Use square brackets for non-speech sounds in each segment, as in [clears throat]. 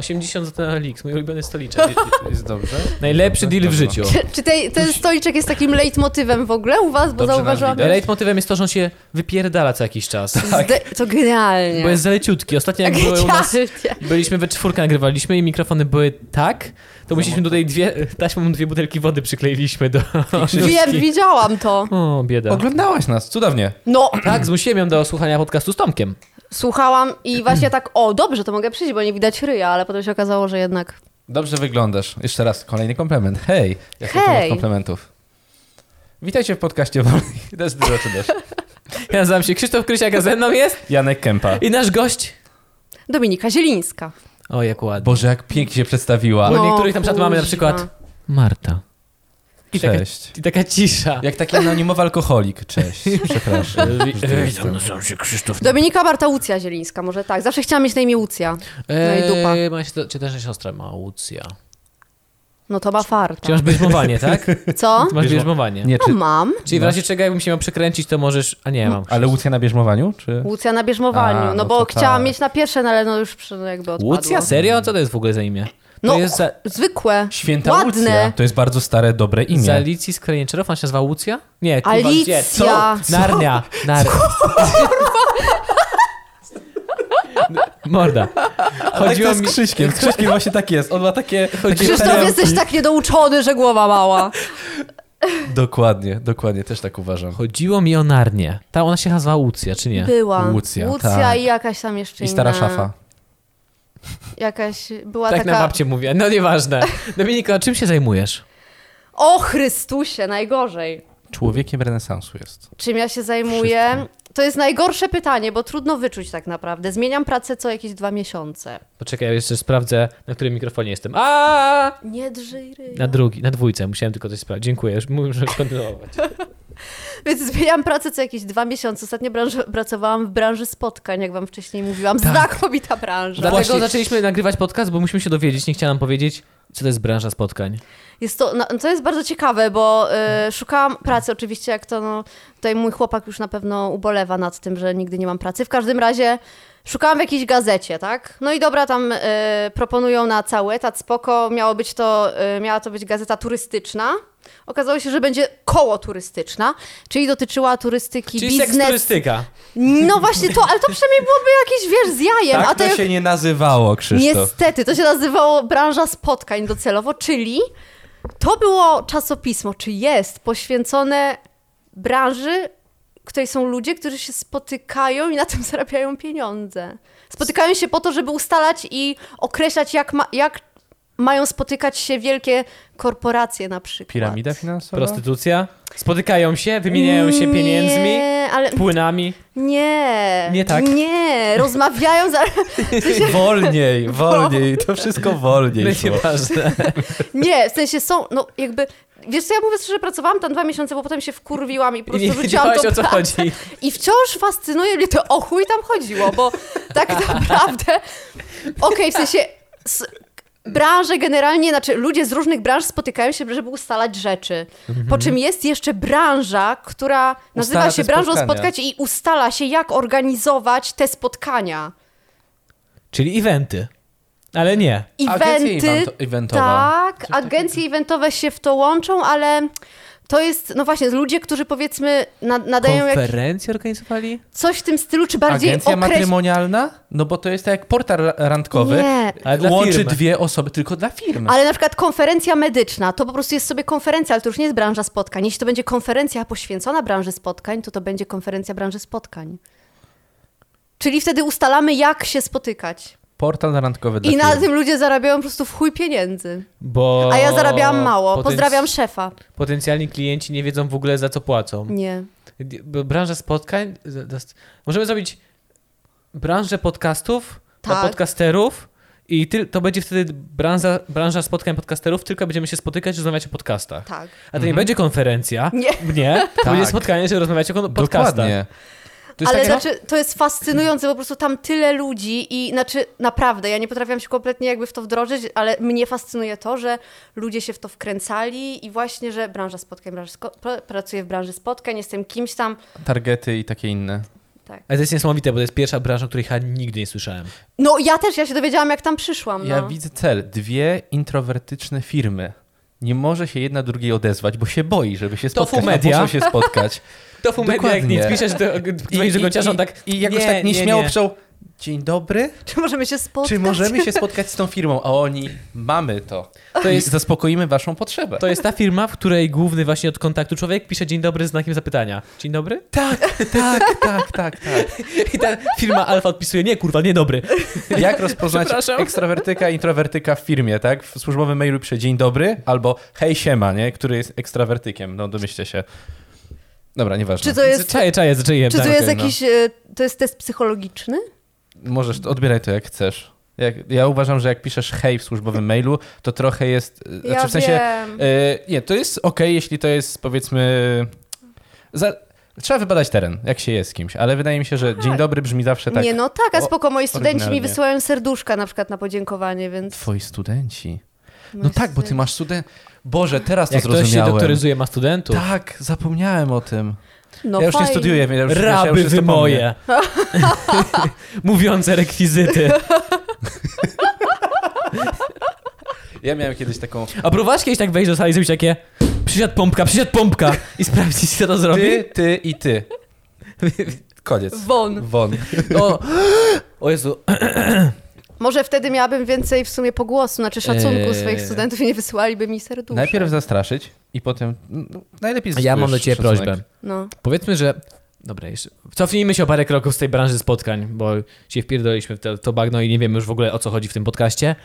80 za ten Alix, mój ulubiony stoliczek. [laughs] Jest dobrze. Najlepszy Dobra, deal w dobra. życiu. Czy te, ten stoliczek jest takim leitmotywem w ogóle u was? Bo Dobrze nas zauważyłam. widać. Leitmotywem jest to, że on się wypierdala co jakiś czas. Zde- to genialnie. tak? Bo jest zaleciutki. Ostatnio jak były u nas, Genialnie. byliśmy we czwórkę nagrywaliśmy i mikrofony były tak, to musieliśmy tutaj dwie, taśmą dwie butelki wody przykleiliśmy do... Wiem, widziałam to. O, Tak. bieda. Oglądałaś nas, cudownie. No, Tak, zmusiłem ją do słuchania podcastu z Tomkiem. słuchałam i właśnie tak, o dobrze, to mogę przyjść, bo nie widać ryja, ale potem się okazało, że jednak Dobrze wyglądasz. Jeszcze raz, kolejny komplement. Hej. Ja się uczę Hej. od komplementów. Witajcie w podcaście Wolnych. Też ty zaczynasz. Ja nazywam się Krzysztof Krysiak, a ze mną jest Janek Kępa. i nasz gość... Dominika Zielińska. O, jak ładnie. Boże, jak pięknie się przedstawiła. Bo No, niektórych tam przykład mamy na kuźwa. przykład Marta. I taka, Cześć. I taka cisza. Jak taki anonimowy alkoholik. [laughs] Cześć. Przepraszam. Witam, nazywam się Krzysztof. Dominika Barta Łucja Zielińska, może tak. Zawsze chciałam mieć na imię Łucja. No i dupa. Eee, ma się, cię też siostra ma, Łucja. No to ma farta. Wciąż bierzmowanie, [laughs] tak? Co? Ty masz bierzmowanie. Nie, No czy... mam. Czyli w razie czego jakbym się miał przekręcić, to możesz... A nie, mam. Ale Łucja na bierzmowaniu, czy... Łucja na A, bierzmowaniu, no, no to bo chciałam tak. mieć na pierwsze, no ale no już przy, jakby odpadło. Łucja? Serio? Co to jest w ogóle za imię? No, To jest za, Zwykłe, Święta Łucja. ładne. To jest bardzo stare, dobre imię. za Alicji z Krajniczerów? Ona się nazywa Łucja? Nie, kurwa, gdzie? Alicja. Narnia. Narnia. [laughs] Morda. Chodziło mi... Krzyśkiem. Z [laughs] Krzyśkiem właśnie tak jest. On ma takie... Chodzi- Krzysztof, jesteś tak niedouczony, że głowa mała. Dokładnie, dokładnie. Też tak uważam. Chodziło mi o Narnię. Ta ona się nazywa Łucja, czy nie? Była. Łucja, Łucja tak. i jakaś tam jeszcze I stara inna. szafa. Jakaś była Tak taka... na babcie mówię. No nieważne. Dominika, czym się zajmujesz? O Chrystusie, najgorzej. Człowiekiem renesansu jest. Czym ja się zajmuję? To jest najgorsze pytanie, bo trudno wyczuć tak naprawdę. Zmieniam pracę co jakieś dwa miesiące. Poczekaj, ja jeszcze sprawdzę, na którym mikrofonie jestem. A! Nie drżyj ryja. Na drugi, na dwójce, musiałem tylko coś sprawdzić. Dziękuję, już muszę kontynuować. Więc zmieniam pracę co jakieś dwa miesiące. Ostatnio branż, pracowałam w branży spotkań, jak wam wcześniej mówiłam. Znakomita branża. Tak. Dlatego Właśnie- zaczęliśmy nagrywać podcast, bo musimy się dowiedzieć, nie chciałam powiedzieć, co to jest branża spotkań. Jest to, no, to jest bardzo ciekawe, bo y, szukałam pracy oczywiście, jak to no, tutaj mój chłopak już na pewno ubolewa nad tym, że nigdy nie mam pracy. W każdym razie szukałam w jakiejś gazecie, tak? No i dobra, tam y, proponują na cały etat, spoko, miało być to, y, miała to być gazeta turystyczna. Okazało się, że będzie koło turystyczna, czyli dotyczyła turystyki, Czyli seks biznes. turystyka. No właśnie to, ale to przynajmniej byłoby jakieś, wiesz, z jajem. Tak a to jak- się nie nazywało, Krzysztof. Niestety, to się nazywało branża spotkań docelowo, czyli to było czasopismo, czy jest poświęcone branży, której są ludzie, którzy się spotykają i na tym [laughs] zarabiają pieniądze. Spotykają się po to, żeby ustalać i określać, jak, ma, jak mają spotykać się wielkie korporacje na przykład. Piramida finansowa? Prostytucja. Spotykają się, wymieniają się pieniędzmi, Nie, ale płynami. nie. Nie tak? Nie, [laughs] rozmawiają, za, [laughs] Wolniej, No. wolniej, to wszystko wolniej szło. No Nieważne. Nie, w sensie są, no jakby... Wiesz co, ja mówię, że pracowałam tam dwa miesiące, bo potem się wkurwiłam i po I nie prostu rzuciłam wiedziałaś, to o co chodzi. I wciąż fascynuje mnie to, o chuj tam chodziło, bo tak [laughs] naprawdę... Okej, w sensie... S- branże generalnie, znaczy ludzie z różnych branż spotykają się, żeby ustalać rzeczy. Po Mhm. czym jest jeszcze branża, która nazywa Ustala się te branżą spotkania. spotkań i ustala się, jak organizować te spotkania. Czyli eventy. Ale nie. Eventy, Agencja evento- eventowa. tak, agencje eventowe się w to łączą, ale to jest, no właśnie, ludzie, którzy powiedzmy na, nadają jak, Konferencje organizowali? coś w tym stylu, czy bardziej Agencja okreś... matrymonialna? No bo to jest tak jak portal ra- randkowy. Nie. Ale dla łączy firmy. dwie osoby, tylko dla firmy. Ale na przykład konferencja medyczna, to po prostu jest sobie konferencja, ale to już nie jest branża spotkań. Jeśli to będzie konferencja poświęcona branży spotkań, to to będzie konferencja branży spotkań. Czyli wtedy ustalamy, jak się spotykać. Portal randkowy dla I na firm. tym ludzie zarabiają po prostu w chuj pieniędzy. Bo A ja zarabiałam mało. potenc- Pozdrawiam szefa. Potencjalni klienci nie wiedzą w ogóle za co płacą. Nie. B- Branża spotkań. z- z- Możemy zrobić branżę podcastów dla Tak. podcasterów i ty, to będzie wtedy branża, branża spotkań podcasterów, tylko będziemy się spotykać i rozmawiać o podcastach. Tak. A to nie będzie konferencja. [laughs] Nie. Nie. To Mhm. Tak. będzie spotkanie, żeby rozmawiać o kon- podcastach. Dokładnie. To Ale takie- no? znaczy, to jest fascynujące, po prostu tam tyle ludzi i znaczy naprawdę, ja nie potrafiłam się kompletnie jakby w to wdrożyć, ale mnie fascynuje to, że ludzie się w to wkręcali i właśnie, że branża spotkań, branża sko- pr- pracuję w branży spotkań, jestem kimś tam, Targety i takie inne. tak. Ale to jest niesamowite, bo to jest pierwsza branża, o której ja nigdy nie słyszałem. No ja też, ja się dowiedziałam, jak tam przyszłam. No. Ja widzę cel. Dwie introwertyczne firmy. Nie może się jedna drugiej odezwać, bo się boi, żeby się To spotkać. Full Media. No, muszą się spotkać. To w media, jak Dokładnie. nic piszesz, to dzwonisz do gąciarza, on tak... I jakoś tak nieśmiało przeł. Dzień dobry. Czy możemy się spotkać? Czy możemy się spotkać z tą firmą? A oni, mamy to. To To jest- jest... Zaspokoimy waszą potrzebę. To jest ta firma, w której główny właśnie od kontaktu człowiek pisze dzień dobry z znakiem zapytania. Dzień dobry? Tak, tak, tak, tak, tak. [laughs] I ta firma alfa odpisuje, nie kurwa, nie dobry. Jak rozpoznać Przepraszam. ekstrawertyka, introwertyka w firmie, tak? W służbowym mailu pisze dzień dobry albo hej siema, nie? Który jest ekstrawertykiem, no domyślcie się. Dobra, nieważne. Czy to jest, Czaję, czaję, zaczęłem. czy to tak. jest okej, no. jakiś, e, to jest test psychologiczny? Możesz, odbieraj to jak chcesz. Jak, ja uważam, że jak piszesz hej w służbowym mailu, to trochę jest... y, Ja znaczy w sensie, wiem. Y, nie, to jest ok, jeśli to jest powiedzmy. Za... Trzeba wybadać teren, jak się jest z kimś, ale wydaje mi się, że dzień dobry brzmi zawsze tak. Nie no tak, a O, spoko, moi studenci mi oryginalnie. wysyłają serduszka na przykład na podziękowanie, więc... Twoi studenci. No moi tak, bo ty studenci- masz student. Boże, teraz to Jak ktoś się zrozumiałem. doktoryzuje, ma studentów. tak, zapomniałem o tym. No ja już fajnie. nie studiuję, ja już, ja już Raby już wy moje. [laughs] Mówiące rekwizyty. Ja miałem kiedyś taką. A próbowałeś kiedyś tak wejść do sali i zrobić takie przysiad pompka, przysiad pompka i sprawdzić, co to zrobi? Ty, ty i ty. [laughs] Koniec. Won. Won. O, o Jezu. Może wtedy miałabym więcej w sumie pogłosu, znaczy szacunku Eee. swoich studentów i nie wysyłaliby mi serduszek. Najpierw zastraszyć i potem. No, najlepiej Ja mam do zyskujesz ciebie szacunek. prośbę. No. Powiedzmy, że... Dobra, jeszcze... Cofnijmy się o parę kroków z tej branży spotkań, bo się wpierdoliśmy w to, to bagno i nie wiemy już w ogóle, o co chodzi w tym podcaście.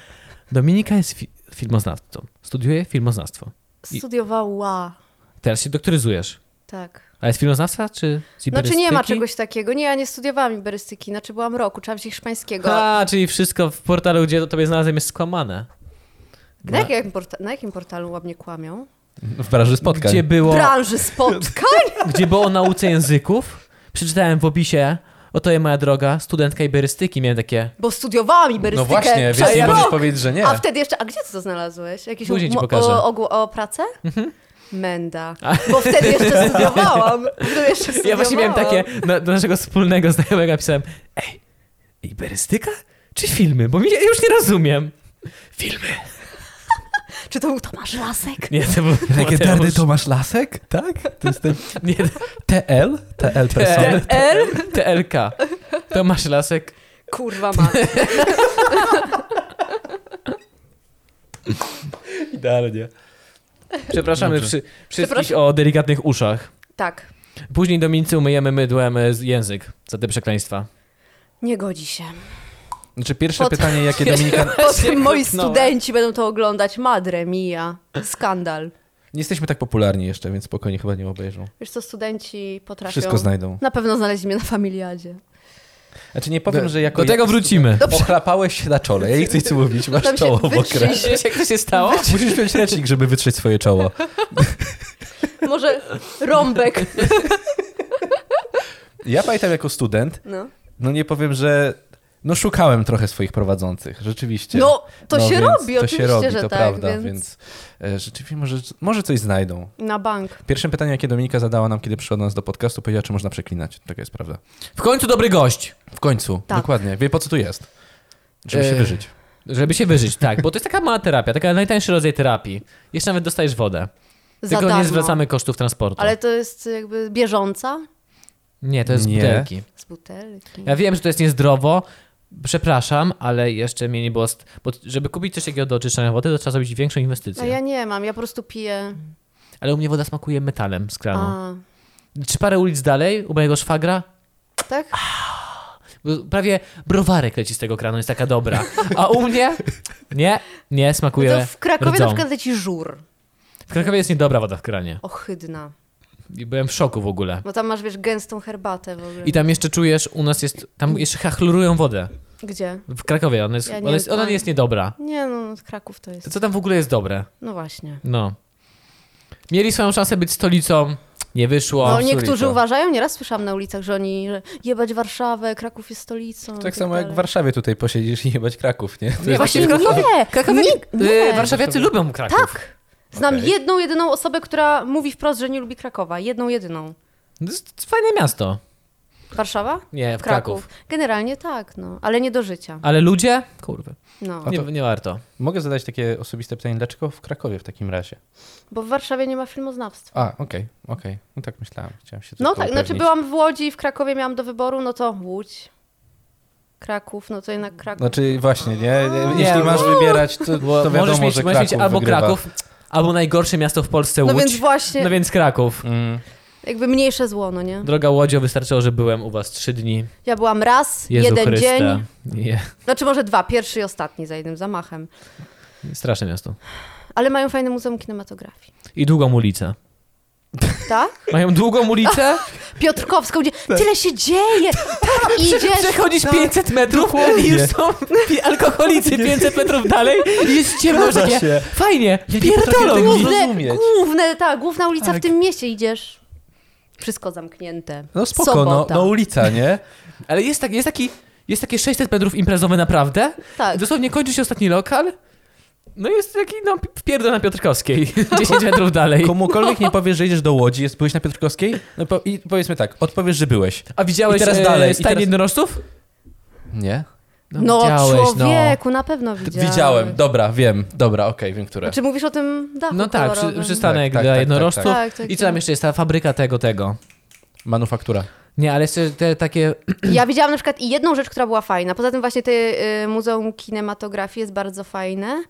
Dominika jest fi filmoznawcą. Studiuje filmoznawstwo. I- Studiowała. Teraz się doktoryzujesz. Tak. A jest filmoznawca, czy z Znaczy nie ma iberystyki? czegoś takiego. Nie, ja nie studiowałam iberystyki, znaczy byłam roku, trzeba wziąć hiszpańskiego. A, czyli wszystko w portalu, gdzie to tobie znalazłem, jest skłamane. Na No. jakim, porta- na jakim portalu ładnie kłamią? W branży spotkań. Gdzie było, Branży spotkań? gdzie było o nauce języków, przeczytałem w opisie, oto je moja droga, studentka iberystyki, miałem takie... Bo studiowałam iberystykę No właśnie, przez więc nie rok. możesz powiedzieć, że nie. A wtedy jeszcze, a gdzie ty to znalazłeś? Jakiś Później ci mo- pokażę. Mhm. O, o, o pracę? Menda. Bo wtedy jeszcze [laughs] studiowałam. Wtedy jeszcze studiowałam. Ja właśnie miałem takie, na, do naszego wspólnego znajomego pisałem, ej, iberystyka czy filmy? Bo mi, ja już nie rozumiem. Filmy. Czy to był Tomasz Lasek? Nie, to był Mateusz. Tomasz Lasek? Tak? To jest ten Nie, TL? persony. TL persony? L? TLK. Tomasz Lasek. Kurwa ma. [laughs] Idealnie. Przepraszamy Dobrze. przy, wszystkich Przepraszam. o delikatnych uszach. Tak. Później Dominicy umyjemy mydłem e, z- język za te przekleństwa. Nie godzi się. Znaczy pierwsze Pod- pytanie, jakie Dominika... [laughs] się Potem moi kopnąłem. studenci będą to oglądać. Madre mia. Skandal. Nie jesteśmy tak popularni jeszcze, więc spokojnie chyba nie obejrzą. Wiesz co, studenci potrafią... Wszystko znajdą. Na pewno znaleźli mnie na familiadzie. Znaczy nie powiem, że jako... Do tego wrócimy. [laughs] Pochlapałeś się na czole. Ja nie chcę nic mówić, masz Tam się czoło w okres. wykrzyż- Wiesz, jak to się stało? Musisz mieć ręcznik, żeby wytrzeć swoje czoło. Może rąbek. Ja pamiętam jako student, No, no nie powiem, że... No szukałem trochę swoich prowadzących, rzeczywiście. no to No się więc robi, to oczywiście, się robi, że to tak. prawda, więc... więc e, rzeczywiście może, może coś znajdą. Na bank. Pierwsze pytanie, jakie Dominika zadała nam, kiedy przyszła do nas do podcastu, powiedziała, czy można przeklinać. Taka jest prawda. W końcu dobry gość. W końcu, Tak. dokładnie. Wie, po co tu jest. Żeby się E, wyżyć. Żeby się wyżyć, tak, bo to jest taka mała terapia, taka najtańszy rodzaj terapii. Jeszcze nawet dostajesz wodę. Za Tylko darmo. nie zwracamy kosztów transportu. Ale to jest jakby bieżąca Nie, to jest z Nie. butelki. z butelki. Ja wiem, że to jest niezdrowo, przepraszam, ale jeszcze mnie nie było... St- bo żeby kupić coś takiego do oczyszczania wody, to trzeba zrobić większą A inwestycję. No, ja nie mam, ja po prostu piję. Ale u mnie woda smakuje metalem z kranu. A, Czy parę ulic dalej, u mojego szwagra, tak? bo prawie browarek leci z tego kranu, jest taka dobra. A u mnie? Nie, nie, No smakuje to w Krakowie rdzą. na przykład leci żur. W Krakowie jest niedobra woda w kranie. Ohydna. I byłem w szoku w ogóle. Bo tam masz, wiesz, gęstą herbatę w ogóle. I tam jeszcze czujesz, u nas jest, tam jeszcze chachlurują wodę. Gdzie? W Krakowie ona, jest, Ja nie ona, jest, ona nie jest niedobra. Nie, no, Kraków to To jest. co tam w ogóle jest dobre? No właśnie. No. Mieli swoją szansę być stolicą, nie wyszło. No, nie- niektórzy Zurita. uważają, nieraz słyszałam na ulicach, że oni że jebać Warszawę, Kraków jest stolicą. i Tak samo jak w dalej. Warszawie tutaj posiedzisz i jebać Kraków, nie? To Nie, jest właśnie Właśnie w Krakowie- nie! Krakowie, nie, y, nie. Warszawiacy lubią Kraków. Tak! Znam Okej. jedną, jedyną osobę, która mówi wprost, że nie lubi Krakowa. Jedną, jedyną. To jest fajne miasto. Warszawa? Nie, w Kraków. Kraków. Generalnie tak, no, ale nie do życia. Ale ludzie? Kurwy. No. A Nie, to- nie warto. [laughs] Mogę zadać takie osobiste pytanie, dlaczego w Krakowie w takim razie? Bo w Warszawie nie ma filmoznawstwa. A, okej, okej. No tak myślałem, chciałem się No tylko tak, znaczy upewnić. byłam w Łodzi i w Krakowie miałam do wyboru, no to Łódź, Kraków, no to jednak Kraków. Znaczy właśnie, nie? no. Nie, Jeśli masz wybierać, to, Bo to możesz wiadomo, mieć, że możesz mieć Kraków albo wygrywa. Kraków, albo najgorsze miasto w Polsce no Łódź. więc właśnie, No więc Kraków. [laughs] Mm. jakby mniejsze zło, no nie? Droga Łodzio, wystarczyło, że byłem u was trzy dni. Ja byłam raz, Jezu jeden Chryste. dzień, Nie, znaczy może dwa, pierwszy i ostatni za jednym zamachem. straszne miasto. Ale mają fajne muzeum kinematografii. I długą ulicę. Tak? Mają długą ulicę? Piotrkowską, gdzie tyle się dzieje, [laughs] tak idziesz. Przechodzisz 500 metrów i już są pi- alkoholicy 500 metrów dalej i jest ciemno. Zgadza Takie, się. fajnie, potrafię pierdolą tego mi. zrozumieć. Główne, rozumieć. główne, tak, główna ulica Tak. w tym mieście idziesz. Wszystko zamknięte. No spoko, no, Sobota. no ulica, nie? Ale jest, tak, jest taki, jest takie 600 metrów imprezowe naprawdę. Tak. Dosłownie kończy się ostatni lokal. No jest taki, no, pi- wpierdol na Piotrkowskiej. [laughs] 10 metrów dalej. Komukolwiek nie powiesz, że idziesz do Łodzi, jest, byłeś na Piotrkowskiej? No po, i powiedzmy tak, odpowiesz, że byłeś. A widziałeś I teraz e, dalej, i stan teraz- jednorożców? Nie? No, widziałeś, człowieku, na pewno widziałem. Widziałem, dobra, wiem, dobra, okej, wiem, które. Czy mówisz o tym dachu No, no tak, przy, kolorowym? przystanek Tak, tak, dla tak, jednorożców. tak, tak. Tak, tak, I co tam tak. jeszcze jest? Ta fabryka tego, tego. Manufaktura. Nie, ale jeszcze te [laughs] takie... Ja widziałam na przykład i jedną rzecz, która była fajna. Poza tym właśnie te y, Muzeum Kinematografii jest bardzo fajne.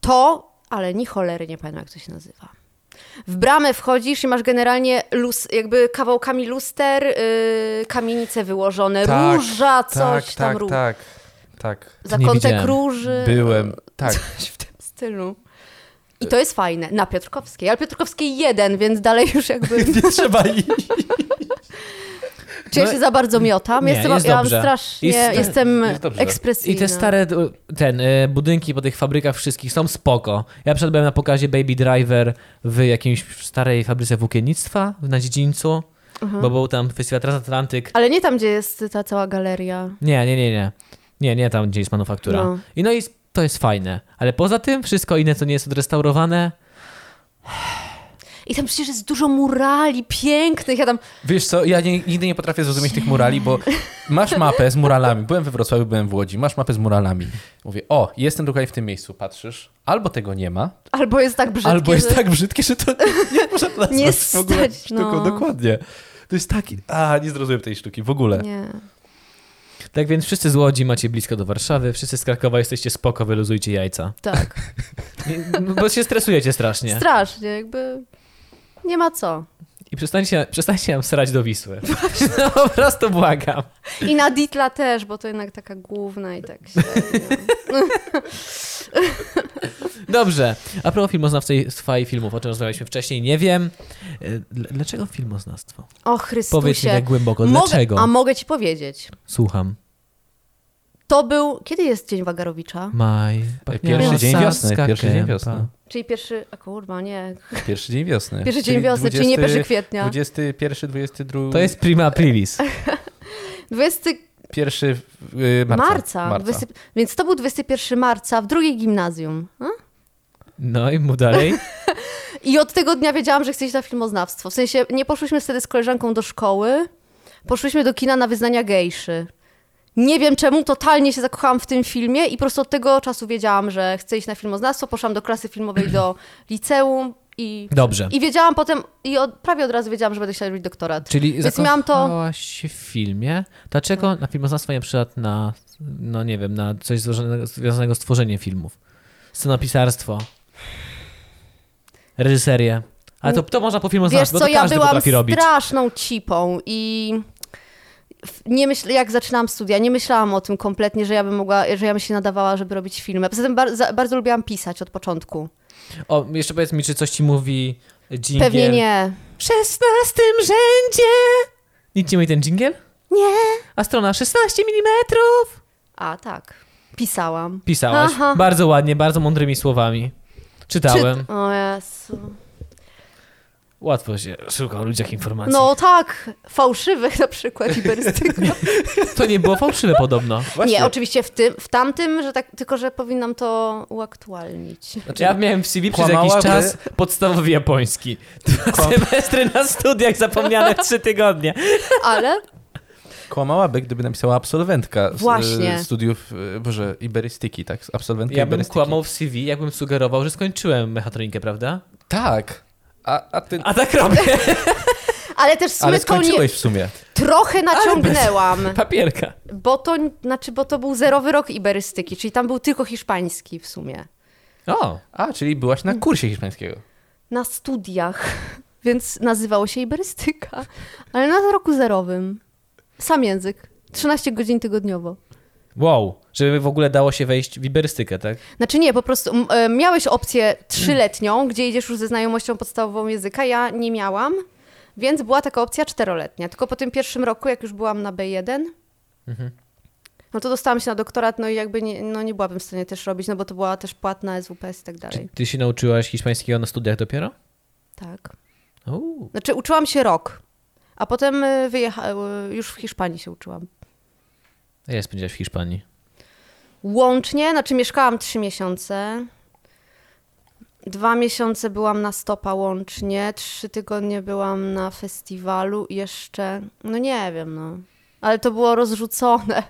To, ale ni cholery nie pamiętam, jak to się nazywa. W bramę wchodzisz i masz generalnie lus, jakby kawałkami luster, y, kamienice wyłożone, Tak, róża, coś tak, tam, tak, róż, tak, tak. zakątek widziałem. róży. Byłem, tak. Coś y, w tym stylu. I to jest fajne. Na Piotrkowskiej, ale Piotrkowskiej jeden, więc dalej [laughs] już jakby... Nie trzeba iść. Czy ja No, się za bardzo miotam? nie, jestem, jest ja mam dobrze. strasznie, Jest- jestem jest dobrze. I ekspresyjna. te stare e, ten, e, budynki po tych fabrykach wszystkich są spoko. Ja przedbyłem na pokazie Baby Driver w jakiejś starej fabryce włókiennictwa na dziedzińcu, bo był tam festiwal Transatlantyk. Ale nie tam, gdzie jest ta cała galeria. Nie, nie, nie, nie. Nie, nie tam, gdzie jest manufaktura. No. I no i to jest fajne. Ale poza tym wszystko inne, co nie jest odrestaurowane, I tam przecież jest dużo murali pięknych. Ja tam, Wiesz co, ja nie, nigdy nie potrafię zrozumieć tych murali, bo masz mapę z muralami. Byłem we Wrocławiu, byłem w Łodzi, masz mapę z muralami. Mówię, o, jestem tutaj w tym miejscu, patrzysz. Albo tego nie ma, albo jest tak brzydkie, albo jest że... tak brzydkie, że to nie można nazwać Nie w ogóle stać, sztuką, no. dokładnie. To jest taki, a nie zrozumiem tej sztuki w ogóle. Nie. Tak więc wszyscy z Łodzi macie blisko do Warszawy, wszyscy z Krakowa jesteście spoko, wyluzujcie jajca. Tak, Nie- Bo się stresujecie strasznie. strasznie, jakby nie ma co. I przestańcie, przestańcie nam srać do Wisły. No, po prostu błagam. I na Ditla też, bo to jednak taka główna i tak średnio. Dobrze, a propos filmoznawstwa i filmów, o czym rozmawialiśmy wcześniej, nie wiem. E, dl- Dlaczego filmoznawstwo? O Chrystusie. Powiedz mi tak głęboko, Mogę- dlaczego? A mogę ci powiedzieć. Słucham. To był... Kiedy jest Dzień Wagarowicza? Maj. Pierwszy dzień Saska wiosny, pierwszy dzień kępa. wiosny. Czyli pierwszy... A kurwa, nie. Pierwszy dzień wiosny. Pierwszy dzień wiosny, czyli nie 1 kwietnia. 21, 22, To jest prima aprilis. 20 pierwszy yy, marca. marca. Dwudziesty- Więc to był 21 marca w drugiej gimnazjum. A? No i mów dalej. I od tego dnia wiedziałam, że chcę iść na filmoznawstwo. W sensie nie poszłyśmy wtedy z koleżanką do szkoły, poszłyśmy do kina na wyznania gejszy. Nie wiem czemu, totalnie się zakochałam w tym filmie i po prostu od tego czasu wiedziałam, że chcę iść na filmoznawstwo. Poszłam do klasy filmowej do liceum i, Dobrze. i wiedziałam potem, i od, prawie od razu wiedziałam, że będę chciała robić doktorat. Czyli Więc miałam to- No. zakochałaś się w filmie. Dlaczego na filmoznawstwo nie przykład na, no nie wiem, na coś złożonego- związanego z tworzeniem filmów? Scenopisarstwo, reżyserię. Ale to, to można po Wiesz filmoznawstwie, co, No bo to ja każdy byłam potrafi robić. straszną cipą i w- nie myśl, jak zaczynałam studia, nie myślałam o tym kompletnie, że ja bym mogła, że ja bym się nadawała, żeby robić filmy. Poza tym bar- za- bardzo lubiłam pisać od początku. O, jeszcze powiedz mi, czy coś ci mówi dżingiel? Pewnie nie. W szesnastym rzędzie! Nic nie mówi ten dżingiel? Nie. A strona 16 mm! A tak, pisałam. Pisałaś Aha. bardzo ładnie, bardzo mądrymi słowami. Czytałem. Czy... O Jezu. Łatwo się szuka o ludziach informacji. No tak, fałszywych na przykład iberystyków. [laughs] To nie było fałszywe podobno. Właśnie. Nie, oczywiście w tym, w tamtym, że tak, tylko że powinnam to uaktualnić. Znaczy, ja miałem w CV przez jakiś Kłamałaby- czas podstawowy japoński. Dwa Kłam- semestry na studiach zapomniane w trzy tygodnie. Ale Kłamałaby, gdyby napisała absolwentka z- y, Właśnie. studiów, e, boże, iberystyki, tak? Absolwentka Ja bym iberystyki. kłamał w CV, jakbym sugerował, że skończyłem mechatronikę, prawda? Tak. A, a ty... A tak [laughs] robię. Ale też ale smytką nie, skończyłeś w sumie. trochę naciągnęłam, Papierka. bo to, znaczy, bo to był zerowy rok iberystyki, czyli tam był tylko hiszpański w sumie. O, A, czyli byłaś Hmm. na kursie hiszpańskiego. Na studiach, [laughs] więc nazywało się iberystyka, ale na roku zerowym. Sam język. 13 godzin tygodniowo. wow. Żeby w ogóle dało się wejść w iberystykę, tak? Znaczy nie, po prostu m, e, miałeś opcję trzyletnią, gdzie idziesz już ze znajomością podstawową języka. Ja nie miałam, więc była taka opcja czteroletnia. Tylko po tym pierwszym roku, jak już byłam na B1, no to dostałam się na doktorat, no i jakby nie, no nie byłabym w stanie też robić, no bo to była też płatna SWPS i tak dalej. Czy ty się nauczyłaś hiszpańskiego na studiach dopiero? Tak. Uuu. Znaczy uczyłam się rok, a potem y, wyjechałam, już w Hiszpanii się uczyłam. A Ile spędziłaś w Hiszpanii? Łącznie, znaczy mieszkałam trzy miesiące. Dwa miesiące byłam na stopa łącznie, trzy tygodnie byłam na festiwalu i jeszcze, no nie wiem, no. Ale to było rozrzucone.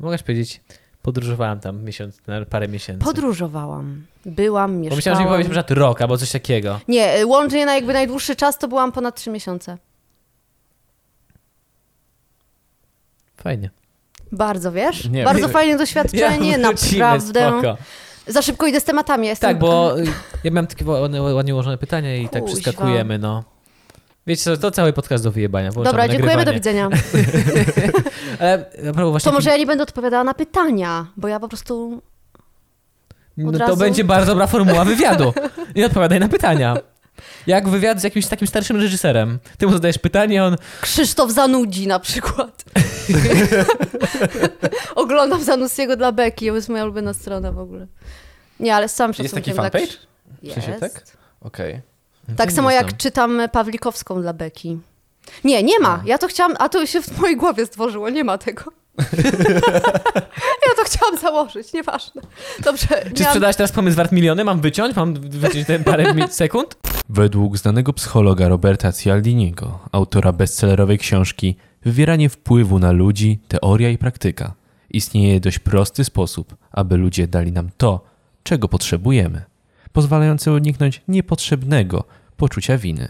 Mogłaś powiedzieć, podróżowałam tam miesiąc, na parę miesięcy. Podróżowałam, byłam, Bo mieszkałam. myślałam, że mi powiesz na przykład rok albo coś takiego. Nie, y, łącznie na jakby najdłuższy czas to byłam ponad trzy miesiące. Fajnie. Bardzo, wiesz? Nie, Bardzo my- [laughs] fajne doświadczenie, wrócimy, naprawdę. no. Spoko. Za szybko idę z tematami, ja jestem... Tak, bo y, ja miałem takie ładne, ładnie ułożone pytanie i tak Kuźwa. przeskakujemy, no. Wiecie co, to cały podcast do wyjebania. włączamy Dobra, dziękujemy, do nagrywanie. widzenia. [laughs] Ale a propos właśnie To może ja nie będę odpowiadała na pytania, bo ja po prostu od No to razu? będzie bardzo dobra formuła wywiadu. Nie odpowiadaj na pytania. Jak wywiad z jakimś takim starszym reżyserem. Ty mu zadajesz pytanie, on Krzysztof Zanudzi na [laughs] przykład. Oglądam Zanussiego dla Beki, to jest moja ulubiona strona w ogóle. Nie, ale z całym Jest szacunkiem taki dla fanpage? Krzy- W sensie Jest. tak? Okej. Tak No, Nie samo znam. jak czytam Pawlikowską dla Beki. Nie, nie ma. Ja to chciałam, a to się w mojej głowie stworzyło, nie [laughs] ma tego. ja to chciałam założyć, nieważne. Dobrze, Czy miałam- sprzedałaś teraz pomysł wart miliony? Mam wyciąć? Mam wyciąć ten parę mi- sekund? Według znanego psychologa Roberta Cialdiniego, autora bestsellerowej książki Wywieranie wpływu na ludzi, teoria i praktyka, istnieje dość prosty sposób, aby ludzie dali nam to, czego potrzebujemy, pozwalający uniknąć niepotrzebnego poczucia winy.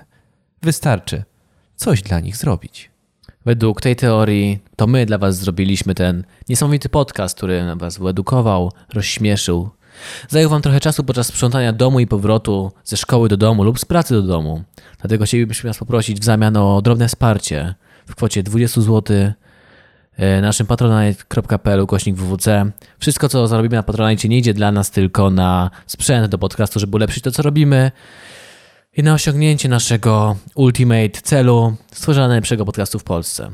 Wystarczy coś dla nich zrobić. Według tej teorii to my dla was zrobiliśmy ten niesamowity podcast, który was uedukował, rozśmieszył. Zajął wam trochę czasu podczas sprzątania domu i powrotu ze szkoły do domu lub z pracy do domu. Dlatego chcielibyśmy was poprosić w zamian o drobne wsparcie w kwocie 20 zł e, naszym patronite.pl kośnik wwc. Wszystko, co zarobimy na patronajcie nie idzie dla nas, tylko na sprzęt do podcastu, żeby ulepszyć to, co robimy i na osiągnięcie naszego ultimate celu stworzenia najlepszego podcastu w Polsce.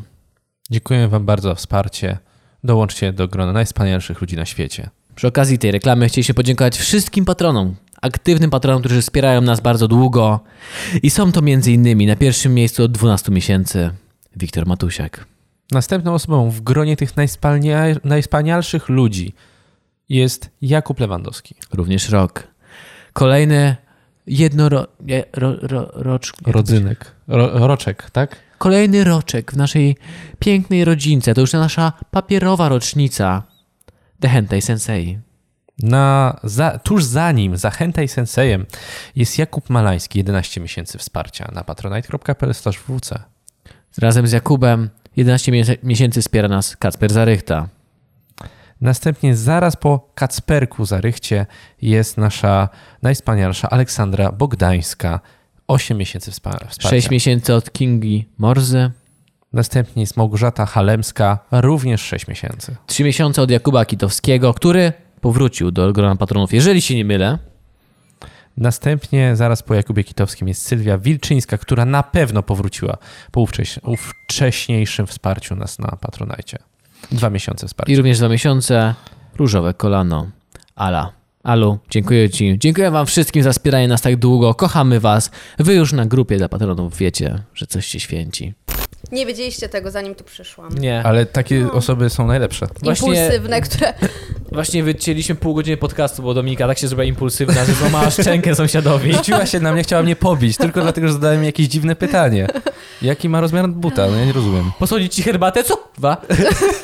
Dziękuję Wam bardzo za wsparcie. Dołączcie do grona najwspanialszych ludzi na świecie. Przy okazji tej reklamy chcieliśmy podziękować wszystkim patronom, aktywnym patronom, którzy wspierają nas bardzo długo i są to między innymi na pierwszym miejscu od 12 miesięcy Wiktor Matusiak. Następną osobą w gronie tych najspania- najwspanialszych ludzi jest Jakub Lewandowski. Również rok. Kolejny jednoro... nie, Ro, ro, rocz, jak to Rodzynek. Ro, roczek, tak? będzie? Kolejny roczek w naszej pięknej rodzince. To już nasza papierowa rocznica. The Hentai Sensei. Na, za, tuż za nim, za Hentai Sensejem, jest Jakub Malański, 11 miesięcy wsparcia na patronite.pl/wc. Razem z Jakubem 11 miesię- miesięcy wspiera nas Kacper Zarychta. Następnie zaraz po Kacperku Zarychcie jest nasza najwspanialsza Aleksandra Bogdańska, 8 miesięcy wspa- wsparcia. 6 miesięcy od Kingi Morzy. Następnie jest Małgorzata Halemska, również 6 miesięcy. Trzy miesiące od Jakuba Kitowskiego, który powrócił do grona patronów, jeżeli się nie mylę. Następnie zaraz po Jakubie Kitowskim jest Sylwia Wilczyńska, która na pewno powróciła po ówcześ- ówcześniejszym wsparciu nas na Patronajcie. Dwa miesiące wsparcia. I również dwa miesiące różowe kolano. Ala. Alu, dziękuję Ci. Dziękuję Wam wszystkim za wspieranie nas tak długo. Kochamy Was. Wy już na grupie dla patronów wiecie, że coś się święci. Nie wiedzieliście tego, zanim tu przyszłam. Nie. Ale takie osoby są najlepsze. Właśnie- Impulsywne, które Właśnie wycięliśmy pół godziny podcastu, bo Dominika tak się zrobiła impulsywna, że [laughs] złamała szczękę sąsiadowi. Rzuciła się na mnie, chciała mnie pobić, tylko dlatego, że zadałem jej jakieś dziwne pytanie. Jaki ma rozmiar buta? No ja nie rozumiem. Posłodzić ci herbatę? Co? [laughs] Dwa.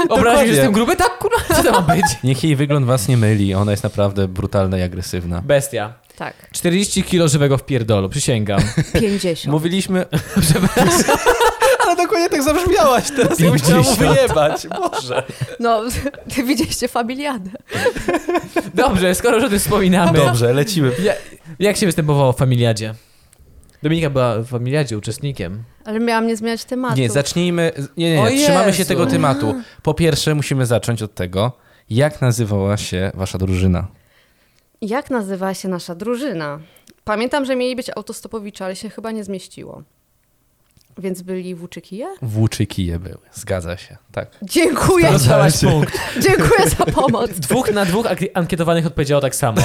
Obraził się z tym gruby? Tak, kurwa, co to ma być? Niech jej wygląd was nie myli, ona jest naprawdę brutalna i agresywna. Bestia. Tak. 40 kilo żywego w pierdolu, [laughs] przysięgam. 50. Mówiliśmy... [laughs] Ale dokładnie tak zabrzmiałaś teraz. Ja Pięćdziesiąt. musiałam mu wyjebać. Boże. No, [laughs] widzieliście Familiadę. Dobrze, skoro już o tym wspominamy. Dobrze, lecimy. Ja, jak się występowało w familiadzie? Dominika była w familiadzie uczestnikiem. Ale miałam nie zmieniać tematu. Nie, zacznijmy. Nie, nie, O nie. Trzymamy się Jezu. tego tematu. Po pierwsze, musimy zacząć od tego, jak nazywała się wasza drużyna. Jak nazywała się nasza drużyna? Pamiętam, że mieli być autostopowicze, ale się chyba nie zmieściło. Więc byli włóczykije? Włóczy kije były. Zgadza się. Tak. Dziękuję, Dostałaś się. punkt. dziękuję za pomoc. Dwóch na dwóch ak- ankietowanych odpowiedziało tak samo.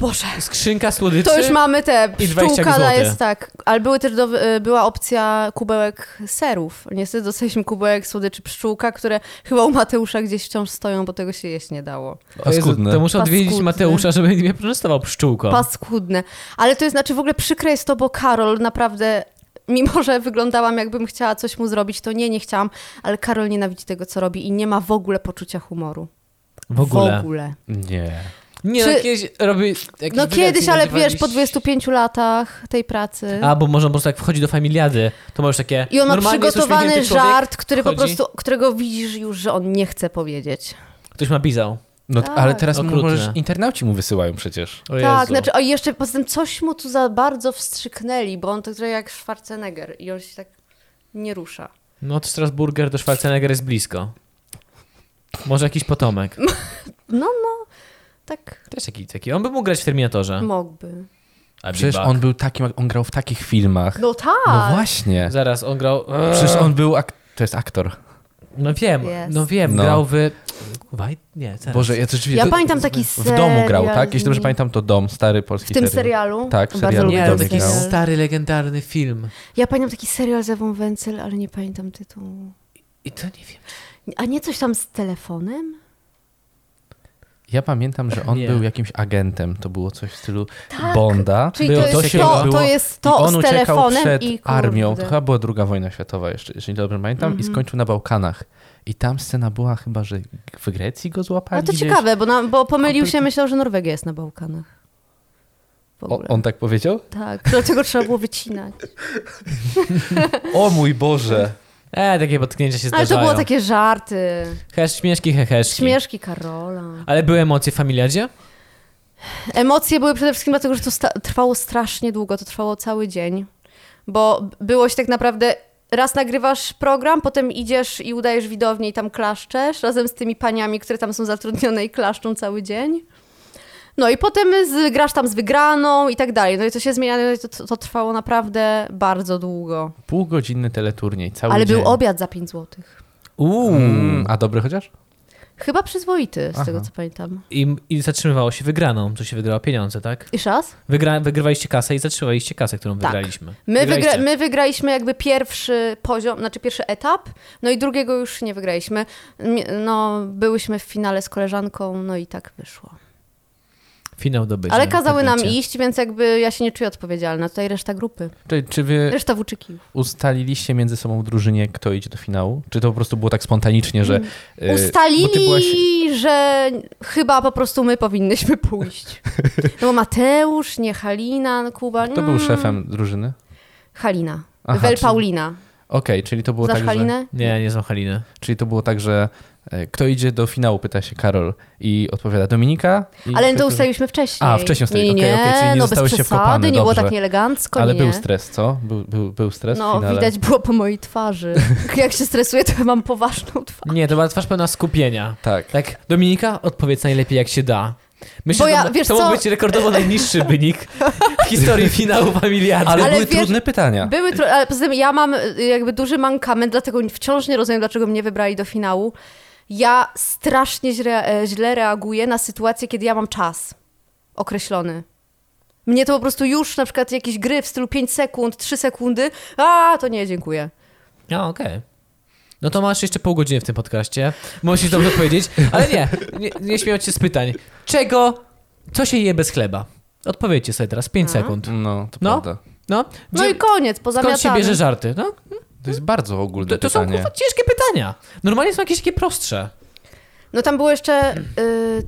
Boże. Skrzynka słodyczy. To już mamy te i 20 pszczółka, ale złotych. jest tak. Ale były też do, y, była opcja kubełek serów. Niestety dostaliśmy kubełek słodyczy pszczółka, które chyba u Mateusza gdzieś wciąż stoją, bo tego się jeść nie dało. O Jezu, Paskudne. to muszę odwiedzić Paskudne. Mateusza, żeby mnie przetestował pszczółką. Paskudne. Ale to jest, znaczy w ogóle przykre jest to, bo Karol naprawdę, mimo że wyglądałam jakbym chciała coś mu zrobić, to nie, nie chciałam, ale Karol nienawidzi tego, co robi i nie ma w ogóle poczucia humoru. w ogóle. Nie. Nie, Czy- no kiedyś robi jakiś No wywiad kiedyś, i ale nagrywali- wiesz, po 25 latach tej pracy. A, bo może po prostu jak wchodzi do familiady, to masz takie... I on ma normalnie jest przygotowany uśmiechnięty człowiek, żart, który po wchodzi, prostu, którego widzisz już, że on nie chce powiedzieć. Ktoś ma bizał. No, Tak. ale teraz Okrutne. mu możesz, internauci mu wysyłają przecież. O Jezu. Tak, znaczy, o i jeszcze poza tym coś mu tu za bardzo wstrzyknęli, bo on to trochę jak Schwarzenegger i on się tak nie rusza. No to Strasburger do Schwarzenegger jest blisko. Może jakiś potomek. No, no, tak Też taki, taki. On by mógł grać w Terminatorze. mógłby. A Przecież on był takim, on grał w takich filmach. No tak. No właśnie. Zaraz, on grał... Eee. Przecież on był. Ak- to jest aktor. No wiem, Jest. no wiem, No. grał w... Kurwa, nie, zaraz. Boże, ja to rzeczywiście. Ja to- pamiętam taki W domu grał, serial tak? Jeśli dobrze z- pamiętam, to dom, stary polski W tym serial. serialu? Tak, w Bardzo serialu lubię Nie, Lubię ale ten taki Dobry grał. serial. stary, legendarny film. Ja pamiętam taki serial z Ewą Wencel, ale nie pamiętam tytułu. I to nie wiem. A nie coś tam z telefonem? Ja pamiętam, że on Nie. był jakimś agentem. To było coś w stylu Bonda. Tak. Czyli Było to, coś jest to, takiego. to jest I to on z uciekał telefonem przed i kurde. armią. To chyba była druga wojna światowa jeszcze, jeżeli dobrze pamiętam. Mhm. I skończył na Bałkanach. I tam scena była chyba, że w Grecji go złapali A to gdzieś. ciekawe, bo, na, bo pomylił się, myślał, że Norwegia jest na Bałkanach. W O, ogóle. on tak powiedział? Tak, dlatego trzeba było [laughs] wycinać. O mój Boże! E, takie potknięcia się Ale zdarzają. to było takie żarty, Hesz, śmieszki, heheszki. śmieszki Karola. Ale były emocje w familiadzie? Emocje były przede wszystkim dlatego, że to sta- trwało strasznie długo, to trwało cały dzień, bo b- było się tak naprawdę. Raz nagrywasz program, potem idziesz i udajesz widownię i tam klaszczesz razem z tymi paniami, które tam są zatrudnione i klaszczą cały dzień. No i potem z, grasz tam z wygraną i tak dalej. No i to się zmienia, no i to, to trwało naprawdę bardzo długo. Półgodzinny teleturniej, cały Ale dzień. był obiad za 5 zł. Uuu. Mm, a dobry chociaż? Chyba przyzwoity, z Aha. tego co pamiętam. I, I zatrzymywało się wygraną, co się wygrało pieniądze, tak? Jeszcze raz? Wygra, wygrywaliście kasę i zatrzymywaliście kasę, którą Tak. wygraliśmy. My, wygra, Wygraliście. my wygraliśmy jakby pierwszy poziom, znaczy pierwszy etap, no i drugiego już nie wygraliśmy. M- No, byłyśmy w finale z koleżanką, no i tak wyszło. Finał tak, dobycia. Ale kazały nam Pamiętacie? iść, więc jakby ja się nie czuję odpowiedzialna. Tutaj reszta grupy, Czy, czy wy reszta e, wuczykijów. ustaliliście między sobą w drużynie, kto idzie do finału? Czy to po prostu było tak spontanicznie, że... Mm. e, bo ty Ustalili, byłaś- że chyba po prostu my powinnyśmy [laughs] pójść. No bo Mateusz, nie Halina, no Kuba. Kto był mm, szefem drużyny? Halina. Aha, Wel czyli- Paulina. Okej, czyli to było Znasz tak, że... Halinę? Nie, nie znam Haliny. Czyli to było tak, że e, kto idzie do finału, pyta się Karol i odpowiada Dominika. I Ale ktoś- to ustaliliśmy wcześniej. A, wcześniej Nie, ustalili- okej, nie, okej, czyli nie no bez zostałeś się przesady, wkopany, nie było dobrze. tak nieelegancko, Ale nie. był stres, co? Był, był, był stres w No, finale? widać było po mojej [laughs] twarzy. Jak się stresuję, to mam poważną twarz. Nie, to była twarz pełna skupienia. Tak. Tak, Dominika, odpowiedz najlepiej jak się da. Myślę, Bo ja- że to, wiesz to mógł co? być rekordowo najniższy wynik w historii finału familiady. Ale, Ale były wiesz- trudne pytania. Były, tro- ale poza tym ja mam y, jakby duży mankament, dlatego wciąż nie rozumiem, dlaczego mnie wybrali do finału. Ja strasznie źle, e, źle reaguję na sytuację, kiedy ja mam czas określony. Mnie to po prostu już na przykład jakieś gry w stylu 5 sekund, 3 sekundy, a to nie, dziękuję. No, okej. No to masz jeszcze pół godziny w tym podcaście. Musisz dobrze powiedzieć, ale nie, nie, nie śmiać się z pytań. Czego, co się je bez chleba? Odpowiedzcie sobie teraz, 5 Aha. sekund. No, to No. prawda. No, No Gdzie- i skąd koniec, się pozamiatamy. bierze żarty? No, To jest bardzo ogólne to, to są pytanie. kurwa, ciężkie pytania. Normalnie są jakieś takie prostsze. No tam było jeszcze, y,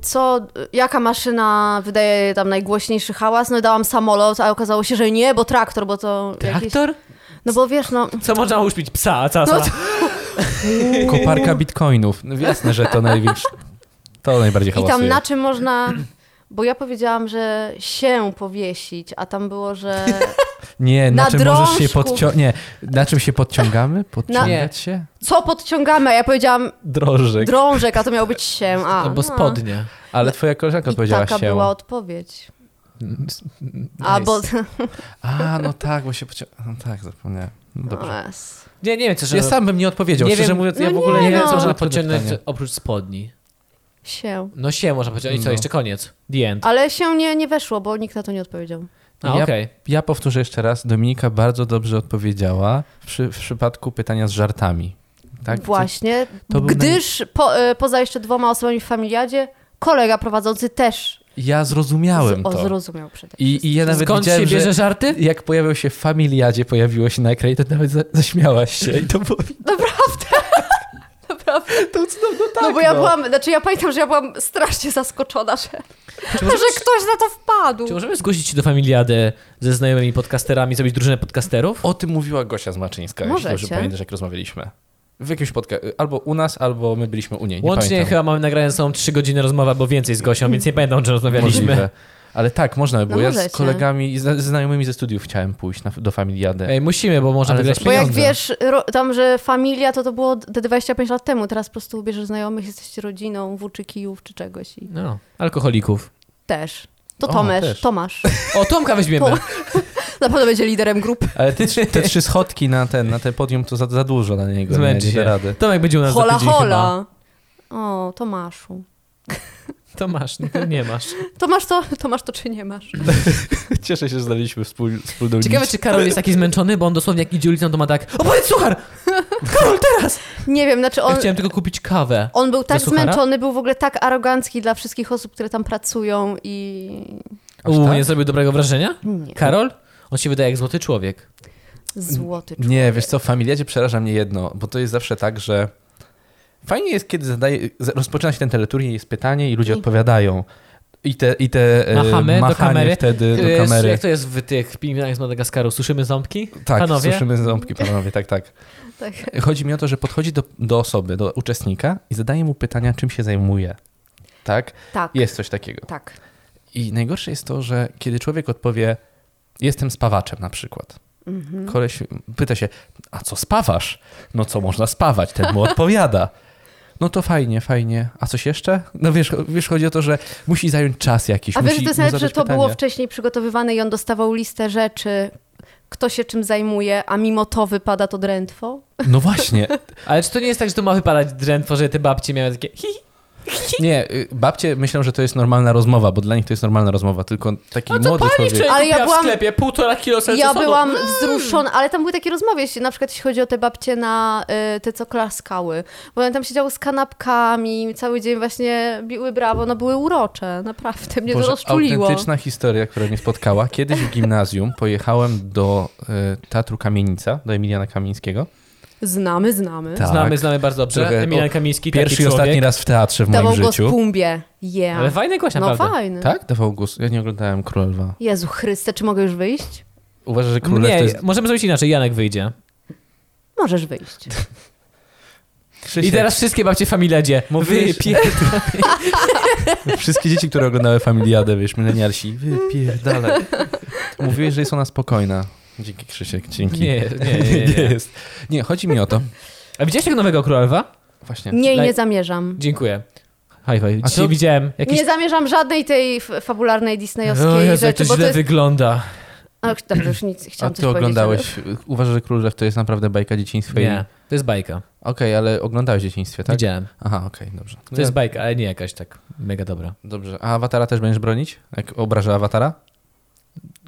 co, y, jaka maszyna wydaje tam najgłośniejszy hałas. No dałam samolot, a okazało się, że nie, bo traktor, bo to jakiś... Traktor? No bo wiesz, no... Co można uśpić? Psa, co, co? No Koparka bitcoinów. No, jasne, że to największe. To najbardziej I hałasuje. tam na czym można... Bo ja powiedziałam, że się powiesić, a tam było, że... Nie, na, Na czym możesz się drążku. podciągać. Nie, na czym się podciągamy? Podciągać się? Co podciągamy? A ja powiedziałam Drążek. drążek, a to miało być się. A, Albo spodnie. spodnie. Ale twoja koleżanka I odpowiedziała taka się. była odpowiedź. Albo... [laughs] A, no tak, bo się podciąga. No tak, zapomniałem. No dobrze. Yes. Nie, nie wiem, co że... Ja sam bym nie odpowiedział, nie szczerze wiem, mówiąc, no ja w nie, ogóle nie nie, wiem, no. co można trudne podciągnąć pytanie. oprócz spodni. Się. No się można podciągnąć, co, No. jeszcze koniec. The end. Ale się nie, nie weszło, bo nikt na to nie odpowiedział. A, Ja- okej. Ja powtórzę jeszcze raz, Dominika bardzo dobrze odpowiedziała w, przy, w przypadku pytania z żartami. Tak? Właśnie. to był gdyż po, y, poza jeszcze dwoma osobami w familiadzie, kolega prowadzący też Ja zrozumiałem z, o, to. zrozumiał przede wszystkim. I, I ja nawet Skąd się widziałem, bierze że żarty? jak pojawił się w Familiadzie, pojawiło się na ekranie, to nawet za, zaśmiałaś się i to było... Naprawdę. [laughs] To cudowno tak, no bo ja no. byłam, znaczy ja pamiętam, że ja byłam strasznie zaskoczona, że, [laughs] Czy że możemy, ktoś na to wpadł. czy możemy zgłosić się do familiady ze znajomymi podcasterami, zrobić drużynę podcasterów? O tym mówiła Gosia Zmaczyńska, jeśli Możecie. dobrze pamiętasz, jak rozmawialiśmy. W jakimś podca- albo u nas, albo my byliśmy u niej, nie Łącznie pamiętam. chyba mamy nagrane są 3 godziny rozmowy, bo więcej z Gosią, więc nie pamiętam, czy rozmawialiśmy. Możliwe. Ale tak, można by było. ja z No możecie. kolegami, i zna- ze znajomymi ze studiów chciałem pójść na, do Familiady. Ej, musimy, bo można Ale wygrać za- Bo jak pieniądze. wiesz, ro, tam, że familia, to to było te 25 lat temu. Teraz po prostu bierzesz znajomych, jesteście rodziną, w czy kijów, czy czegoś i No, alkoholików. też. To O, Tomasz, też. Tomasz. [laughs] O, Tomka weźmiemy. To- Na pewno będzie liderem grupy. Ale te, trzy- te trzy schodki na ten, na ten podium to za, za dużo na niego. Nie, Zmęczy nie da się. rady. Tomek będzie u nas za Hola, tydzień chyba. hola. O, Tomaszu. Tomasz, no to nie masz. Tomasz to, [laughs] Tomasz to czy nie masz? [laughs] Cieszę się, że znaleźliśmy wspól, wspólną Ciekawe, nić. czy Karol jest taki zmęczony, bo on dosłownie jak idzie ulicą, to ma tak O, powiedz suchar! Nie wiem, znaczy on, Ja chciałem tylko kupić kawę. on był tak Ze suchara? zmęczony, był w ogóle tak arogancki dla wszystkich osób, które tam pracują i... Aż U, tak? nie zrobił dobrego wrażenia? Nie, Karol? On się wydaje jak złoty człowiek. złoty człowiek. Nie, wiesz co, w familiadzie przeraża mnie jedno, bo to jest zawsze tak, że fajnie jest, kiedy zadaje, z- rozpoczyna się ten teleturniej, jest pytanie i ludzie I- odpowiadają. I te, i te e, Machamy do machanie kamery. wtedy Jest- do kamery. Jak to jest w tych pingwinach z Madagaskaru? Suszymy ząbki? Tak, Panowie? słyszymy ząbki, panowie, tak, tak. Tak. Chodzi mi o to, że podchodzi do, do osoby, do uczestnika i zadaje mu pytania, czym się zajmuje. Tak? Tak, Jest coś takiego. tak. I najgorsze jest to, że kiedy człowiek odpowie, jestem spawaczem na przykład. Mhm. Koleś pyta się, a co spawasz? No co można spawać? Ten mu odpowiada. [laughs] No to fajnie, fajnie. A coś jeszcze? No wiesz, wiesz chodzi o to, że musi zająć czas jakiś. A wiesz, musi że to jest mu najlepsze, że zadać to pytanie. było wcześniej przygotowywane i on dostawał listę rzeczy, kto się czym zajmuje, a mimo to wypada to drętwo? No właśnie. [laughs] Ale czy to nie jest tak, że to ma wypadać drętwo, że te babcie miały takie hi, Nie, y, babcie myślą, że to jest normalna rozmowa, bo dla nich to jest normalna rozmowa, tylko No taki młody człowiek... Ale ja byłam- sklepie, półtora kilo Ja byłam wzruszona, ale tam były takie rozmowy, jeśli, na przykład jeśli chodzi o te babcie na y, te, co klaskały. Bo one tam siedziały z kanapkami, cały dzień właśnie biły brawo, no były urocze, naprawdę, mnie to Boże, rozczuliło. autentyczna historia, która mnie spotkała. Kiedyś w gimnazjum pojechałem do y, Teatru Kamienica, do Emiliana Kamińskiego. Znamy, znamy. Tak. Znamy, znamy bardzo dobrze. Trochę- Emilian o, Kamiński, Pierwszy taki i ostatni człowiek. raz w teatrze w Dawał moim go z życiu. pumbie. Yeah. Ale fajny gość no naprawdę. fajny. Tak? Dawał głos. Ja nie oglądałem Króla Lwa. Jezu Chryste, czy mogę już wyjść? Uważasz, że Król Lew Nie, to jest... możemy zrobić inaczej, Janek wyjdzie. Możesz wyjść. Krzysiek. I teraz wszystkie babcie w familiadzie. Mówisz- Wszystkie dzieci, które oglądały Familiadę, wiesz, milenialsi, wypierdalaj. Mówiłeś, że jest ona spokojna. Dzięki, Krzysiek, dzięki. Nie, nie, [laughs] nie, nie. jest. Nie, chodzi mi o to. A widziałeś tego nowego króla lwa? Właśnie. Nie, Laj- nie zamierzam. Dziękuję. Haj, haj. A Dzisiaj co- widziałem jakiś... Nie zamierzam żadnej tej f- fabularnej disneyowskiej O Jezu, jak to rzeczy, źle bo to jest... wygląda. Ach, dobrze, już nic, A chciałam coś ty powiedzieć, oglądałeś, uważasz, że Król Lew to jest naprawdę bajka dzieciństwa? i- Nie, to jest bajka. Okej, ale oglądałeś w dzieciństwie, tak? Widziałem. Aha, okej, dobrze. To jest bajka, ale nie jakaś tak mega dobra. Dobrze. A awatara też będziesz bronić? Jak obraża awatara?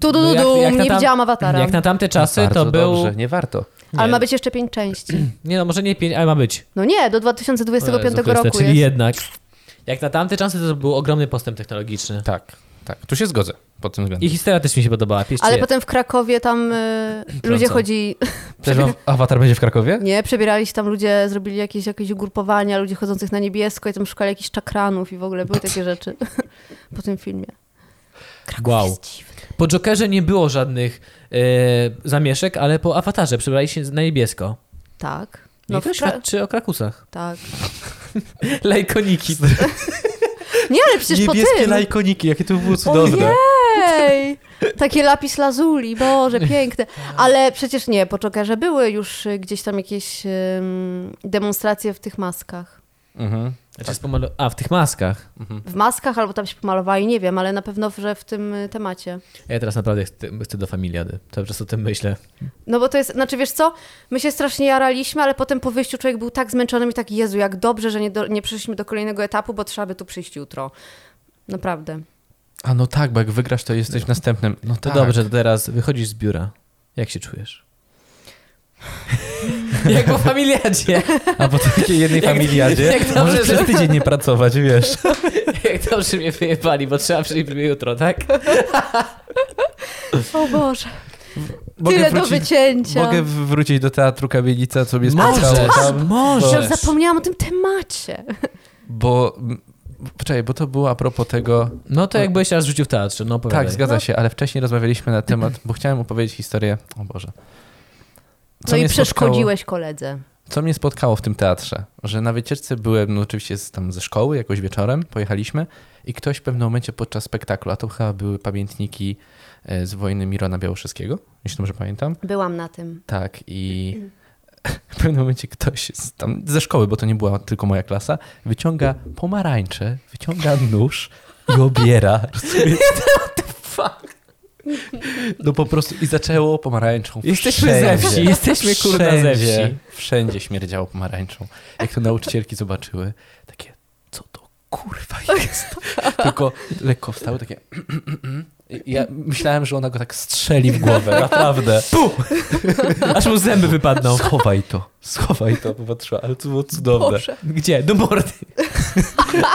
Tu, du, du, No jak- du, jak na nie tam- widziałam awatara. Jak na tamte czasy Bardzo to był... Dobrze, nie warto. Ale ma być jeszcze pięć [clears throat] części. Nie no, może nie pięć, ale ma być. No nie, do 2025 Jezu Chryste, roku Czyli jest. jednak. Jak na tamte czasy to był ogromny postęp technologiczny. Tak, tak. Tu się zgodzę pod tym względem. I historia też mi się podobała. Pieście. Ale potem w Krakowie tam y, ludzie Trącą. chodzili, Też aw- awatar będzie w Krakowie? nie, przebierali się tam ludzie, zrobili jakieś, jakieś ugrupowania ludzi chodzących na niebiesko i tam szukali jakichś czakranów i w ogóle były takie rzeczy [laughs] po tym filmie. Kraków Wow. jest dziwny. Po Jokerze nie było żadnych e, zamieszek, ale po awatarze przebrali się na niebiesko. Tak. No I w to Kra- świadczy o [laughs] Krakusach. tak. Lajkoniki. Nie, ale przecież po Niebieskie tym. lajkoniki, jakie to było cudowne. Ojej! Takie lapis lazuli, Boże, [laughs] piękne. Ale przecież nie, po Jokerze były już y, gdzieś tam jakieś ym, demonstracje w tych maskach. Mhm. Znaczy spomalo... A, w tych maskach. W maskach albo tam się pomalowali, nie wiem, ale na pewno, że w tym y, temacie. Ja teraz naprawdę chcę, chcę do familiady. Cały czas o tym myślę. No bo to jest, znaczy wiesz co, my się strasznie jaraliśmy, ale potem po wyjściu człowiek był tak zmęczony i tak, Jezu, jak dobrze, że nie, do, nie przeszliśmy do kolejnego etapu, bo trzeba by tu przyjść jutro. Naprawdę. A no tak, bo jak wygrasz, to jesteś w następnym. No To tak. dobrze, to teraz wychodzisz z biura. Jak się czujesz? [laughs] Jak po familiadzie. A po takiej jednej Jak- familiadzie jak dobrze, możesz że- przez tydzień nie pracować, wiesz. Jak dobrze mnie wyjebali, bo trzeba przyjść jutro, tak? O Boże, tyle do wycięcia. Mogę w- wrócić do teatru Kamienica, co mnie spotkało Możesz, tam. możesz. Ja zapomniałam o tym temacie. Bo, m, czekaj, bo to było a propos tego... No to jakbyś raz rzucił w teatrze, no opowiadaj. Tak, zgadza się, ale wcześniej rozmawialiśmy na temat, bo chciałem opowiedzieć historię... O Boże. No i mnie spotkało- przeszkodziłeś koledze. Co mnie spotkało w tym teatrze? Że na wycieczce byłem, no oczywiście z, tam ze szkoły, jakoś wieczorem pojechaliśmy i ktoś w pewnym momencie podczas spektaklu, a to chyba były pamiętniki e, z wojny Mirona Białoszyskiego, jeśli dobrze pamiętam. Byłam na tym. Tak i [laughs] w pewnym momencie ktoś z, tam ze szkoły, bo to nie była tylko moja klasa, wyciąga pomarańcze, wyciąga nóż [laughs] i obiera. Rozumiecie? What the fuck? No po prostu i zaczęło pomarańczą Jesteśmy wszędzie. ze wsi, jesteśmy kurna ze Wszędzie, wsi. wszędzie śmierdziało pomarańczą. Jak to nauczycielki zobaczyły, takie, co to kurwa jest? Tylko lekko wstały, takie... [clears throat] I Ja myślałem, że ona go tak strzeli w głowę, naprawdę. [laughs] Aż mu zęby wypadną. Schowaj to, schowaj to, popatrzyła, ale to było cudowne. Gdzie? Do mordy. [laughs]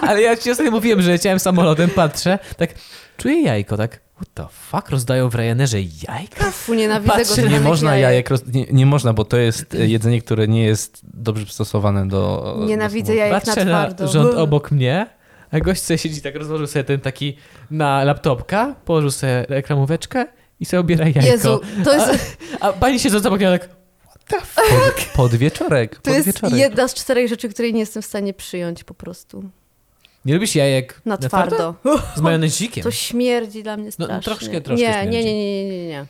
Ale ja ci ostatnio mówiłem, że leciałem samolotem, patrzę, tak czuję jajko, tak what the fuck, rozdają w Ryanerze jajka? Fu, nienawidzę Patrzę, go Nie można jajek, roz... nie, nie można, bo to jest [clears throat] e, jedzenie, które nie jest dobrze przystosowane do... Nienawidzę do jajek na Patrzę na twardo. No, rząd obok mnie, a gość sobie siedzi tak, rozłożył sobie ten taki na laptopka, położył sobie reklamóweczkę i sobie obiera jajko. Jezu, to jest, A pani siedząca obok mnie tak, Pod, podwieczorek, to jest podwieczorek. jedna z czterech rzeczy, której nie jestem w stanie przyjąć po prostu. nie lubisz jajek Na twardo. Z majonezikiem. To śmierdzi dla mnie strasznie. No, troszkę- troszkę nie, śmierdzi. nie, nie, nie, nie, nie, [clears throat] nie.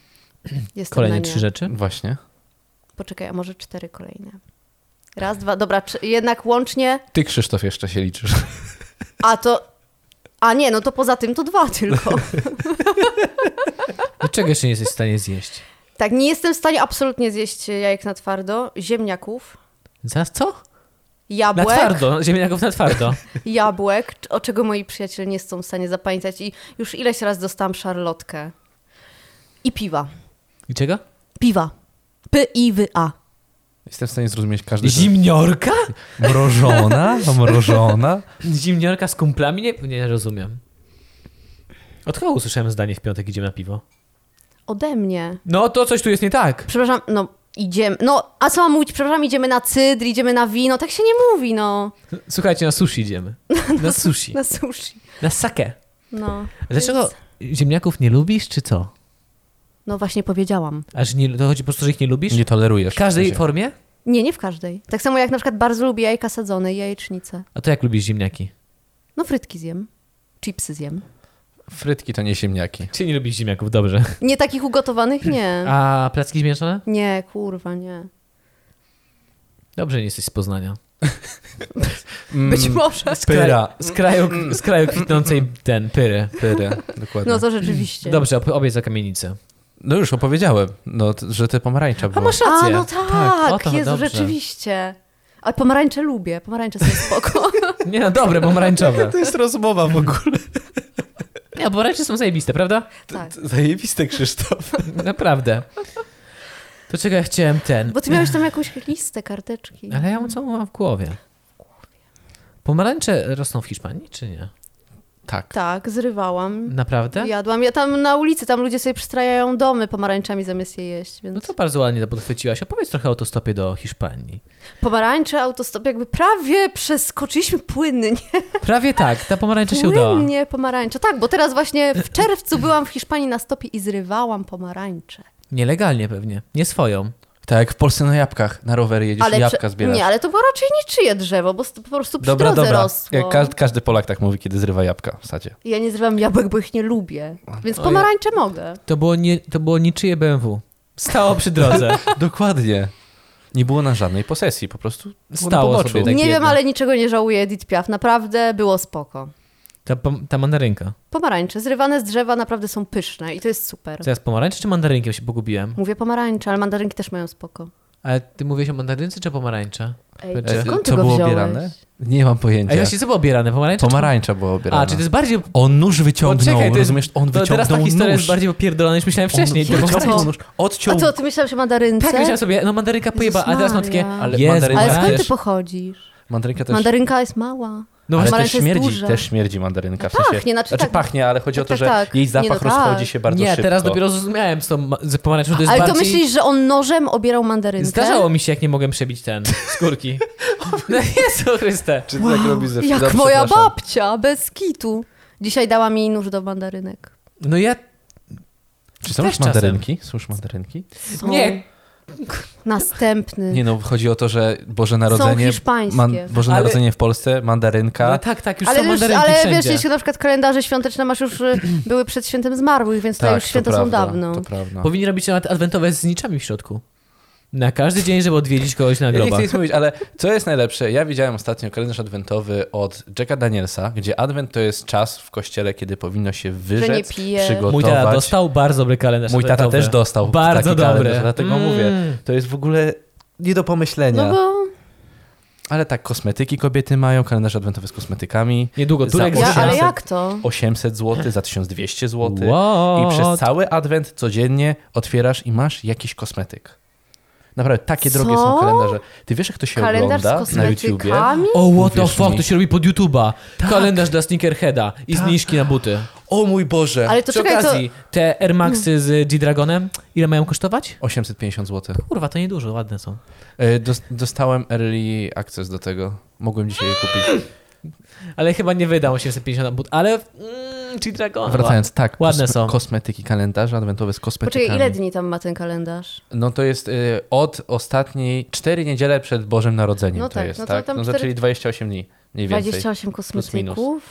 Jestem Kolejne na nie. trzy rzeczy. Właśnie. Poczekaj, a może cztery kolejne. Raz, dwa, dobra, czy, jednak łącznie, Ty, Krzysztof, jeszcze się liczysz. [laughs] a to... A nie, no to poza tym to dwa [laughs] tylko. Dlaczego No jeszcze nie jesteś w stanie zjeść? Tak, nie jestem w stanie absolutnie zjeść jajek na twardo, ziemniaków, Zaraz co? Na jabłek, twardo, No, ziemniaków na twardo. jabłek, c- o czego moi przyjaciele nie są w stanie zapamiętać i już ileś raz dostałam szarlotkę. I piwa. I czego? Piwa. P i w a. Jestem w stanie zrozumieć każdy... Zimniorka? [laughs] Mrożona? Mrożona? Zimniorka z kumplami? Nie, nie rozumiem. Od kogo usłyszałem zdanie w piątek idziemy na piwo? Ode mnie. No to coś tu jest nie tak. Przepraszam, no idziemy. No, a co mam mówić? Przepraszam, idziemy na cydr, idziemy na wino. Tak się nie mówi, no. Słuchajcie, na sushi idziemy. Na sushi. [laughs] Na sushi. Na sake. No. Dlaczego Więc- ziemniaków nie lubisz, czy co? No właśnie powiedziałam. Aż nie, to chodzi po prostu, że ich nie lubisz? Nie tolerujesz. W każdej sensie. formie? Nie, nie w każdej. Tak samo jak na przykład bardzo lubię jajka sadzone i jajecznicę. A to jak lubisz ziemniaki? No frytki zjem. Chipsy zjem. Frytki to nie ziemniaki. Czy nie lubisz ziemniaków, dobrze. Nie takich ugotowanych? Nie. [laughs] A placki zmieszane? Nie, kurwa, nie. Dobrze, nie jesteś z Poznania. Mm. Być Mm, może. Z kraju- Pyra. Z kraju, z kraju kwitnącej ten, Mm. pyry. Pyry, dokładnie. No No, to [laughs] rzeczywiście. Dobrze, op- obie za kamienicę. już opowiedziałem, no, t- że te pomarańcza A były. masz A, rację. no Tak, o tak, to Jezu, dobrze. rzeczywiście. A pomarańcze lubię, [laughs] pomarańcze są spoko. Nie no, dobre, pomarańczowe. jest rozmowa w ogóle. Nie, oboręcze są zajebiste, prawda? Tak. Zajebiste, Krzysztof. Naprawdę. To czego ja chciałem ten. Bo ty miałeś tam jakąś listę, karteczki. Ale ja mam co mam w głowie. Pomarańcze rosną w Hiszpanii, czy nie? Tak. Tak, zrywałam. Naprawdę? Jadłam. Ja tam na ulicy, tam ludzie sobie przystrajają domy pomarańczami zamiast je jeść, więc No to bardzo ładnie to podchwyciłaś. Opowiedz trochę o autostopie do Hiszpanii. pomarańcze, autostop, jakby prawie przeskoczyliśmy płynnie. Prawie tak, ta pomarańcza się udała. Płynnie pomarańcze. Tak, bo teraz właśnie w czerwcu byłam w Hiszpanii na stopie i zrywałam pomarańcze. Nielegalnie pewnie, nie swoją. Tak jak w Polsce na jabłkach. Na rower jedziesz i jabłka prze- zbierasz. Nie, ale to było raczej niczyje drzewo, bo st- po prostu przy Dobra, drodze dobra. rosło. Jak każ- każdy Polak tak mówi, kiedy zrywa jabłka w sadzie. Ja nie zrywam jabłek, bo ich nie lubię, więc pomarańcze mogę. To było, nie, to było niczyje BMW. Stało przy [laughs] drodze. Dokładnie. Nie było na żadnej posesji, po prostu było na Stało poboczu. sobie tak. nie wiem, biedne. ale niczego nie żałuję Edith Piaf. Naprawdę było spoko. Ta, pom- ta mandarynka. Tak. Pomarańcze zrywane z drzewa naprawdę są pyszne i to jest super. Teraz pomarańcz czy mandarynkiem się pogubiłem? Mówię pomarańcze, ale mandarynki też mają spoko. Ale ty mówiłeś o mandarynce czy o pomarańcze? Ej, Będzie. skąd ty Co go było wziąłeś? obierane? Nie mam A pojęcia. właśnie co było obierane? Pomarańcze? czy- Pomarańcza była obierana. A, czy to jest bardziej... On nóż wyciągnął, Poczekaj, to jest- rozumiesz? On To wyciągnął teraz ta historia nóż. jest bardziej popierdolona niż myślałem wcześniej. On Tylko wyciągnął Co? nóż, A odciął... co, ty myślałeś o mandarynce? Tak, myślałem sobie, no mandarynka pojeba, a teraz mam takie... Maria. Ale Jest, mandarynka Ale skąd też... ty pochodzisz? Mandarynka też... Mandarynka jest mała. No ale właśnie, też pomarańcza jest śmierdzi, duża. też śmierdzi mandarynka. W Pachnie, sensie, znaczy tak. pachnie, ale chodzi o Tak, to, tak, że tak. jej Nie, no zapach tak. rozchodzi się bardzo nie, szybko. teraz dopiero zrozumiałem z tą ma- z pomarańczą, że to jest Ale to bardziej... myślisz, że on nożem obierał mandarynkę? Zdarzało mi się, jak nie mogłem przebić ten, [laughs] skórki. No Jezu Chryste. Czy [gasps] tak robisz ze Jak moja babcia, bez kitu. Dzisiaj dała mi nóż do mandarynek. No ja... Czy są Też już mandarynki? Są już mandarynki? Są Nie, Następny. Nie no, chodzi o to, że Boże Narodzenie... Yy. hiszpańskie. Boże Ale- Narodzenie w Polsce, mandarynka... no tak, tak, już ale są już, mandarynki ale wiesz, wszędzie. jeśli na przykład kalendarze świąteczne masz już y, były przed świętem zmarłych, więc Tak, tutaj już święta są dawno. To prawda. Powinni robić nawet adwentowe z niczami w środku. Na każdy dzień, żeby odwiedzić kogoś na Ja nie chcę grobach. nic mówić, ale co jest najlepsze? Ja widziałem ostatnio kalendarz adwentowy od Jacka Danielsa, gdzie adwent to jest czas w kościele, kiedy powinno się Że nie wyrzec, pije. przygotować. Mój tata dostał bardzo dobry kalendarz. Mój tata adwentowy. też dostał Bardzo taki dobry. kalendarz, dlatego Mm. mówię. To jest w ogóle nie do pomyślenia. No bo Ale tak, kosmetyki kobiety mają, kalendarz adwentowy z kosmetykami. Niedługo, Za Turek ja, osiem- ale zaczyna. jak to? 800 zł za 1200 zł. I What? przez cały adwent codziennie otwierasz i masz jakiś kosmetyk. Naprawdę, takie drogie są Co? kalendarze. Ty wiesz, jak to się Kalendarz z ogląda na YouTubie? kosmetykami? O, Oh, what the Uwierz fuck, mi. to się robi pod YouTube'a. Tak. Kalendarz dla sneakerheada i zniżki na buty. O mój Boże! Ale to Przy czekaj, to... okazji, te Air Maxy z G-Dragonem, ile mają kosztować? 850 zł. Kurwa, to niedużo, ładne są. E, Dostałem early access do tego. Mogłem dzisiaj je kupić. Ale chyba nie wydał 850 na but, ale... Mm, G-Dragon. Wracając, tak. Ładne są. Kosmetyki, kalendarze adwentowe z kosmetykami. Poczekaj, ile dni tam ma ten kalendarz? No to jest y, od ostatniej, cztery niedziele przed Bożym Narodzeniem No to tak, jest, no to tak? tam no to cztery- czyli 28 dni mniej więcej. 28 minus. kosmetyków?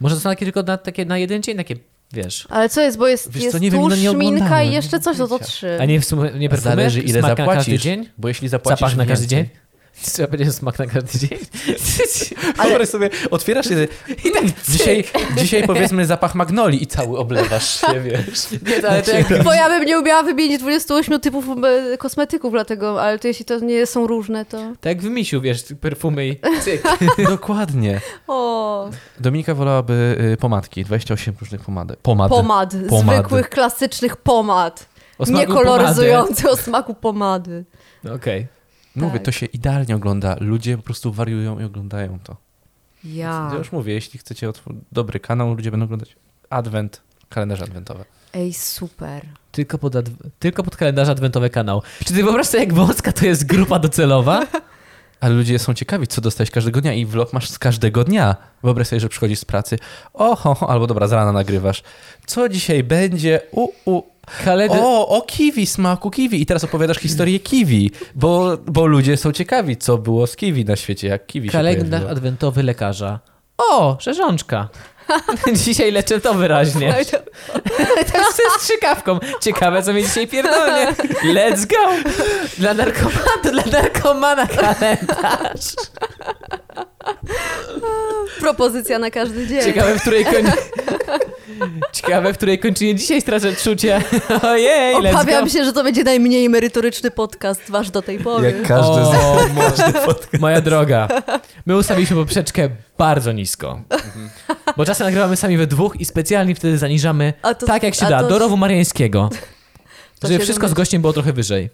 Może to są takie tylko na, takie, na jeden dzień, takie, wiesz... Ale co jest, bo jest, Wiesz co, jest nie wiem, tusz, ile nie minka oglądałem. i jeszcze coś, no to Wiecie. trzy. A nie w sumie nie perfumy? Zależy ile Smak zapłacisz, na każdy dzień? bo jeśli zapłacisz Zapach na każdy więcej- [laughs] dzień? [laughs] Trzeba będzie smak na każdy dzień? Ale- Wyobraź sobie, otwierasz i, I tak [laughs] dzisiaj, dzisiaj powiedzmy zapach magnoli i cały oblewasz [laughs] się, wiesz. [laughs] Nie, to ale Znaczy- to jak... Bo ja bym nie umiała wymienić 28 typów e, kosmetyków, dlatego, ale to jeśli to nie są różne, to... Tak jak w misiu, wiesz, perfumy i cyk. Dokładnie. O, Dominika wolałaby y, pomadki, 28 różnych pomadek. Pomad. pomad, [laughs] Pomady. zwykłych, klasycznych pomad. O smaku Nie koloryzujący o smaku pomady. pomady. Okej. Mówię, Tak. to się idealnie ogląda. Ludzie po prostu wariują i oglądają to. Ja. Ja już mówię, jeśli chcecie otw- dobry kanał, ludzie będą oglądać adwent, kalendarze adwentowe. Ej, super. Tylko pod, adw- tylko pod kalendarz adwentowy kanał. Czy ty wyobraź sobie, jak wąska to jest grupa docelowa? Ale ludzie są ciekawi, co dostajesz każdego dnia i vlog masz z każdego dnia. Wyobraź sobie, że przychodzisz z pracy, oho, ho, albo dobra, z rana nagrywasz. Co dzisiaj będzie? U, u. e, Kalender... O, o kiwi, smaku kiwi. I teraz opowiadasz historię kiwi, bo, bo ludzie są ciekawi, co było z kiwi na świecie, jak kiwi się kalendarz pojawiło. adwentowy lekarza. O, szerzączka. [laughs] Dzisiaj leczę to wyraźnie. [laughs] Teraz z strzykawką. Ciekawe, co mnie dzisiaj pierdolnie. Let's go! Dla narkomana, dla narkomana kalendarz. Propozycja na każdy dzień. Ciekawe, w której kończy... Ciekawe, w której kończynie dzisiaj stracę czucie. [laughs] Ojej, let's go! Obawiam się, że to będzie najmniej merytoryczny podcast wasz do tej pory. o, Mhm. mo- Moja droga, my ustawiliśmy poprzeczkę bardzo nisko. Bo czasem nagrywamy sami we dwóch i specjalnie wtedy zaniżamy A to- tak jak się a da, to- do rowu mariańskiego. [laughs] To żeby się wszystko z domyślam. gościem było trochę wyżej.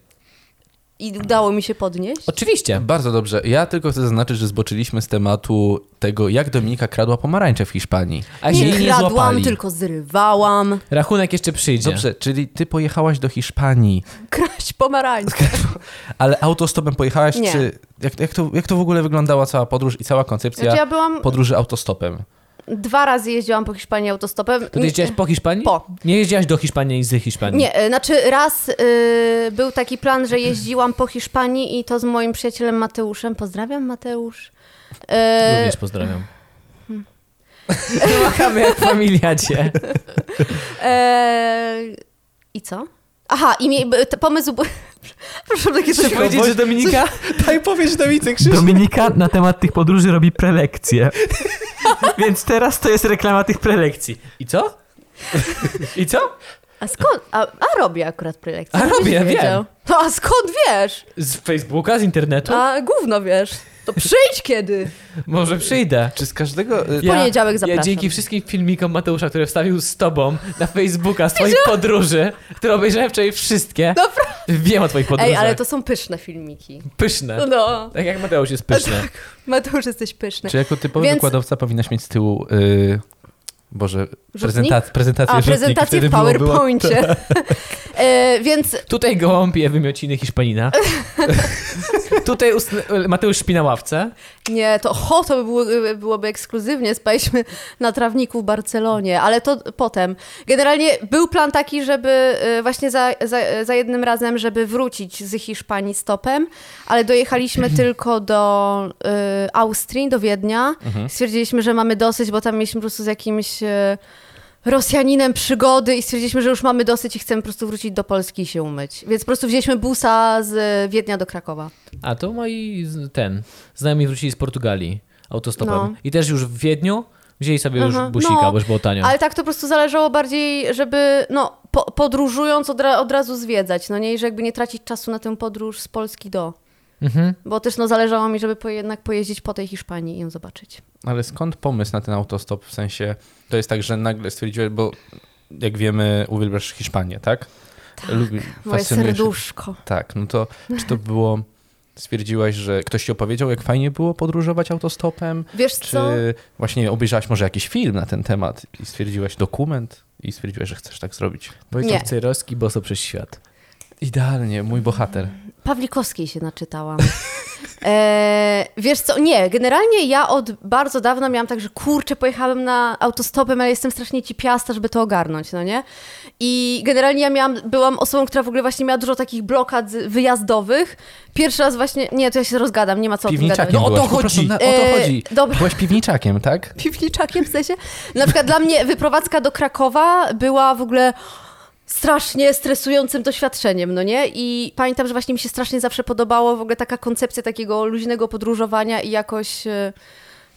I udało mi się podnieść. Oczywiście. Bardzo dobrze. Ja tylko chcę zaznaczyć, że zboczyliśmy z tematu tego, jak Dominika kradła pomarańcze w Hiszpanii. A nie jeśli nie kradłam, złapali. tylko zrywałam. Rachunek jeszcze przyjdzie. Dobrze, czyli ty pojechałaś do Hiszpanii, Kraść pomarańcze. ale autostopem pojechałaś, Nie. czy... Jak, jak, to, jak to w ogóle wyglądała cała podróż i cała koncepcja Znaczy ja byłam, podróży autostopem? dwa razy jeździłam po Hiszpanii autostopem. To ty jeździłaś po Hiszpanii? Po. Nie jeździłaś do Hiszpanii i z Hiszpanii. Nie, e, znaczy raz y, był taki plan, że jeździłam po Hiszpanii i to z moim przyjacielem Mateuszem. Pozdrawiam, Mateusz. E, Hmm. Również pozdrawiam. [laughs] Machamy jak familiacie. e, I co? Aha, i mi, b- t- pomysł był... [laughs] Proszę, takie coś powiedzieć, że Dominika... Daj powiedz Dominice, Krzysiu. Dominika na temat tych podróży robi [laughs] prelekcje. Więc teraz to jest reklama tych prelekcji. I co? I co? A skąd? A, a robię akurat prelekcję. A żebyś robię, wiem. wiedział. No, a skąd wiesz? Z Facebooka, z internetu? A gówno wiesz. To przyjdź kiedy. Może przyjdę. Czy z każdego... y, poniedziałek ja zapraszam. dzięki wszystkim filmikom Mateusza, które wstawił z tobą na Facebooka, z twoich podróży, które obejrzałem wczoraj wszystkie, Dobra. wiem o twoich podróżach. Ej, ale to są pyszne filmiki. Pyszne. No, Tak. Tak jak Mateusz jest pyszny. Mateusz, jesteś pyszny. Czy jako typowy Więc- wykładowca powinnaś mieć z tyłu... y, Boże, Rzutnik? prezentac- prezentację A, rzutnik, prezentację wtedy w było- było- [laughs] PowerPoincie. e, więc Tutaj gołąbie wymiociny [laughs] Hiszpanina. Tutaj ust- Mateusz śpi na ławce. nie, to [laughs] ho, to by było, byłoby ekskluzywnie. Spaliśmy na trawniku w Barcelonie, ale to potem. Generalnie był plan taki, żeby e, właśnie za, za, za jednym razem, żeby wrócić z Hiszpanii stopem, ale dojechaliśmy tylko do e, Austrii, do Wiednia. Stwierdziliśmy, że mamy dosyć, bo tam mieliśmy po prostu z jakimś... e, Rosjaninem przygody i stwierdziliśmy, że już mamy dosyć i chcemy po prostu wrócić do Polski i się umyć. Więc po prostu wzięliśmy busa z e, Wiednia do Krakowa. A to moi z- ten znajomi wrócili z Portugalii autostopem. No. I też już w Wiedniu wzięli sobie już Aha, busika, no, bo już było tanio. Ale tak to po prostu zależało bardziej, żeby no, po, podróżując od, ra, od razu zwiedzać, no nie, I że jakby nie tracić czasu na tę podróż z Polski do. Mhm. Bo też no, zależało mi, żeby po, jednak pojeździć po tej Hiszpanii i ją zobaczyć. Ale skąd pomysł na ten autostop? W sensie, to jest tak, że nagle stwierdziłeś, bo jak wiemy, uwielbiasz Hiszpanię, tak? Tak, Lubi, Moje fascynuje się- serduszko. Tak, no to czy to było... Stwierdziłaś, że ktoś ci opowiedział, jak fajnie było podróżować autostopem? Wiesz Czy co? właśnie nie wiem, obejrzałaś może jakiś film na ten temat i stwierdziłaś dokument i stwierdziłaś, że chcesz tak zrobić? Wojciech Nie. Cejrowski, boso przez świat. Idealnie, mój bohater. Pawlikowskiej się naczytałam. E, wiesz co, nie, generalnie ja od bardzo dawna miałam tak, że kurczę, pojechałem na autostopem, ale jestem strasznie cipiasta, żeby to ogarnąć, no nie? I generalnie ja miałam, byłam osobą, która w ogóle właśnie miała dużo takich blokad wyjazdowych. Pierwszy raz właśnie, nie, to ja się rozgadam, nie ma co o tym gadać. Piwniczakiem No o to byłaś, po chodzi. prostu Na, o E, to chodzi. dobra. Byłaś piwniczakiem, [laughs] tak? piwniczakiem w sensie. Na przykład dla mnie wyprowadzka do Krakowa była w ogóle strasznie stresującym doświadczeniem, no nie? I pamiętam, że właśnie mi się strasznie zawsze podobało w ogóle taka koncepcja takiego luźnego podróżowania i jakoś... e,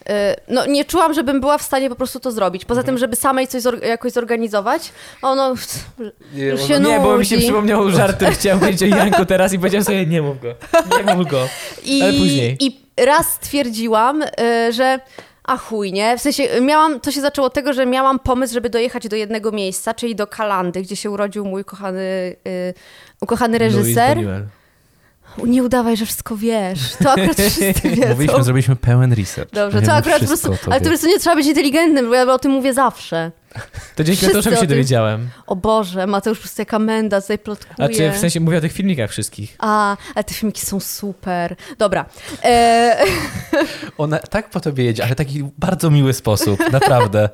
e, No nie czułam, żebym była w stanie po prostu to zrobić. Poza Mhm. tym, żeby samej coś zor- jakoś zorganizować, ono... Już się nie, bo mi się nudzi. przypomniał żart, który chciałem powiedzieć o Janku teraz i powiedziałem sobie, nie mów go, nie mów go. I, Ale później. I raz stwierdziłam, y, że a chuj, nie? W sensie y, miałam, to się zaczęło od tego, że miałam pomysł, żeby dojechać do jednego miejsca, czyli do Kalandy, gdzie się urodził mój kochany, y, ukochany No reżyser. Luis Buñuel. Nie udawaj, że wszystko wiesz. [laughs] To akurat wszyscy wiedzą. Mówiliśmy, zrobiliśmy pełen research. Dobrze, to Wiemy akurat po wszystko prostu, o ale to po tobie. prostu nie trzeba być inteligentnym, bo ja o tym mówię zawsze. To dzięki Wszyscy Mateuszowi o się tym- dowiedziałem. O Boże, Mateusz po prostu jaka menda, tutaj plotkuje. A czy w sensie mówię o tych filmikach wszystkich. A, ale te filmiki są super. Dobra. E, Ona tak po tobie jedzie, ale taki bardzo miły sposób, [laughs] naprawdę.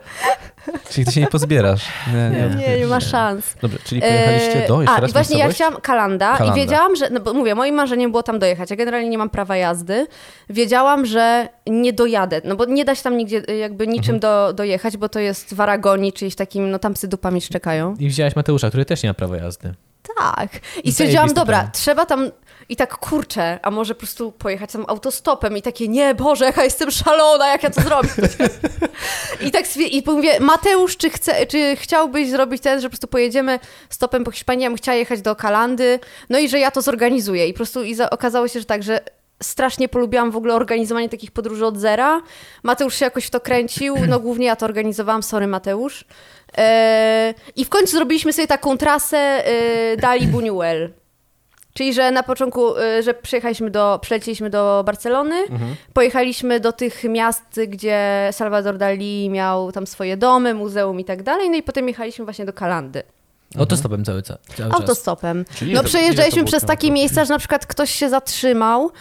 czyli ty się nie pozbierasz. Nie, [laughs] nie, nie ma szans. Dobrze, czyli pojechaliście do, jeszcze Yy, A, raz i właśnie ja miejscowość? chciałam Kalanda, Kalanda. i wiedziałam, że, no bo mówię, moim marzeniem było tam dojechać, ja generalnie nie mam prawa jazdy, wiedziałam, że nie dojadę, no bo nie da się tam nigdzie y, jakby Mhm. niczym do, dojechać, bo to jest w Aragonii, czyli w takim, no tam psy dupami szczekają. I wzięłaś Mateusza, który też nie ma prawa jazdy. Tak. I stwierdziłam, zajebisty dobra, plan. trzeba tam i tak kurczę, a może po prostu pojechać tam autostopem i takie, nie Boże, jaka jestem szalona, jak ja to zrobię. I tak stwier- i mówię, Mateusz, czy, chce, czy chciałbyś zrobić ten, że po prostu pojedziemy stopem po Hiszpanii, ja bym chciała jechać do Kalandy, no i że ja to zorganizuję. I po prostu i za- okazało się, że tak, że strasznie polubiłam w ogóle organizowanie takich podróży od zera. Mateusz się jakoś w to kręcił, no głównie ja to organizowałam, sorry Mateusz. E, I w końcu zrobiliśmy sobie taką trasę e, Dali Buñuel. Czyli, że na początku, e, że przyjechaliśmy do, przylecieliśmy do Barcelony, pojechaliśmy do tych miast, gdzie Salvador Dali miał tam swoje domy, muzeum i tak dalej, no i potem jechaliśmy właśnie do Kalandy. Autostopem cały, ca- cały czas. Autostopem. Czyli ile no to- przejeżdżaliśmy ile to było przez takie kilometrów? miejsca, że na przykład ktoś się zatrzymał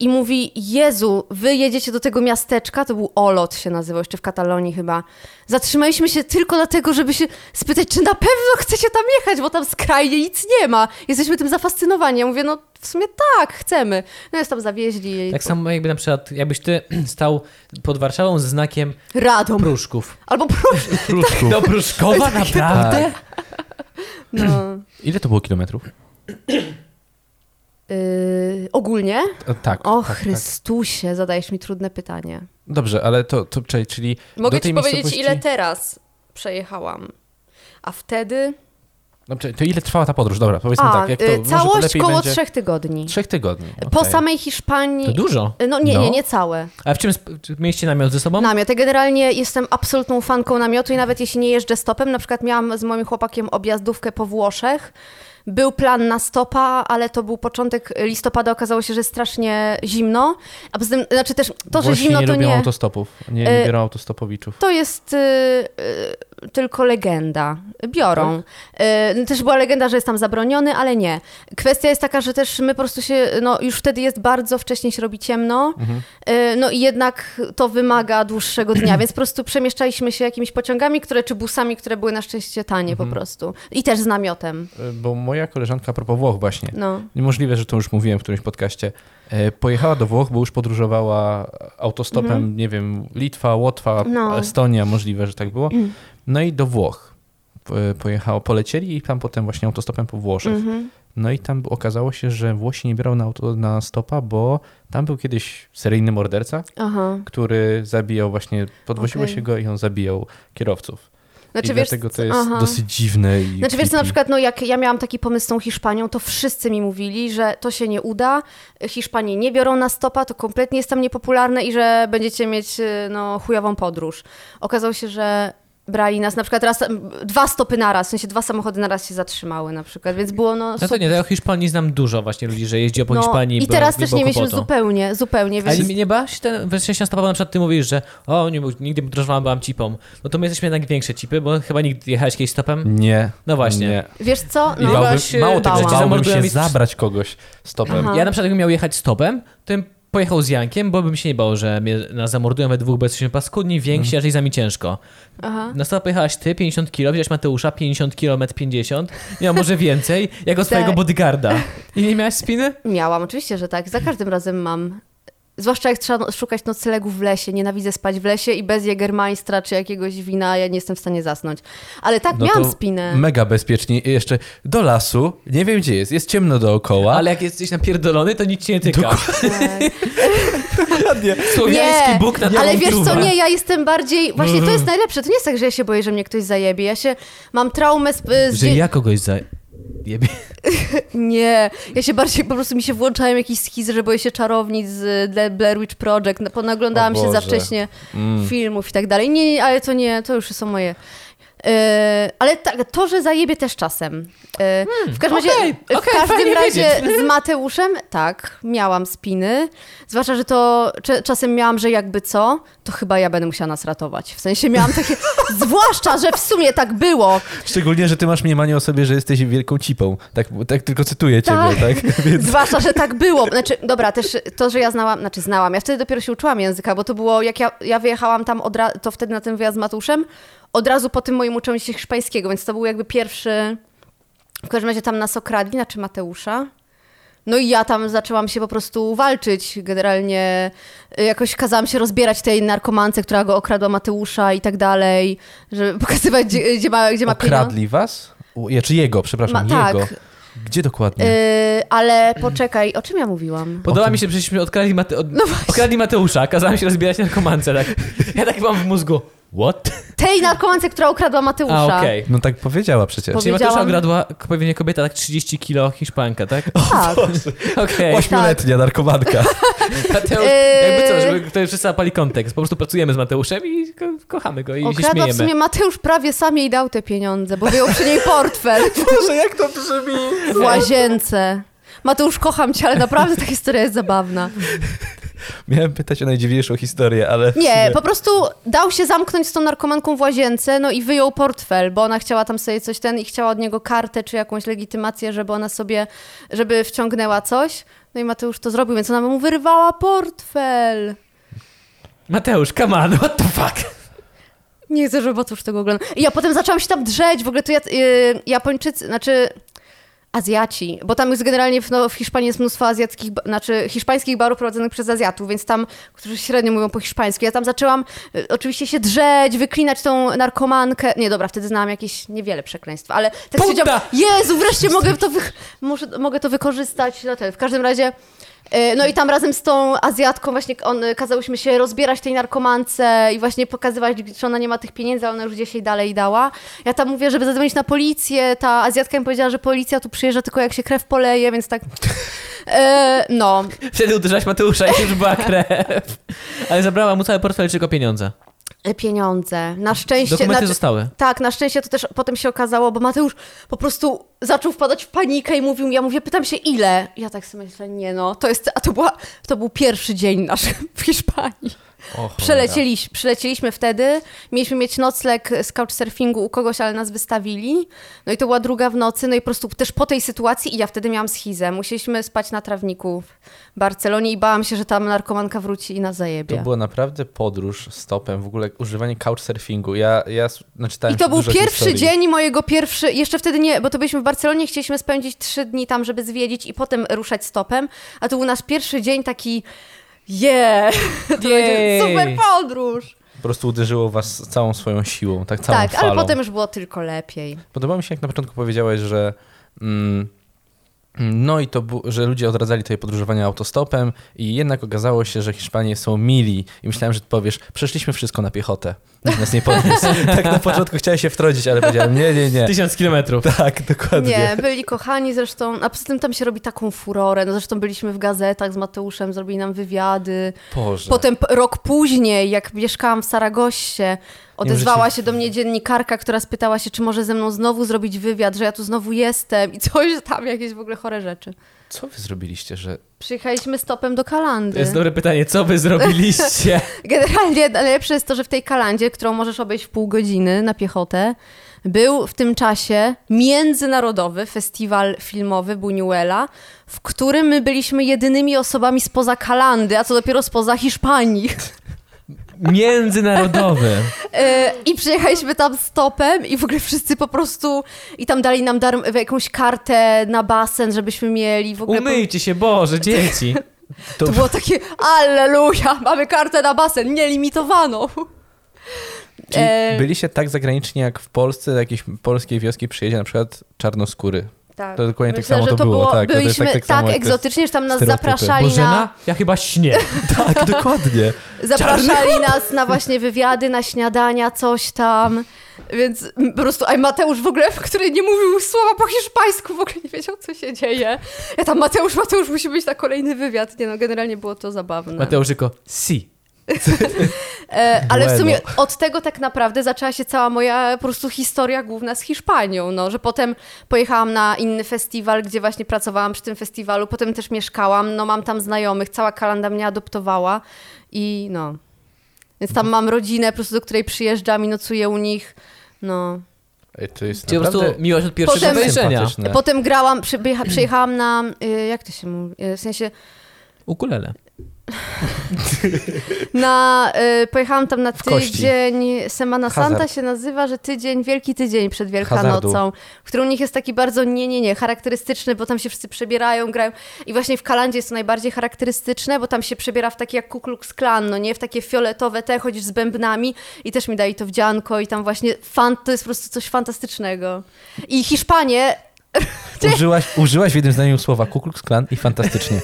i mówi, Jezu, wy jedziecie do tego miasteczka, to był Olot się nazywał, jeszcze w Katalonii chyba. Zatrzymaliśmy się tylko dlatego, żeby się spytać, czy na pewno chcecie tam jechać, bo tam skrajnie nic nie ma. Jesteśmy tym zafascynowani. Ja mówię, no w sumie tak, chcemy. No jest tam zawieźli. Tak samo jakby na przykład, jakbyś ty [clears throat] stał pod Warszawą z znakiem Radom. Pruszków. Albo proszę. Kruszku. Do [laughs] Pruszkowa naprawdę? No. Ile to było kilometrów? [laughs] Yy, ogólnie? O, tak. O tak, tak. Chrystusie, zadajesz mi trudne pytanie. Dobrze, ale to, to czekaj, czyli. Mogę do tej ci powiedzieć, miejscowości- ile teraz przejechałam. A wtedy. No, czekaj, to ile trwała ta podróż? Dobra, powiedzmy A, tak. Jak to, y, może całość lepiej koło będzie... trzech tygodni. Trzech tygodni. Po okej. samej Hiszpanii. To dużo. No nie, No. nie, nie całe. A w czym sp- czy mieliście namiot ze sobą? Namiot. Ja generalnie jestem absolutną fanką namiotu i nawet jeśli nie jeżdżę stopem, na przykład miałam z moim chłopakiem objazdówkę po Włoszech. Był plan na stopa, ale to był początek listopada, okazało się, że strasznie zimno. A poza tym, znaczy też to, że Włosi zimno nie to lubią nie. autostopów. Nie, Y, nie biorą autostopowiczów. To jest y, y, tylko legenda. Biorą. Tak. Y, też była legenda, że jest tam zabroniony, ale nie. Kwestia jest taka, że też my po prostu się, no już wtedy jest bardzo wcześnie się robi ciemno, Mhm. y, no i jednak to wymaga dłuższego [clears throat] dnia, więc po prostu przemieszczaliśmy się jakimiś pociągami, które, czy busami, które były na szczęście tanie Mhm. po prostu. I też z namiotem. Y, Bo moja koleżanka, a propos Włoch, właśnie. No. Niemożliwe, że to już mówiłem w którymś podcaście. E, Pojechała do Włoch, bo już podróżowała autostopem, nie wiem, Litwa, Łotwa, Mhm. No. Mm. Estonia, możliwe, że tak było. No i do Włoch e, pojechała, polecieli i tam potem właśnie autostopem po Włoszech. Mhm. No i tam okazało się, że Włosi nie biorą na, auto, na stopa, bo tam był kiedyś seryjny morderca, Aha. który zabijał właśnie, podwoziło Okej. się go i on zabijał kierowców. Znaczy, I wiesz, dlatego to jest aha. dosyć dziwne. I Znaczy, wiesz, co, na creepy. przykład, no, jak ja miałam taki pomysł z tą Hiszpanią, to wszyscy mi mówili, że to się nie uda, Hiszpanie nie biorą na stopa, to kompletnie jest tam niepopularne i że będziecie mieć y, no, chujową podróż. Okazało się, że brali nas na przykład raz, m, dwa stopy naraz, w sensie dwa samochody naraz się zatrzymały na przykład, więc było no... No to super. nie, to o Hiszpanii znam dużo właśnie ludzi, że jeździ po no, Hiszpanii. I bo- teraz nie też było nie mieliśmy kłopotu. zupełnie, zupełnie, Ale więc... nie, nie bałaś się ten, wcześniej stopowa, na przykład ty mówisz, że o, nie, bo nigdy nie podróżowałam, byłam cipą. No to my jesteśmy jednak większe cipy, bo chyba nigdy jechałeś kiedyś stopem. Nie. No właśnie. Nie. Wiesz co, I Nie no, bałbym- bałbym, się- mało bałam. tego, że Zamorduję bałbym się mistrz- zabrać kogoś stopem. Aha. Ja na przykład jakbym miał jechać stopem, to bym pojechał z Jankiem, bo bym się nie bał, że mnie nas zamordują we dwóch, bo jesteśmy paskudni, więksi, raczej za mi ciężko. aha. Na stopę pojechałaś ty, 50 kg, wziąłeś Mateusza, 50 km 50, miał może więcej, jako swojego [laughs] Tak. bodyguarda. I nie miałaś spiny? Miałam, oczywiście, że tak. Za każdym razem mam. Zwłaszcza jak trzeba no- szukać noclegów w lesie. Nienawidzę spać w lesie i bez Jägermeistra czy jakiegoś wina ja nie jestem w stanie zasnąć. Ale No tak, miałam No to spinę. Mega bezpiecznie. I jeszcze do lasu, nie wiem gdzie jest, jest ciemno dookoła. Ale jak jesteś napierdolony, to nic cię nie tyka. [laughs] Tak. Słowiański Bóg na Mhm. ale tobą wiesz co, czuwa. nie, ja jestem bardziej... Właśnie to jest najlepsze. To nie jest tak, że ja się boję, że mnie ktoś zajebie. Ja się... Mam traumę z... z Że dzie- ja kogoś za... Jebie. Nie, ja się bardziej, po prostu mi się włączają jakieś skizy, że boję się czarownic z The Blair Witch Project, No, ponaglądałam O się Boże. za wcześnie Mm. filmów i tak dalej. Nie, nie, ale to nie, to już są moje. Yy, ale tak, to, że zajebie też czasem. Yy, w każdym razie, Hmm, okej, okej, w każdym fajnie razie z Mateuszem, tak, miałam spiny. Zwłaszcza, że to cze- czasem miałam, że jakby co, to chyba ja będę musiała nas ratować. W sensie miałam takie, [laughs] zwłaszcza, że w sumie tak było. Szczególnie, że ty masz mniemanie o sobie, że jesteś wielką cipą. Tak, tak tylko cytuję Tak. ciebie, [laughs] tak? Więc Zwłaszcza, że tak było. Znaczy, dobra, też to, że ja znałam, znaczy znałam, ja wtedy dopiero się uczyłam języka, bo to było, jak ja, ja wyjechałam tam, od ra- to wtedy na ten wyjazd z Matuszem, od razu po tym moim uczeniu się hiszpańskiego, więc to był jakby pierwszy, w każdym razie tam nas okradli, znaczy Mateusza. No i ja tam zaczęłam się po prostu walczyć generalnie. y, Jakoś kazałam się rozbierać tej narkomance, która go okradła Mateusza i tak dalej, żeby pokazywać, gdzie, gdzie ma, gdzie ma pieniądze. okradli was? U, ja, czy jego, przepraszam, Ma- tak. jego. Gdzie dokładnie? Y, ale poczekaj, o czym ja mówiłam? [laughs] Podoba mi się, No że żeśmy odkradli, Mate... od... okradli Mateusza, kazałem się rozbierać narkomance, tak. Ja tak mam w mózgu. What? Tej narkomance, która ukradła Mateusza. A, okej. No tak powiedziała przecież. Powie- Czyli Mateusza Powiedziałam- gradła pewnie kobieta tak 30 kilo Hiszpanka, [laughs] tak? Tak. Okej. Ośmioletnia narkomanka. [laughs] Mateusz, Eee. jakby co, żeby ktoś wszyscy zapali kontekst. Po prostu pracujemy z Mateuszem i ko kochamy go i się Okradła w śmiejemy. sumie Mateusz prawie sam jej dał te pieniądze, bo wyjął przy niej portfel [laughs] Boże, jak to brzmi! w łazience. Mateusz, kocham cię, ale naprawdę ta historia jest zabawna. Miałem pytać o najdziwniejszą historię, ale... w Nie, sumie- po prostu dał się zamknąć z tą narkomanką w łazience, no i wyjął portfel, bo ona chciała tam sobie coś ten i chciała od niego kartę czy jakąś legitymację, żeby ona sobie, żeby wciągnęła coś. No i Mateusz to zrobił, więc ona mu wyrywała portfel. Mateusz, come on, what the fuck? Nie chcę, żeby Mateusz tego oglądał. I ja potem zaczęłam się tam drzeć, w ogóle to ja, y, Japończycy, znaczy Azjaci, bo tam jest generalnie w, no, w Hiszpanii jest mnóstwo azjackich, ba- znaczy hiszpańskich barów prowadzonych przez Azjatów, więc tam, którzy średnio mówią po hiszpańsku. Ja tam zaczęłam y, oczywiście się drzeć, wyklinać tą narkomankę. Nie, dobra, wtedy znałam jakieś niewiele przekleństw, ale tak Puta! stwierdziłam, Jezu, wreszcie mogę to, wych- muszę, mogę to wykorzystać. No, ten, w każdym razie, y, no i tam razem z tą Azjatką właśnie on, e, kazałyśmy się rozbierać tej narkomance i właśnie pokazywać, że ona nie ma tych pieniędzy, ale ona już gdzieś jej dalej dała. Ja tam mówię, żeby zadzwonić na policję, ta Azjatka mi powiedziała, że policja tu przyjeżdża tylko jak się krew poleje, więc tak... E, no, Wtedy uderzałaś Mateusza i już była krew. [laughs] Ale zabrała mu cały portfel, tylko pieniądze. E, pieniądze. Na szczęście... Dokumenty znaczy- zostały. Tak, na szczęście to też potem się okazało, bo Mateusz po prostu zaczął wpadać w panikę i mówił, ja mówię, pytam się ile. Ja tak sobie myślę, nie no, to jest, a to, była, to był pierwszy dzień nasz w Hiszpanii. Przelecieliś, przylecieliśmy wtedy, mieliśmy mieć nocleg z couchsurfingu u kogoś, ale nas wystawili. No i to była druga w nocy, no i po prostu też po tej sytuacji i ja wtedy miałam schizę. Musieliśmy spać na trawniku w Barcelonie i bałam się, że tam narkomanka wróci i nas To zajebie. była naprawdę podróż stopem, w ogóle używanie couchsurfingu. Ja, ja s- naczytałem I to się był dużo pierwszy historii. dzień mojego pierwszy, jeszcze wtedy nie, bo to byliśmy w Barcelonie, chcieliśmy spędzić trzy dni tam, żeby zwiedzić i potem ruszać stopem, a to był nasz pierwszy dzień taki, yeah, [laughs] to będzie Jej. super podróż. Po prostu uderzyło was całą swoją siłą, tak całą tak, falą. ale potem już było tylko lepiej. Podobało mi się, jak na początku powiedziałeś, że mm, no i to, bu- że ludzie odradzali tutaj podróżowanie autostopem i jednak okazało się, że Hiszpanie są mili i myślałem, że ty powiesz, przeszliśmy wszystko na piechotę. Nikt nas [laughs] nie podniósł. tak na początku chciałem się wtrącić, ale powiedziałem nie, nie, nie. Tysiąc [laughs] kilometrów. Tak, dokładnie. Nie, byli kochani zresztą, a poza tym tam się robi taką furorę, no zresztą byliśmy w gazetach z Mateuszem, zrobili nam wywiady. Tak. Boże. Potem p- rok później, jak mieszkałam w Saragoście, odezwała się do mnie dziennikarka, która spytała się, czy może ze mną znowu zrobić wywiad, że ja tu znowu jestem i [laughs] coś tam, jakieś w ogóle chore rzeczy. Co wy zrobiliście, że Przyjechaliśmy stopem do To Kalandy. jest dobre pytanie, co wy zrobiliście? Generalnie najlepsze jest to, że w tej Kalandzie, którą możesz obejść w pół godziny na piechotę, był w tym czasie międzynarodowy festiwal filmowy Buñuela, w którym my byliśmy jedynymi osobami spoza Kalandy, a co dopiero spoza Hiszpanii. [laughs] [laughs] Międzynarodowy. E, I przyjechaliśmy tam stopem i w ogóle wszyscy po prostu i tam dali nam darm, jakąś kartę na basen, żebyśmy mieli w ogóle. Umyjcie się, Boże, [laughs] dzieci. to... było takie Alleluja, mamy kartę na basen, nielimitowaną. Czyli E, byliście tak zagraniczni jak w Polsce, do jakiejś polskiej wioski przyjedzie na przykład czarnoskóry. tak. to dokładnie tak Myślę, samo że to było, tak, to jest byliśmy tak- tak, tak samo jak te egzotycznie, że tam nas stereotypy. zapraszali na, Bożena? Ja chyba [laughs] śnię. Tak, dokładnie. zapraszali nas na właśnie wywiady, na śniadania, coś tam. Więc m, po prostu, a Mateusz w ogóle, który nie mówił słowa po hiszpańsku, w ogóle nie wiedział, co się dzieje. Ja tam, Mateusz, Mateusz, musi być na kolejny wywiad. Nie no, generalnie było to zabawne. Mateuszyko, si. E, ale w Bueno. sumie od tego tak naprawdę zaczęła się cała moja po prostu historia główna z Hiszpanią, no, że potem pojechałam na inny festiwal, gdzie właśnie pracowałam przy tym festiwalu, potem też mieszkałam, no mam tam znajomych, cała Kalanda mnie adoptowała i no. Więc tam mam rodzinę po prostu, do której przyjeżdżam i nocuję u nich, no. Ej, To jest Czyli po naprawdę prostu miłość od pierwszego Potem- wejrzenia. sympatyczne. Potem grałam, przybycha, przyjechałam na, y, jak to się mówi, y, w sensie [laughs] Ukulele. Na, y, pojechałam tam na kości. tydzień, Semana Hazard. Santa się nazywa, że tydzień, Wielki Tydzień przed Wielkanocą, Hazardu. który u nich jest taki bardzo nie, nie, nie, charakterystyczny, bo tam się wszyscy przebierają, grają i właśnie w Kalandzie jest to najbardziej charakterystyczne, bo tam się przebiera w takie jak Ku Klux Klan, no nie, w takie fioletowe te, chodzisz z bębnami i też mi dali to wdzianko i tam właśnie fan, to jest po prostu coś fantastycznego. I Hiszpanie... Użyłaś, użyłaś w jednym zdaniu słowa Ku Klux Klan i [laughs] fantastycznie.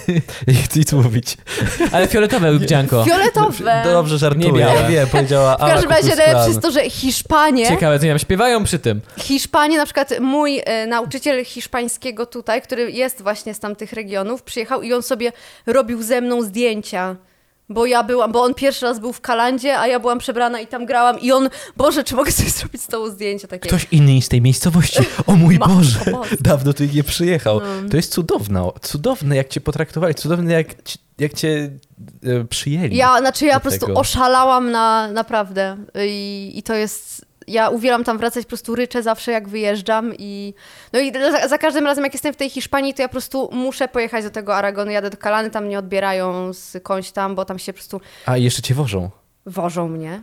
I nic mówić. [laughs] Ale fioletowe łupcianko. Fioletowe. Dobrze żartuję. Nie białe. ja wiem, powiedziała W Ala każdym Ku Klux razie Klan. najlepsze jest to, że Hiszpanie, Ciekawe, co oni tam śpiewają przy tym. Hiszpanie, na przykład mój e, nauczyciel hiszpańskiego tutaj, który jest właśnie z tamtych regionów, przyjechał i on sobie robił ze mną zdjęcia. Bo ja byłam, bo on pierwszy raz był w Kalandzie, a ja byłam przebrana i tam grałam i on, Boże, czy mogę sobie [laughs] zrobić z tobą zdjęcie takie? Ktoś inny z tej miejscowości. O mój Matko Boże, Boska. dawno tu nie przyjechał. No. To jest cudowne, cudowne jak cię potraktowali, cudowne jak, ci, jak cię e, przyjęli. Ja, znaczy ja do po prostu tego. oszalałam na, naprawdę I, i to jest, ja uwielbiam tam wracać, po prostu ryczę zawsze jak wyjeżdżam i no i za, za każdym razem jak jestem w tej Hiszpanii, to ja po prostu muszę pojechać do tego Aragonu, jadę do Kalany, tam mnie odbierają skądś tam, bo tam się po prostu A i jeszcze cię wożą. wożą mnie.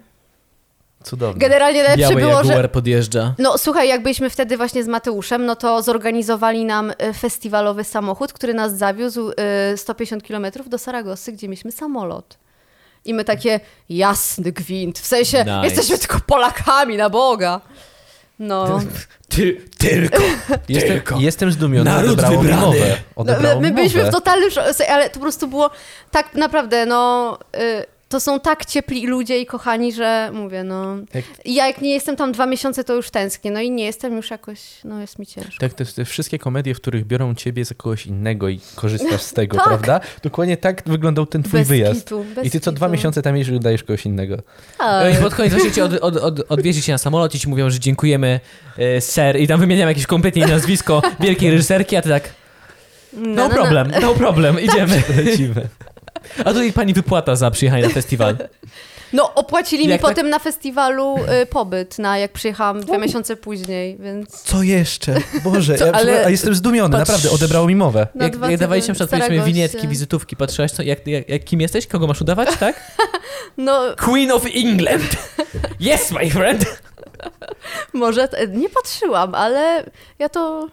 Cudowne. Generalnie najlepsze Biały było, Jaguar że... podjeżdża. No słuchaj, jak byliśmy wtedy właśnie z Mateuszem, no to zorganizowali nam e, festiwalowy samochód, który nas zawiózł e, 150 km do Saragosy, gdzie mieliśmy samolot. I my takie, jasny gwint, w sensie Nice. jesteśmy tylko Polakami, na Boga. No, Ty, tylko, [laughs] Jestem, tylko. jestem zdumiony. Naród odebrało mi wybrany. mowę. no Odebrało my mi byliśmy mowę. w totalnym szoku, ale to po prostu było tak naprawdę, no... e, to są tak ciepli ludzie i kochani, że mówię, no. Jak- Ja jak nie jestem tam dwa miesiące, to już tęsknię. No i nie jestem już jakoś, no jest mi ciężko. Tak, te, te wszystkie komedie, w których biorą ciebie za kogoś innego i korzystasz z tego, Tak. prawda? Dokładnie tak wyglądał ten twój Bez wyjazd. kitu, bez I ty co dwa kitu. miesiące tam jeździsz i udajesz kogoś innego. A, I pod koniec właśnie cię od, od, od, odwiezie cię na samolot i ci mówią, że dziękujemy, e, ser, i tam wymieniam jakieś kompletnie inne nazwisko wielkiej reżyserki, a ty tak, no problem, no [laughs] problem, idziemy. Tak. Lecimy. A tutaj pani wypłata za przyjechanie na festiwal. No, opłacili mi Jak tak- Uh. potem na festiwalu y, pobyt, na jak przyjechałam dwa miesiące później, więc. Co jeszcze? Boże, [laughs] Co, ja, ale- ale... jestem zdumiony, Patrz- naprawdę, odebrało mi mowę. Na jak dwa jak dawaliście na tygodnie e. przykład, powiedzmy, Staragoście. winietki, wizytówki, patrzyłaś, to jak, jak, jak kim jesteś, kogo masz udawać, [laughs] tak? No, Queen of England! Yes, my friend! może. t- Nie patrzyłam, ale ja to.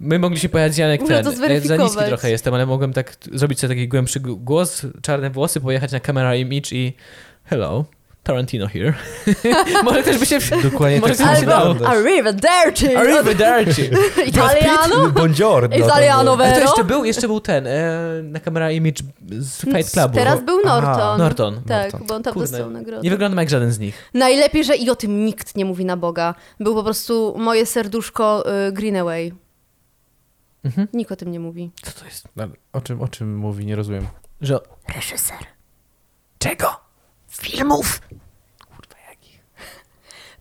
My mogliśmy pojechać ja jak Muszę ten, to ja za niski zweryfikować. trochę jestem, ale mogłem tak t- zrobić sobie taki głębszy g- głos, czarne włosy, pojechać na camera image i hello, Tarantino here. [laughs] Może też by się... Dokładnie Może tak to samo się dało. Albo wyglądasz. Arrivederci! Arrivederci! od Italiano? Buongiorno. Italiano, Ale to vero? jeszcze był, jeszcze był ten, e, na camera image z Fight Clubu. Teraz był Aha. Norton. Norton. Tak, Norton. bo on tam Kurde, dostał nagrodę. Nie wyglądam jak żaden z nich. Najlepiej, że i o tym nikt nie mówi na Boga. Był po prostu moje serduszko y, Greenaway. Nikt o tym nie mówi. Mhm. Co to jest? No, O czym, o czym mówi, nie rozumiem. Że Reżyser. Czego? Filmów! Kurwa, jakich?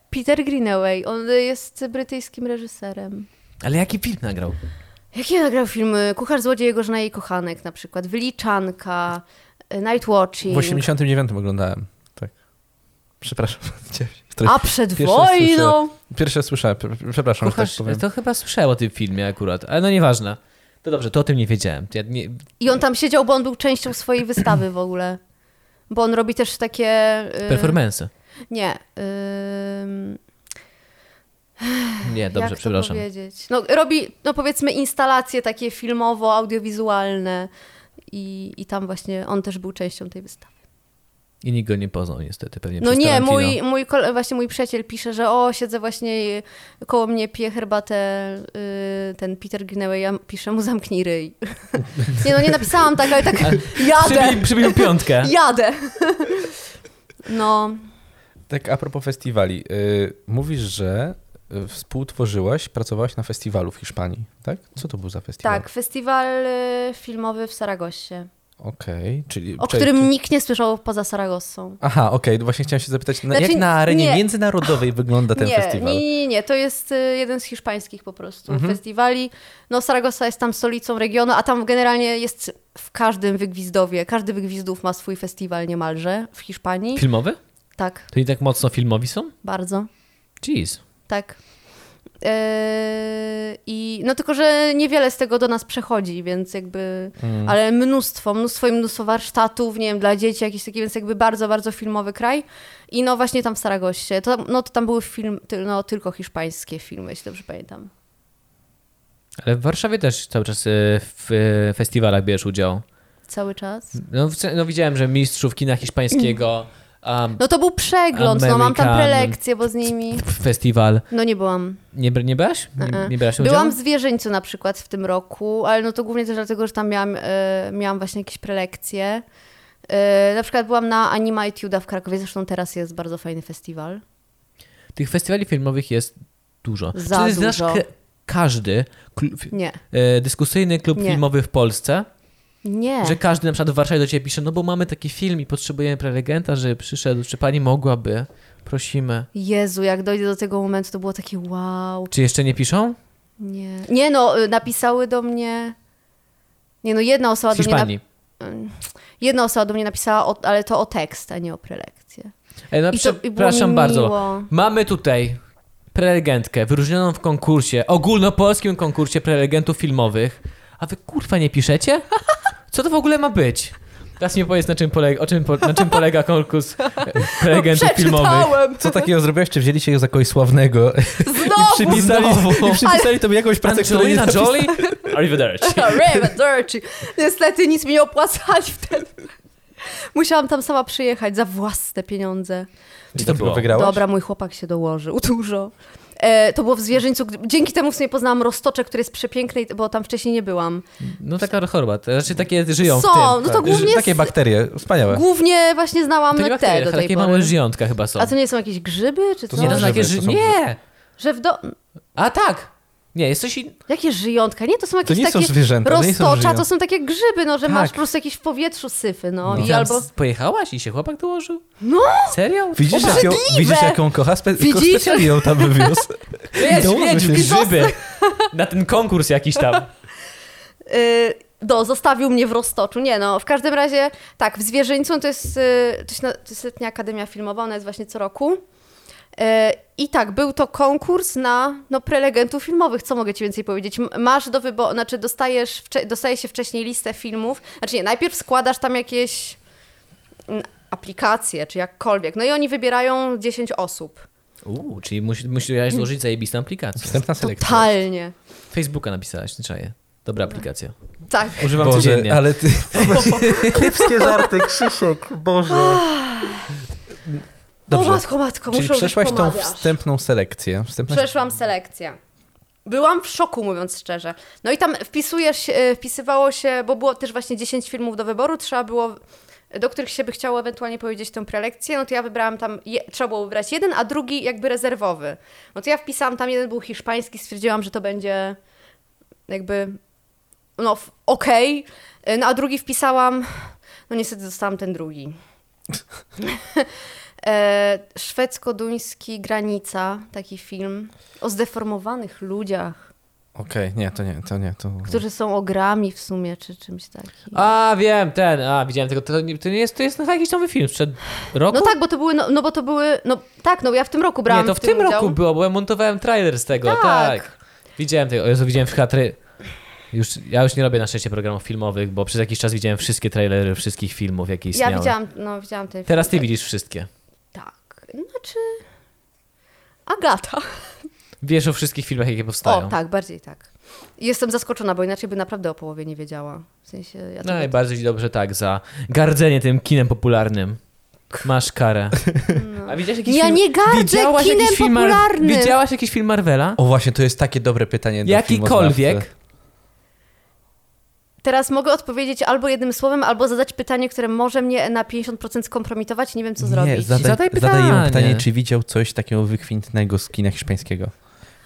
Peter Greenaway, on jest brytyjskim reżyserem. Ale jaki film nagrał? Jakie nagrał filmy? Kucharz Złodziej, jego żona i jej kochanek na przykład, Wyliczanka, y, Night Watching, W 89 oglądałem. Tak. Przepraszam. Ciebie. a przed Pierwsze wojną. Pierwsze słyszałem, pr- przepraszam, Kucharz, że tak powiem. to chyba słyszałem o tym filmie akurat, ale no nieważne. To dobrze, to o tym nie wiedziałem. Ja nie, I on tam siedział, bo on był częścią swojej wystawy w ogóle. Bo on robi też takie... y, performance. Nie. ym, Nie, dobrze, jak To przepraszam. powiedzieć? No, robi, no powiedzmy, instalacje takie filmowo-audiowizualne. I, I tam właśnie on też był częścią tej wystawy. I nikt go nie poznał niestety, pewnie No przez nie, Tarantino. mój, mój kole, właśnie mój przyjaciel pisze, że o, siedzę właśnie, y, koło mnie pije herbatę y, ten Peter Greenaway, ja piszę mu zamknij ryj. nie no, nie napisałam tak, ale tak jadę, Przybił, [laughs] przybił piątkę. jadę. no, Tak a propos festiwali. y, mówisz, że y, współtworzyłaś, pracowałaś na festiwalu w Hiszpanii, tak? Co to był za festiwal? tak, festiwal y, filmowy w Saragosie, Okej, czyli... o czyli- którym nikt nie słyszał poza Saragossą. Aha, okej, no właśnie chciałem się zapytać, na- Znaczy, jak na arenie nie. międzynarodowej wygląda ten nie, festiwal? Nie, nie, nie, to jest y, jeden z hiszpańskich po prostu festiwali. No Saragossa jest tam stolicą regionu, a tam generalnie jest w każdym wygwizdowie, każdy wygwizdów ma swój festiwal niemalże w Hiszpanii. Filmowy? Tak, To i tak mocno filmowi są? bardzo, Jeez. tak. Yy, I no tylko, że niewiele z tego do nas przechodzi, więc jakby, ale mnóstwo, mnóstwo i mnóstwo warsztatów, nie wiem, dla dzieci jakiś taki, więc jakby bardzo, bardzo filmowy kraj. I no właśnie tam w Saragoście, to, no to tam były film, ty- no tylko hiszpańskie filmy, jeśli dobrze pamiętam. Ale w Warszawie też cały czas e, w e, festiwalach bierzesz udział. Cały czas. No, w- no widziałem, że mistrzów kina hiszpańskiego, [laughs] a No to był przegląd, no mam tam American- prelekcje, bo z nimi... festiwal No nie byłam. nie, br- nie brałaś? Nie, Mm-mm. nie brałaś udziału? Byłam w Zwierzęciu na przykład w tym roku, ale no to głównie też dlatego, że tam miałam, e, miałam właśnie jakieś prelekcje. E, na przykład byłam na Anima Etuda w Krakowie, zresztą teraz jest bardzo fajny festiwal. Tych festiwali filmowych jest dużo. Za Czy ty znasz dużo. ke- każdy klub, Nie, e, dyskusyjny klub Nie. filmowy w Polsce? nie. Że każdy na przykład w Warszawie do ciebie pisze, no bo mamy taki film i potrzebujemy prelegenta, żeby przyszedł. Czy pani mogłaby? Prosimy. Jezu, jak dojdzie do tego momentu, to było takie wow. Czy jeszcze nie piszą? Nie, nie no, y, napisały do mnie... Nie no, jedna osoba Z do mnie... nap- Hiszpanii. Jedna osoba do mnie napisała, o, ale to o tekst, a nie o prelekcję. Ej, no, I to i było przepraszam mi bardzo. miło. Mamy tutaj prelegentkę wyróżnioną w konkursie, ogólnopolskim konkursie prelegentów filmowych. A wy kurwa nie piszecie? [laughs] Co to w ogóle ma być? Teraz mi powiedz, na czym polega, o czym, po, na czym polega konkurs e, No, prelegentów filmowych. Przeczytałem! [laughs] Co takiego zrobiłeś, czy wzięliście ją za kogoś sławnego Znowu! [laughs] przypisali, i przypisali tobie jakąś pracę, której nie Angelina napisałeś? Jolie? Arrivederci. [laughs] Riverdorci. Niestety nic mi nie opłacali wtedy. Musiałam tam sama przyjechać za własne pieniądze. Gdzie to Dlaczego było? Wygrałaś? Dobra, mój chłopak się dołożył dużo. E, to było w zwierzęciu. gdy- Dzięki temu w sumie poznałam roztoczek, który jest przepiękny, i- bo tam wcześniej nie byłam. No taka choroba, to znaczy takie żyją Są, w tym. no to Tak, głównie, Takie bakterie, wspaniałe. głównie właśnie znałam To nie te bakterie, do tej takie pory. małe żyjątka chyba są. A to nie są jakieś grzyby, czy To co? nie, są to są takie grzyby, ży... to są Nie! Że w do... A tak! Nie, jest coś innego. Jakie żyjątka? Nie, to są jakieś nie są takie zwierzęta, to nie są roztocza, żyjątka. to są takie grzyby, no, że Tak. masz po prostu jakieś w powietrzu syfy, no. I I tam albo... s- pojechałaś i się chłopak dołożył? No! Serio? Widzisz, jak ją, Obrzydliwe! widzisz, jak ją kocha? Spe- tylko Widzisz? Specjalnie ją tam [laughs] wywiózł. Wiesz, Dołożył wiesz, się. grzyby! Na ten konkurs jakiś tam. Y, do, zostawił mnie w roztoczu. Nie no, w każdym razie tak, w Zwierzyńcu to jest, y, to jest, na- to jest letnia akademia filmowa, ona jest właśnie co roku. Y, I tak, był to konkurs na no, prelegentów filmowych, co mogę ci więcej powiedzieć? M- Masz do wyboru, znaczy dostajesz, wcze- dostaje się wcześniej listę filmów, znaczy nie, najpierw składasz tam jakieś mm, aplikacje, czy jakkolwiek, no i oni wybierają 10 osób. Uuu, czyli musi- musiałaś złożyć zajebistą aplikację. Wstępna selekcja. Totalnie. Facebooka napisałaś, nie czaję. Dobra aplikacja. Tak. Używam Boże, codziennie. [laughs] ale ty... Kiepskie żarty, Krzysiek, Boże. O Dobrze. matko, matko, Czyli muszę użyć przeszłaś tą pomawiarz. wstępną selekcję. Wstępna... Przeszłam selekcję. Byłam w szoku, mówiąc szczerze. No i tam wpisujesz, e, wpisywało się, bo było też właśnie 10 filmów do wyboru, trzeba było, do których się by chciało ewentualnie powiedzieć tę prelekcję, no to ja wybrałam tam, je, trzeba było wybrać jeden, a drugi jakby rezerwowy. No to ja wpisałam tam, jeden był hiszpański, stwierdziłam, że to będzie jakby, no f- okej, E, no a drugi wpisałam, no niestety dostałam ten drugi. E, Szwedzko-duński Granica, taki film o zdeformowanych ludziach, Okej, nie, to nie, to nie. To... którzy są ogrami w sumie, czy czymś takim. A, wiem, ten, a, widziałem tego. To, nie- to nie jest, to jest jakiś nowy film sprzed roku? No tak, bo to były, no, no bo to były, no tak, no ja w tym roku brałam nie, to w tym udział. roku było, bo ja montowałem trailer z tego, tak. Tak. Widziałem tego, o Jezu, widziałem w hatry. Już, ja już nie robię na szczęście programów filmowych, bo przez jakiś czas widziałem wszystkie trailery wszystkich filmów, jakie istniały. Ja widziałam, no widziałam ten film. Teraz ty widzisz wszystkie. Tak, znaczy... Tak Agata. Wiesz o wszystkich filmach, jakie powstają. O, tak, bardziej tak. Jestem zaskoczona, bo inaczej by naprawdę o połowie nie wiedziała. W sensie, ja No tego... Najbardziej dobrze tak, za gardzenie tym kinem popularnym. Masz [laughs] karę. A widziałaś jakiś No. Ja film... nie gardzę widziałaś kinem jakiś film Mar- popularnym. Widziałaś jakiś film Marvela? O właśnie, to jest takie dobre pytanie do Jakikolwiek. Teraz mogę odpowiedzieć albo jednym słowem, albo zadać pytanie, które może mnie na 50% skompromitować i nie wiem, co filmoznawcy. Nie, zrobić. zadaj, Zadaj zadaj jemu pytanie, pytanie, czy widział coś takiego wykwintnego z kina hiszpańskiego.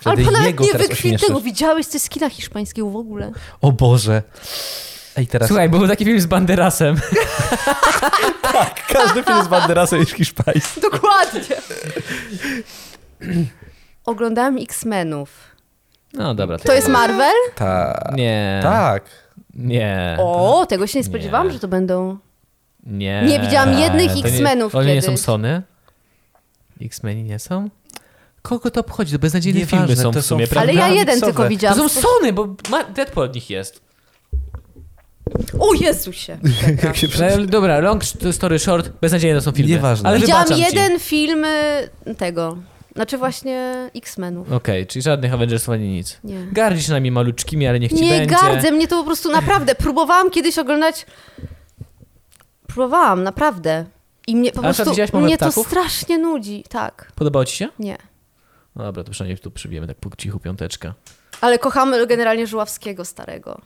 Wtedy Albo nawet jego nie teraz wykwintego. ośmieszysz. Widziałeś coś z kina hiszpańskiego w ogóle? O Boże. Ej, teraz Słuchaj, bo był taki film z Banderasem. każdy film z Banderasem jest hiszpański. [clears throat] Dokładnie. Oglądałam X-Menów. No dobra. To jest Marvel? Tak. Nie. Tak. Nie. O, tego się nie spodziewałam, Nie. że to będą. Nie. Nie widziałam jednych To nie- X-Menów Oni nie są kiedyś. Sony? X-Meni nie są? Kogo to obchodzi? To beznadziejne filmy Nieważne, są to w sumie, są- prawda? Ale ja Prawda, jeden co tylko wy? To widziałam. są Sony, bo ma... Deadpool od nich jest. O [laughs] Jezusie. Tak. Jak się Ale, dobra, long story short, beznadziejne to są filmy. Nieważne. Ale Widziałam wybaczam ci. jeden film y, tego. Znaczy właśnie X-Menów. Okej, czyli żadnych Avengersów ani nic. Nie. Gardzisz nami maluczkimi, ale niech ci nie będzie. gardzę, mnie to po prostu naprawdę. Próbowałam kiedyś oglądać. Próbowałam, naprawdę. I mnie po A na przykład prostu, widziałaś mowę mnie to ptaków? strasznie nudzi, tak, Podobało ci się? nie. No dobra, to przynajmniej tu przybijemy tak po cichu piąteczkę. Ale kochamy generalnie Żuławskiego starego.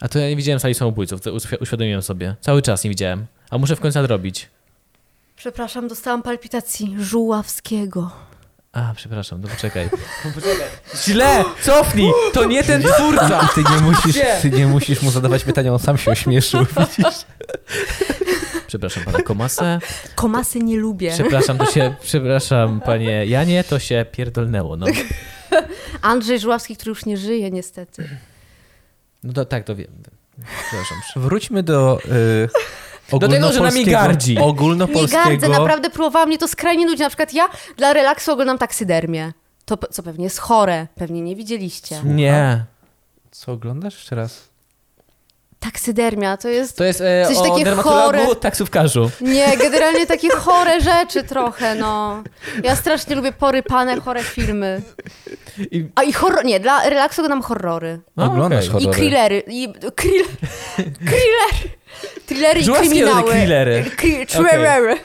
A to ja nie widziałem sali samobójców, to uświ- uświadomiłem sobie. Cały czas nie widziałem. A muszę w końcu nadrobić. Przepraszam, dostałam palpitacji Żuławskiego. A, przepraszam, to poczekaj. Poczekaj. Źle! Cofnij! To nie ten twórca! Ty nie, musisz, ty nie musisz mu zadawać pytania, on sam się [laughs] ośmieszył. Przepraszam pana Komasę. Komasy [laughs] nie lubię. Przepraszam, to się... Przepraszam, panie Janie, to się pierdolnęło, no. Andrzej Żuławski, który już nie żyje niestety. No to, tak, to wiem. Przepraszam. Wróćmy do. Y, Do tego, że nami ogólnopolskiego- gardzi. Nie Ogólnopolskiego. gardzę, naprawdę próbowałam, mnie to skrajnie nudzi. Na przykład ja dla relaksu oglądam taksydermię. To, p- co pewnie jest chore, pewnie nie widzieliście. Nie. Co oglądasz jeszcze raz? Taksydermia to jest... To jest e, Coś o takie dermatologu, chore. taksówkarzu. Nie, generalnie takie chore rzeczy trochę, no. Ja strasznie lubię porypane, chore filmy. I- A i horror... Nie, dla relaksu oglądam horrory. A, Oglądasz No, okej. I horrory. thrillery. I krill... Thriller. Thrillery i Żuławskie kryminały. thrillery. Kri- Thrillery.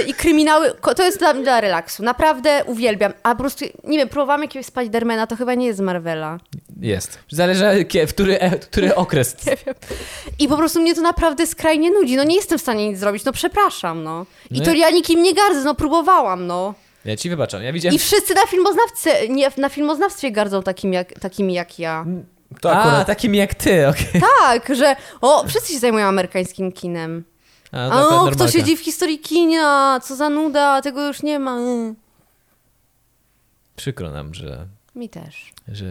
Y, I kryminały, ko- to jest dla mnie dla relaksu. Naprawdę uwielbiam. A po prostu, nie wiem, próbowałam jakiegoś Spidermana, to chyba nie jest z Marvela. Jest. Zależy, kie- w który, e, który okres. I po prostu mnie to naprawdę skrajnie nudzi. No nie jestem w stanie nic zrobić, no przepraszam, no. I No to ja- ja nikim nie gardzę, no próbowałam, no. Ja ci wybaczam, ja widziałem... I wszyscy na filmoznawce, nie, na filmoznawstwie gardzą takimi jak, takimi [laughs] jak ja. To A, akurat. takim jak ty, okej. Tak, że o, wszyscy się zajmują amerykańskim kinem. A, to A, o, akurat kto normalka. siedzi w historii kina, co za nuda, tego już nie ma. Mm. Przykro nam, że... Mi też. że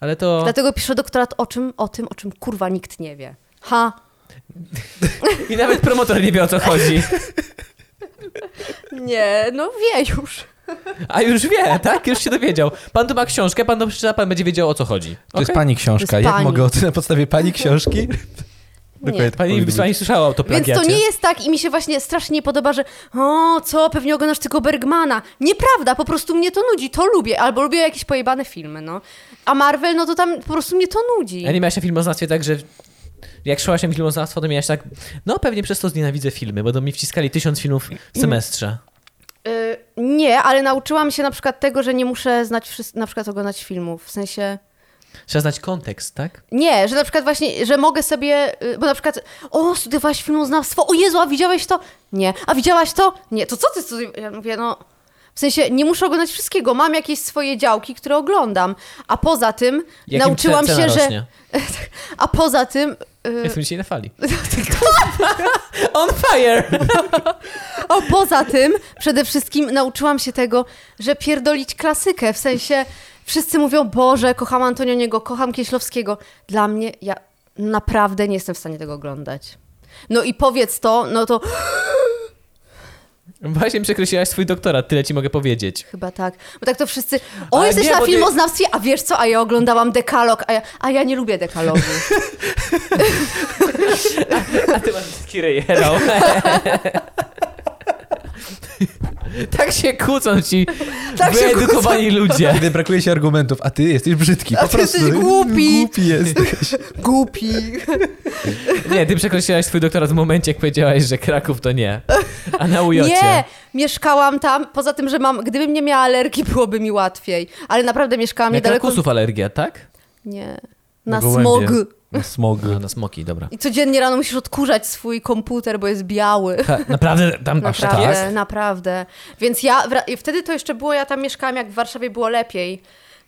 ale to... Dlatego piszę doktorat o czym, o tym, o czym kurwa nikt nie wie. Ha, I nawet promotor nie wie o co chodzi. nie, no wie już. A już wie, tak? Już się dowiedział. Pan tu ma książkę, pan to przeczyta, pan będzie wiedział o co chodzi. To jest Okej? pani książka. To jest Jak pani. mogę o tym na podstawie pani [laughs] książki? Dokładnie tak Pani, powinno pani słyszała o Więc autoplagiacie. to nie jest tak i mi się właśnie strasznie nie podoba, że o, co, pewnie oglądasz tylko Bergmana. Nieprawda, po prostu mnie to nudzi, to lubię, albo lubię jakieś pojebane filmy, no. A Marvel, no to tam po prostu mnie to nudzi. A nie miałaś na filmoznawstwie tak, że jak szłaś na filmoznawstwo, to miałaś tak, no pewnie przez to znienawidzę filmy, bo do mi wciskali tysiąc filmów Mm. w semestrze. Y, nie, ale nauczyłam się na przykład tego, że nie muszę znać, wszys- na przykład oglądać filmów, w sensie... Trzeba znać kontekst, tak? Nie, że na przykład właśnie, że mogę sobie, y, bo na przykład, o, studiowałaś filmoznawstwo, o Jezu, a widziałeś to? Nie. A widziałaś to? Nie. To co ty studiowałaś? Ja mówię, no, w sensie nie muszę oglądać wszystkiego, mam jakieś swoje działki, które oglądam, a poza tym Jakim nauczyłam ce- się, cena że... rośnie? A poza tym... y, Jestem dzisiaj na fali. On fire! O, poza tym przede wszystkim nauczyłam się tego, że pierdolić klasykę, w sensie wszyscy mówią, Boże, kocham Antonioniego, kocham Kieślowskiego. Dla mnie, ja naprawdę nie jestem w stanie tego oglądać. No i powiedz to, no to Właśnie przekreśliłaś swój doktorat, tyle ci mogę powiedzieć. chyba tak. Bo tak to wszyscy, o, Ale jesteś nie, na bo ty- filmoznawstwie, a wiesz co, a ja oglądałam dekalog, a ja, a ja nie [laughs] lubię dekalogu. A ty masz Kirej Hero. [laughs] tak się kłócą ci Tak się wyedukowani [laughs] ludzie. Kiedy brakuje się argumentów, a ty jesteś brzydki. A po ty prostu. jesteś głupi. Głupi jesteś. Głupi. Nie, ty przekreśliłaś swój doktorat w momencie, jak powiedziałaś, że Kraków to nie. A na ujocie. Nie, mieszkałam tam, poza tym, że mam, gdybym nie miała alergii, byłoby mi łatwiej. Ale naprawdę mieszkałam Na niedaleko... Krakusów alergia, tak? Nie. Na [laughs] gołębie. smog. Smog. A, na smoki, dobra. I codziennie rano musisz odkurzać swój komputer, bo jest biały. Ha, naprawdę tam aż tak Naprawdę, jest? naprawdę. Więc ja, wra- i wtedy to jeszcze było, ja tam mieszkałam, jak w Warszawie było lepiej.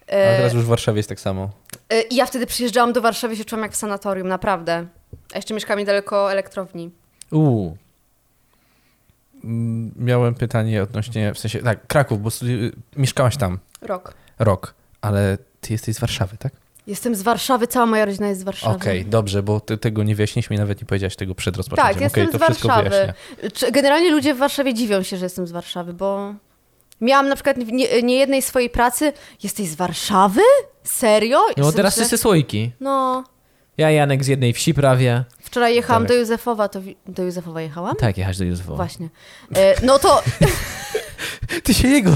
A E, teraz już w Warszawie jest tak samo. e, I ja wtedy przyjeżdżałam do Warszawy, się czułam jak w sanatorium, naprawdę. A jeszcze mieszkałam niedaleko elektrowni. Uuu. Mm, Miałem pytanie odnośnie, w sensie, tak, Kraków, bo studi- mieszkałaś tam Rok. rok, ale ty jesteś z Warszawy, tak? Jestem z Warszawy, cała moja rodzina jest z Warszawy. Okej, dobrze, bo ty tego nie wyjaśniłeś mi, nawet nie powiedziałaś tego przed rozpoczęciem. Tak, jestem Okej, z to wszystko Warszawy. wyjaśnia. Czy- Generalnie ludzie w Warszawie dziwią się, że jestem z Warszawy, bo miałam na przykład w nie, nie jednej swojej pracy. Jesteś z Warszawy? Serio? I No bo sobie teraz myślę, wszyscy słoiki. No, Ja Janek z jednej wsi prawie. wczoraj jechałam Tak. do Józefowa, to wi- do Józefowa jechałam? Tak, jechać do Józefowa. Właśnie. E, no to Ty się jego...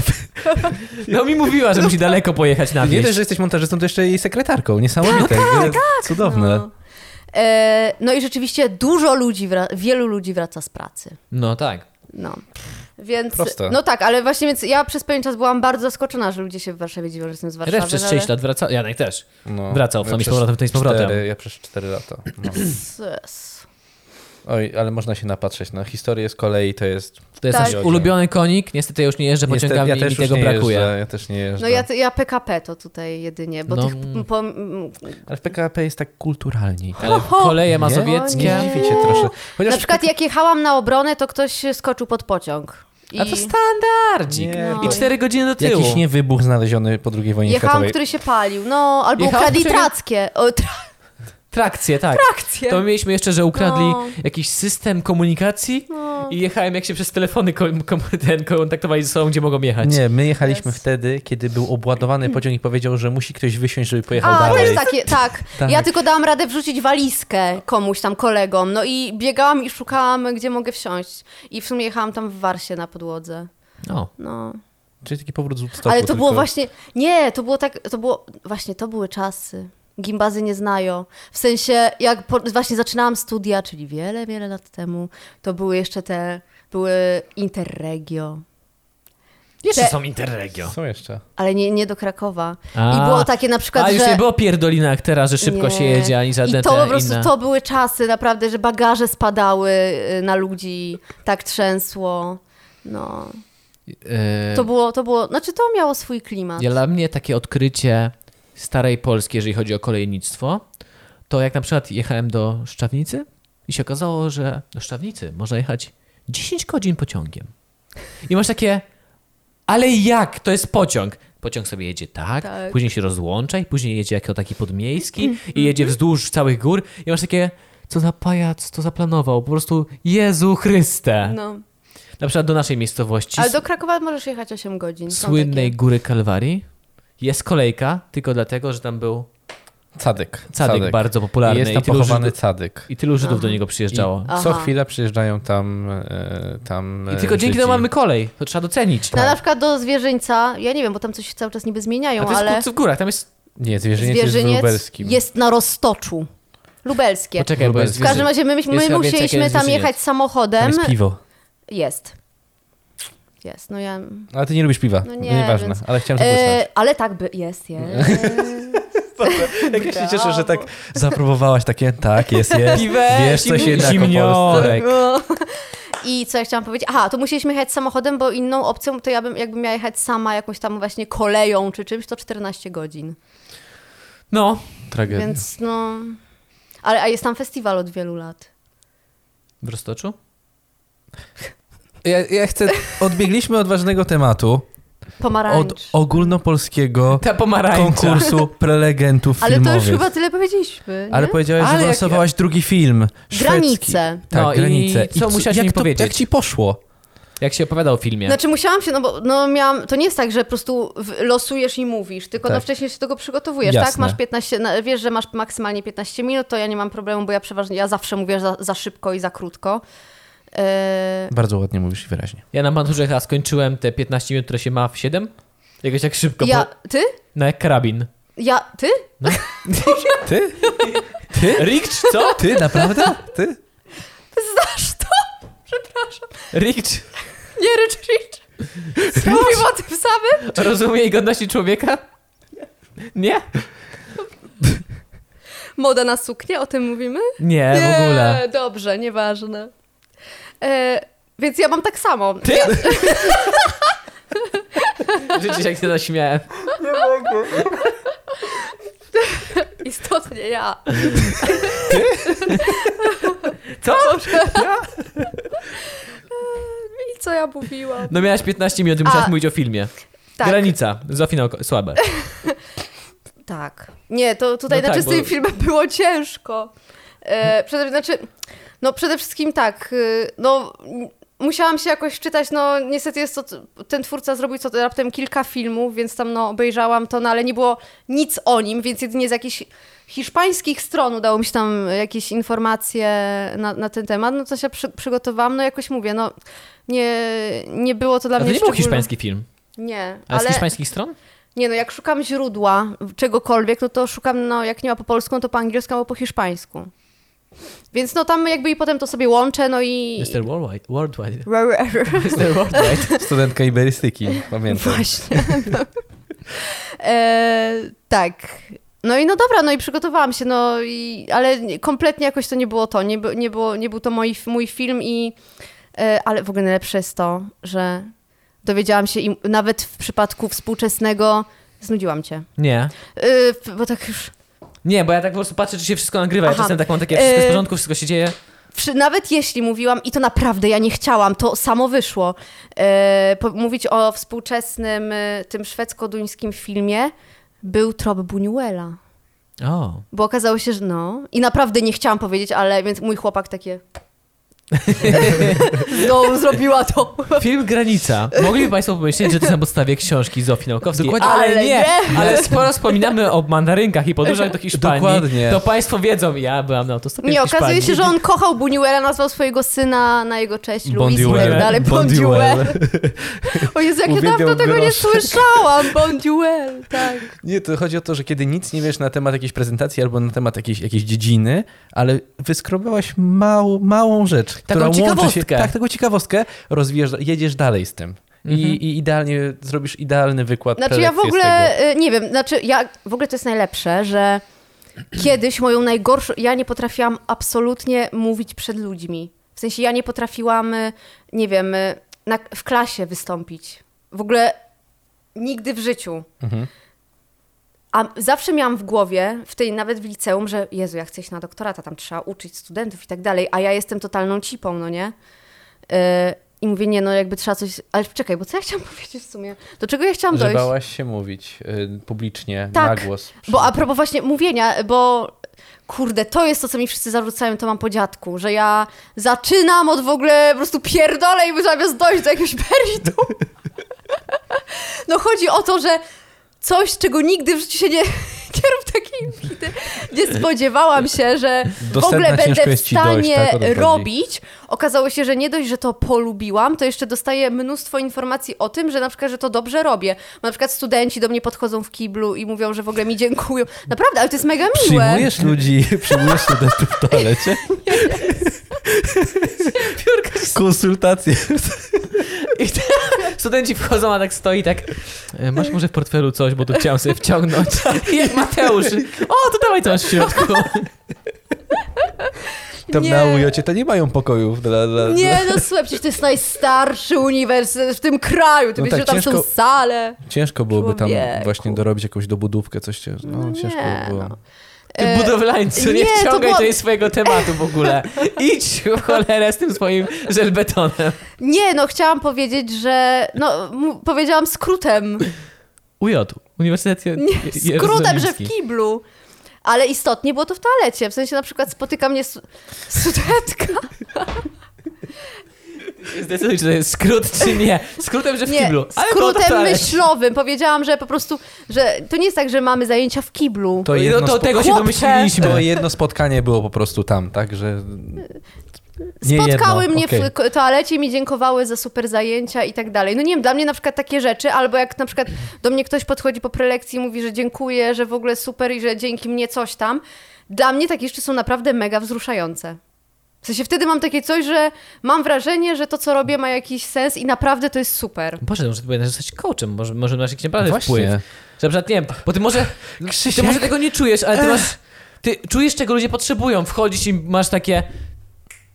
No mi mówiła, że musi daleko pojechać na nie wieś. dość, że jesteś montażystą, to jeszcze jej sekretarką. Niesamowite. Tak, tak, Cudowne. No. E, no i rzeczywiście dużo ludzi, wra- wielu ludzi wraca z pracy. No tak. No. Więc, Proste. no tak, ale właśnie więc ja przez pewien czas byłam bardzo zaskoczona, że ludzie się w Warszawie dziwią, że jestem z Warszawy. no Ref przez ale- 6 lat wracał, Janek też. No, Wracał w tam i z przez powrotem, tutaj z powrotem. Cztery, ja przez 4 lata. No. Jezus. Oj, ale można się napatrzeć na historię z kolei, to jest... To jest Tak. nasz ulubiony konik, niestety ja już nie jeżdżę Niestety, pociągami i mi już tego nie brakuje. Jeżdżę, ja też nie jeżdżę. No ja, ja PKP to tutaj jedynie, bo No. tych... m, Po, m, Ale w PKP jest tak kulturalniej. Ale koleje Nie mazowieckie... Nie. dziwię się trosze. Chociaż na przykład jak jechałam na obronę, to ktoś skoczył pod pociąg. I A to standardzik. Nie, I 4 godziny do tyłu. jakiś nie wybuch znaleziony po II wojnie No. jechałam, światowej. który się palił. No, albo Jechałam, ukradli który- trackie. O, tra- Trakcje, tak. trakcje. To my mieliśmy jeszcze, że ukradli No. jakiś system komunikacji i jechałem, jak się przez telefony kom, kom, ten, kontaktowali ze sobą, gdzie mogą jechać. Nie, my jechaliśmy Yes. wtedy, kiedy był obładowany pociąg i powiedział, że musi ktoś wysiąść, żeby pojechał A, dalej. też takie, tak. Tak. Ja tylko dałam radę wrzucić walizkę komuś tam, kolegom. No i biegałam i szukałam, gdzie mogę wsiąść. I w sumie jechałam tam w Warsie na podłodze. O, No. Czyli taki powrót z Woodstocku. Ale to było tylko- właśnie. Nie, to było tak. To było. Właśnie to były czasy. Gimbazy nie znają. W sensie, jak po, właśnie zaczynałam studia, czyli wiele, wiele lat temu, to były jeszcze te. Były interregio. jeszcze Te- są interregio. Co jeszcze? Ale nie, nie do Krakowa. A. I było takie na przykład, A już że... nie było pierdolina aktera, że szybko Nie. się jedzie, ani żadne I to po te prostu inne. to były czasy naprawdę, że bagaże spadały y, na ludzi, tak trzęsło. No. E, To było, to było, znaczy to miało swój klimat. Dla mnie takie odkrycie starej Polski, jeżeli chodzi o kolejnictwo, to jak na przykład jechałem do Szczawnicy i się okazało, że do Szczawnicy można jechać 10 godzin pociągiem. I masz takie, ale jak? To jest pociąg. Pociąg sobie jedzie tak, Tak. Mm-hmm. później się rozłącza i później jedzie jako taki podmiejski i jedzie wzdłuż całych gór i masz takie, co za pajac to zaplanował, po prostu Jezu Chryste. No. Na przykład do naszej miejscowości Ale do Krakowa możesz jechać 8 godzin. Są słynnej takie. góry Kalwarii jest kolejka, tylko dlatego, że tam był Cadyk. cadyk, bardzo popularny. Jest tam I tylu, pochowany Żydów, cadyk. i tylu Żydów do niego przyjeżdżało. Aha. Co chwila przyjeżdżają tam e, tam I, tylko dzięki Żydzi. temu mamy kolej. To trzeba docenić. No, na przykład do zwierzęca, ja nie wiem, bo tam coś cały czas niby A zmieniają, to jest ale w górach, tam jest... Nie, zwierzyniec, jest w zwierzyniec Lubelskim. jest na roztoczu. Lubelskie. Poczekaj, bo jest W w każdym razie my, jest my chyba więcej musieliśmy jak tam zwierzyniec. jechać Tam samochodem. jest piwo. Jest. Jest, no ja... Ale ty nie lubisz piwa. No No nie, nie, Nieważne, więc- ale chciałem to E, ale tak, by, jest, jest. [laughs] Jak ja się cieszę, że tak zaprobowałaś takie, tak, jest, jest. Piwe, Wiesz coś zimni- jednak o Polsce. zimniorek. No. I co ja chciałam powiedzieć? Aha, to musieliśmy jechać samochodem, bo inną opcją to ja bym, jakbym miała jechać sama jakąś tam właśnie koleją czy czymś, to 14 godzin. No, Tragedia. Więc no... Ale a jest tam festiwal od wielu lat. w Roztoczu? Ja, ja chcę, odbiegliśmy od ważnego tematu, Pomarańcz. od ogólnopolskiego Ta pomarańcza. [laughs] konkursu prelegentów Ale to filmowych. już chyba tyle powiedzieliśmy, nie? Ale powiedziałeś, Ale że jak- wylosowałaś drugi film. Szwedzki. Granice. Tak, No i granice. co musiałaś jak mi to, powiedzieć? Jak ci poszło? Jak się opowiadał o filmie. Znaczy musiałam się, no bo no miałam, to nie jest tak, że po prostu w- losujesz i mówisz, tylko no Tak. wcześniej się do tego przygotowujesz, Jasne. tak? Masz 15, na- wiesz, że masz maksymalnie 15 minut, to ja nie mam problemu, bo ja przeważnie, ja zawsze mówię za, za szybko i za krótko. E, Bardzo ładnie mówisz i wyraźnie. Ja na maturze chyba skończyłem te 15 minut, które się ma w 7. Jakoś tak szybko. ja, Po... ty? No jak karabin. Ja, ty? Ty? Ty? Rikcz, co? Ty, naprawdę? Ty? Znasz to? Przepraszam. Rikcz. Nie, Rich [laughs] Rich. Mówił o tym samym? Rozumie i godności człowieka? Nie? Moda na suknię, o tym mówimy? Nie, E, w ogóle. Dobrze, nieważne. E, więc ja mam tak samo. [laughs] Ty? Życie się jak się zaśmiałem. Nie mogę. Istotnie ja. Co? I co ja mówiłam? No miałaś 15 minut i musiałaś A. mówić mówić o filmie. Tak. Granica. Zofina oko- [laughs] słabe. Tak. Nie, to tutaj No znaczy tak, z tym bo- filmem było ciężko. E, przede, znaczy, no przede wszystkim tak, y, no m- musiałam się jakoś czytać, no niestety jest to, ten twórca zrobił co raptem kilka filmów, więc tam no obejrzałam to, no ale nie było nic o nim, więc jedynie z jakichś hiszpańskich stron udało mi się tam jakieś informacje na, na ten temat, no to się przy, przygotowałam, no jakoś mówię, no nie, nie było to dla A to mnie nie był szczególne- hiszpański film. Nie, A z ale... hiszpańskich stron? Nie no, jak szukam źródła czegokolwiek, no to szukam, no jak nie ma po polsku, no to po angielsku albo po hiszpańsku. Więc no tam jakby i potem to sobie łączę, no i... Mr. Worldwide. Worldwide. [laughs] Mr. Worldwide. Studentka iberystyki, pamiętam. Właśnie. e, tak. No i no dobra, no i przygotowałam się, no i, ale nie- kompletnie jakoś to nie było to, nie, by- nie, było, nie był to mój, mój film i, e, ale w ogóle najlepsze jest to, że dowiedziałam się i nawet w przypadku współczesnego, znudziłam cię, Nie. e, bo tak już, Nie, bo ja tak po prostu patrzę, czy się wszystko nagrywa. Ja Aha. czasem tak mam takie, wszystko jest w E, porządku, wszystko się dzieje. przy, nawet jeśli mówiłam i to naprawdę ja nie chciałam, to samo wyszło, e, po, mówić o współczesnym e, tym szwedzko-duńskim filmie, był trop Buñuela. O. Bo okazało się, że no. I naprawdę nie chciałam powiedzieć, ale więc mój chłopak takie. [laughs] no, zrobiła to. Film Granica. Mogliby Państwo pomyśleć, że to jest na podstawie książki Zofii Naukowskiej. Dokładnie. Ale nie. Ale sporo wspominamy o mandarynkach i podróżach do Hiszpanii. Dokładnie. To Państwo wiedzą, ja byłam na autostopie Nie, w Hiszpanii. okazuje się, że on kochał Buñuela, nazwał swojego syna na jego cześć Luis i Bondiuel. tak dalej. Bondiuel. O Jezu, jak ja Uwielbiam dawno tego nie grosze. słyszałam. Bondiuel, tak. Nie, to chodzi o to, że kiedy nic nie wiesz na temat jakiejś prezentacji albo na temat jakiejś, jakiejś dziedziny, ale wyskrobałaś mał, małą rzecz, taką która łączy się... ciekawostkę. Tak, taką ciekawostkę. Rozwijasz, jedziesz dalej z tym. I, I idealnie, zrobisz idealny wykład Mhm. Znaczy ja w prelekcję z ogóle, y, nie wiem, znaczy ja, w ogóle to jest najlepsze, że [clears throat] kiedyś moją najgorszą, ja nie potrafiłam absolutnie mówić przed ludźmi. W sensie ja nie potrafiłam, y, nie wiem, y, na, w klasie wystąpić. W ogóle nigdy w życiu. Mhm. A zawsze miałam w głowie, w tej, nawet w liceum, że Jezu, ja chcę iść na doktorata, tam trzeba uczyć studentów i tak dalej, a ja jestem totalną cipą, no nie? Y, I mówię, nie, no jakby trzeba coś... Ale czekaj, bo co ja chciałam [laughs] powiedzieć w sumie? Do czego ja chciałam Że dojść? bałaś się mówić y, publicznie, Tak, na głos. Bo a propos właśnie mówienia, bo kurde, to jest to, co mi wszyscy zarzucają, to mam po dziadku, że ja zaczynam od w ogóle po prostu pierdolę i zamiast dojść do jakiegoś meritum. [laughs] No chodzi o to, że coś, czego nigdy w życiu się nie... [laughs] Nie rób takiej bity. Nie spodziewałam się, że w Dostępna ogóle ciężko będę w jest ci dojść, tak? stanie O to chodzi. robić. Okazało się, że nie dość, że to polubiłam, to jeszcze dostaję mnóstwo informacji o tym, że na przykład, że to dobrze robię. Na przykład studenci do mnie podchodzą w kiblu i mówią, że w ogóle mi dziękują. Naprawdę, ale to jest mega miłe. Przyjmujesz ludzi, [laughs] przyjmujesz studentów w toalecie? Konsultacje. I te, [laughs] studenci wchodzą, a tak stoi tak e, masz może w portfelu coś, bo tu chciałem sobie [laughs] wciągnąć. I jak Mateusz. O, to dawaj coś w środku. Tam Nie. na ujocie to nie mają pokojów dla... dla Nie, no słuchaj, przecież to jest najstarszy uniwersytet w tym kraju. Ty No myślisz, tak, że tam ciężko- są sale. Ciężko byłoby tam Człowieku. właśnie dorobić jakąś dobudówkę, coś cię... No, No ciężko nie, by było. no. Ty [laughs] E, budowlańcu, nie, nie, to wciągaj było- tutaj swojego tematu w ogóle. Idź w cholerę z tym swoim żelbetonem. Nie, no chciałam powiedzieć, że... No, m- powiedziałam [laughs] skrótem. UJ, Uniwersytet Je- Nie, Je- skrótem, że w Jerozolimski. kiblu. Ale istotnie było to w toalecie. W sensie na przykład spotyka mnie su- studentka. Zdecyduj, czy to jest skrót, czy nie. Skrótem, że w Nie, kiblu. Ale było to w skrótem toalecie. myślowym. Powiedziałam, że po prostu, że to nie jest tak, że mamy zajęcia w kiblu. No, jedno to spo- tego się Chłopcze! domyśliliśmy. To jedno spotkanie było po prostu tam, tak, że... Nie Spotkały jedno, mnie okej. w ko- toalecie i mi dziękowały za super zajęcia i tak dalej. No nie wiem, dla mnie na przykład takie rzeczy, albo jak na przykład do mnie ktoś podchodzi po prelekcji i mówi, że dziękuję, że w ogóle super i że dzięki mnie coś tam. Dla mnie takie rzeczy są naprawdę mega wzruszające. W sensie wtedy mam takie coś, że mam wrażenie, że to, co robię, ma jakiś sens i naprawdę to jest super. Boże, no, może ty powinieneś zostać coachem, może, może masz jakiś naprawdę Właśnie. wpływ. Że na przykład, nie wiem, bo ty może, ty Krzysiek? może tego nie czujesz, ale ty masz, ty czujesz, czego ludzie potrzebują. Wchodzisz i masz takie,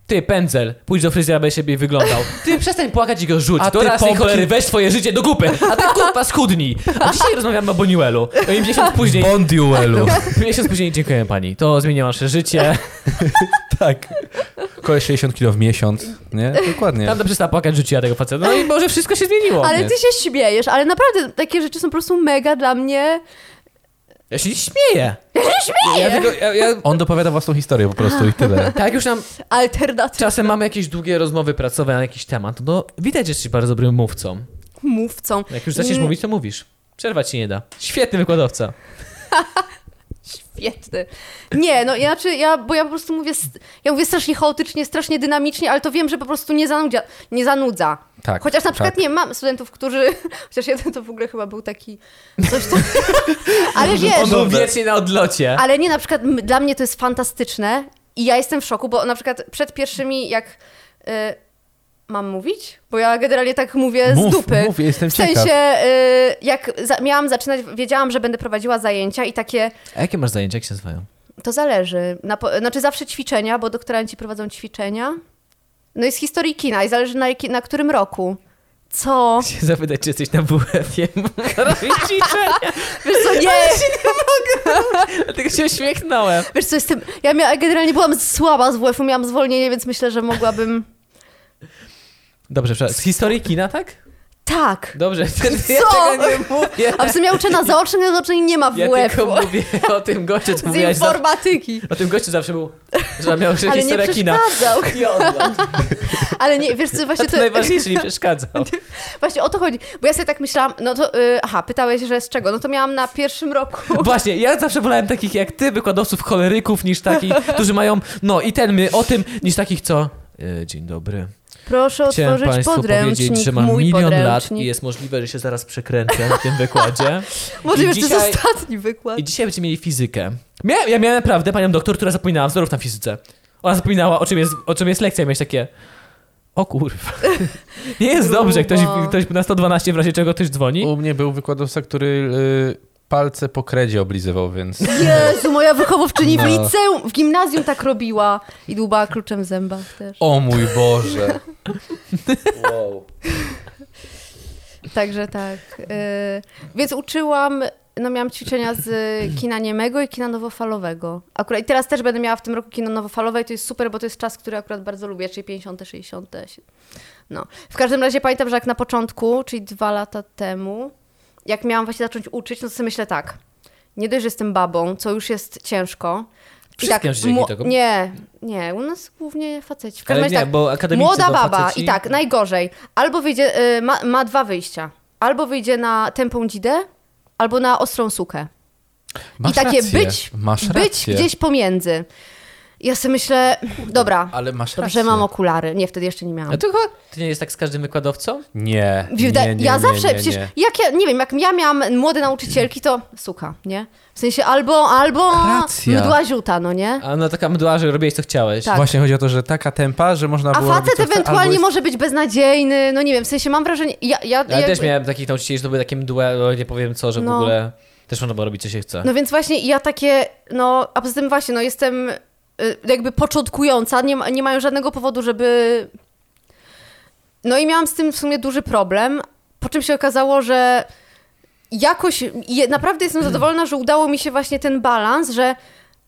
ty, pędzel, pójdź do fryzjera, będziesz lepiej wyglądał. Ty przestań płakać i go rzuć. A A to ty raz tej pompki- cholery, weź twoje życie do kupy, a ty kurwa schudnij. A dzisiaj rozmawiamy o Boniuelu. No i miesiąc później, Bondiuelu. [laughs] miesiąc później dziękuję pani, to zmieniło nasze życie. tak. Koleś 60 kilo w miesiąc, nie? Dokładnie. Tamta przestała płakać, rzuciła tego faceta. No i może wszystko się zmieniło. Ale nie. ty się śmiejesz, ale naprawdę takie rzeczy są po prostu mega dla mnie. Ja się śmieję. Ja się śmieję. Ja tylko, ja, ja, On dopowiada własną historię po prostu i tyle. tak już nam alternatyw Czasem mamy jakieś długie rozmowy pracowe na jakiś temat, no widać, że jesteś bardzo dobrym mówcą. mówcą. Jak już zaczniesz Mm. mówić, to mówisz. Przerwać się nie da. Świetny wykładowca. Świetny. Nie, no ja, czy, ja, bo ja po prostu mówię, st- ja mówię strasznie chaotycznie, strasznie dynamicznie, ale to wiem, że po prostu nie zanudza. Nie zanudza. Tak, Chociaż na przykład tak. nie mam studentów, którzy. [laughs] Chociaż jeden to w ogóle chyba był taki. Coś [laughs] tam. ale wiesz. On był wiecznie na odlocie. Ale nie, na przykład m- dla mnie to jest fantastyczne I ja jestem w szoku, bo na przykład przed pierwszymi, jak. y, mam mówić? Bo ja generalnie tak mówię z mów, dupy. mów, ja jestem W sensie, ciekaw. y, jak za, miałam zaczynać, wiedziałam, że będę prowadziła zajęcia i takie, A jakie masz zajęcia, jak się nazywają? to zależy. Na, po- znaczy zawsze ćwiczenia, bo doktoranci prowadzą ćwiczenia. No i z historii kina i zależy na, jaki, na którym roku. Co? Się zapytać, czy jesteś na [laughs] WF-ie, robisz ćwiczenia. Wiesz [laughs] co, nie, Dlatego się uśmiechnąłem. wiesz co, jestem, ja mia, generalnie byłam słaba z WF-u, miałam zwolnienie, więc myślę, że mogłabym... Dobrze, przepraszam. Z historii kina, [laughs] tak? Tak. Dobrze, [laughs] ten ja Co? tego nie mówię. A w sumie ja uczę na zaocznym, na zaocznym nie ma Ja WF-u. tylko mówię o tym goście, co [laughs] Z mówiłaś. Za... informatyki. O tym gościu zawsze był, że miał że Ale nie historia kina. [laughs] przeszkadzał. I odlot. [laughs] Ale nie, wiesz co, To, właśnie to najważniejsze, [laughs] nie przeszkadzał. Właśnie o to chodzi, bo ja sobie tak myślałam, no to, y, aha, pytałeś, że z czego, no to miałam na pierwszym roku. Właśnie, ja zawsze wolałem takich jak ty, wykładowców choleryków, niż takich, którzy mają, no i ten my o tym, niż takich, co... e, Dzień dobry. Proszę Chciałem otworzyć Państwu podręcznik, powiedzieć, że mam mój milion lat podręcznik. i jest możliwe, że się zaraz przekręcę na tym wykładzie. Może i już to dzisiaj- jest ostatni wykład. I dzisiaj będziemy mieli fizykę. Miałem, ja miałem naprawdę panią doktor, która zapominała wzorów na fizyce. Ona zapominała, o czym jest, o czym jest lekcja. I miałeś takie, o kurwa. [laughs] Nie jest Grubo. dobrze, ktoś, ktoś na 112 w razie czego ktoś dzwoni. U mnie był wykładowca, który y, palce po kredzie oblizywał, więc... Jezu, moja wychowawczyni No. w liceum, w gimnazjum tak robiła i dłubała kluczem w zębach też. O mój Boże. Wow. Także tak. y, więc uczyłam, no miałam ćwiczenia z kina niemego i kina nowofalowego. Akurat i teraz też będę miała w tym roku kino nowofalowe i to jest super, bo to jest czas, który akurat bardzo lubię, czyli 50., 60. si- No. W każdym razie pamiętam, że jak na początku, czyli dwa lata temu, jak miałam właśnie zacząć uczyć, no to sobie myślę tak, nie dość, że jestem babą, co już jest ciężko. I tak Wszystkie dzieciaki mu- taką- Nie, nie, u nas głównie faceci. W każdym Ale razie nie, tak, bo akademicy Młoda to baba faceci- i tak, najgorzej. Albo wyjdzie, y, ma, ma dwa wyjścia. Albo wyjdzie na tępą dzidę, albo na ostrą sukę. [laughs] Masz I takie rację. być, masz Być rację. gdzieś pomiędzy. Ja sobie myślę, dobra, Ale masz dobrze rację. mam okulary. Nie, wtedy jeszcze nie miałam. A to chyba to nie jest tak z każdym wykładowcą? Nie, nie, Wyda- nie, nie, ja nie, zawsze, nie, przecież nie. jak ja, nie wiem, jak ja miałam młode nauczycielki, to suka, nie? W sensie albo, albo Racja. mdła ziuta, no nie? A no taka mdła, że robiłeś co chciałeś. Tak. Właśnie chodzi o to, że taka tempa, że można A było robić, facet co chce, ewentualnie albo jest... może być beznadziejny, no nie wiem, w sensie mam wrażenie, ja, ja, Ja ja też miałem takich nauczycieli, że to były takie mdłe, o, nie powiem co, że w No. ogóle też można było robić co się chce. No więc właśnie ja takie, no, a poza tym właśnie, no jestem y, jakby początkująca, nie, ma, nie mają żadnego powodu, żeby... No i miałam z tym w sumie duży problem, po czym się okazało, że jakoś, je, naprawdę jestem zadowolona, że udało mi się właśnie ten balans, że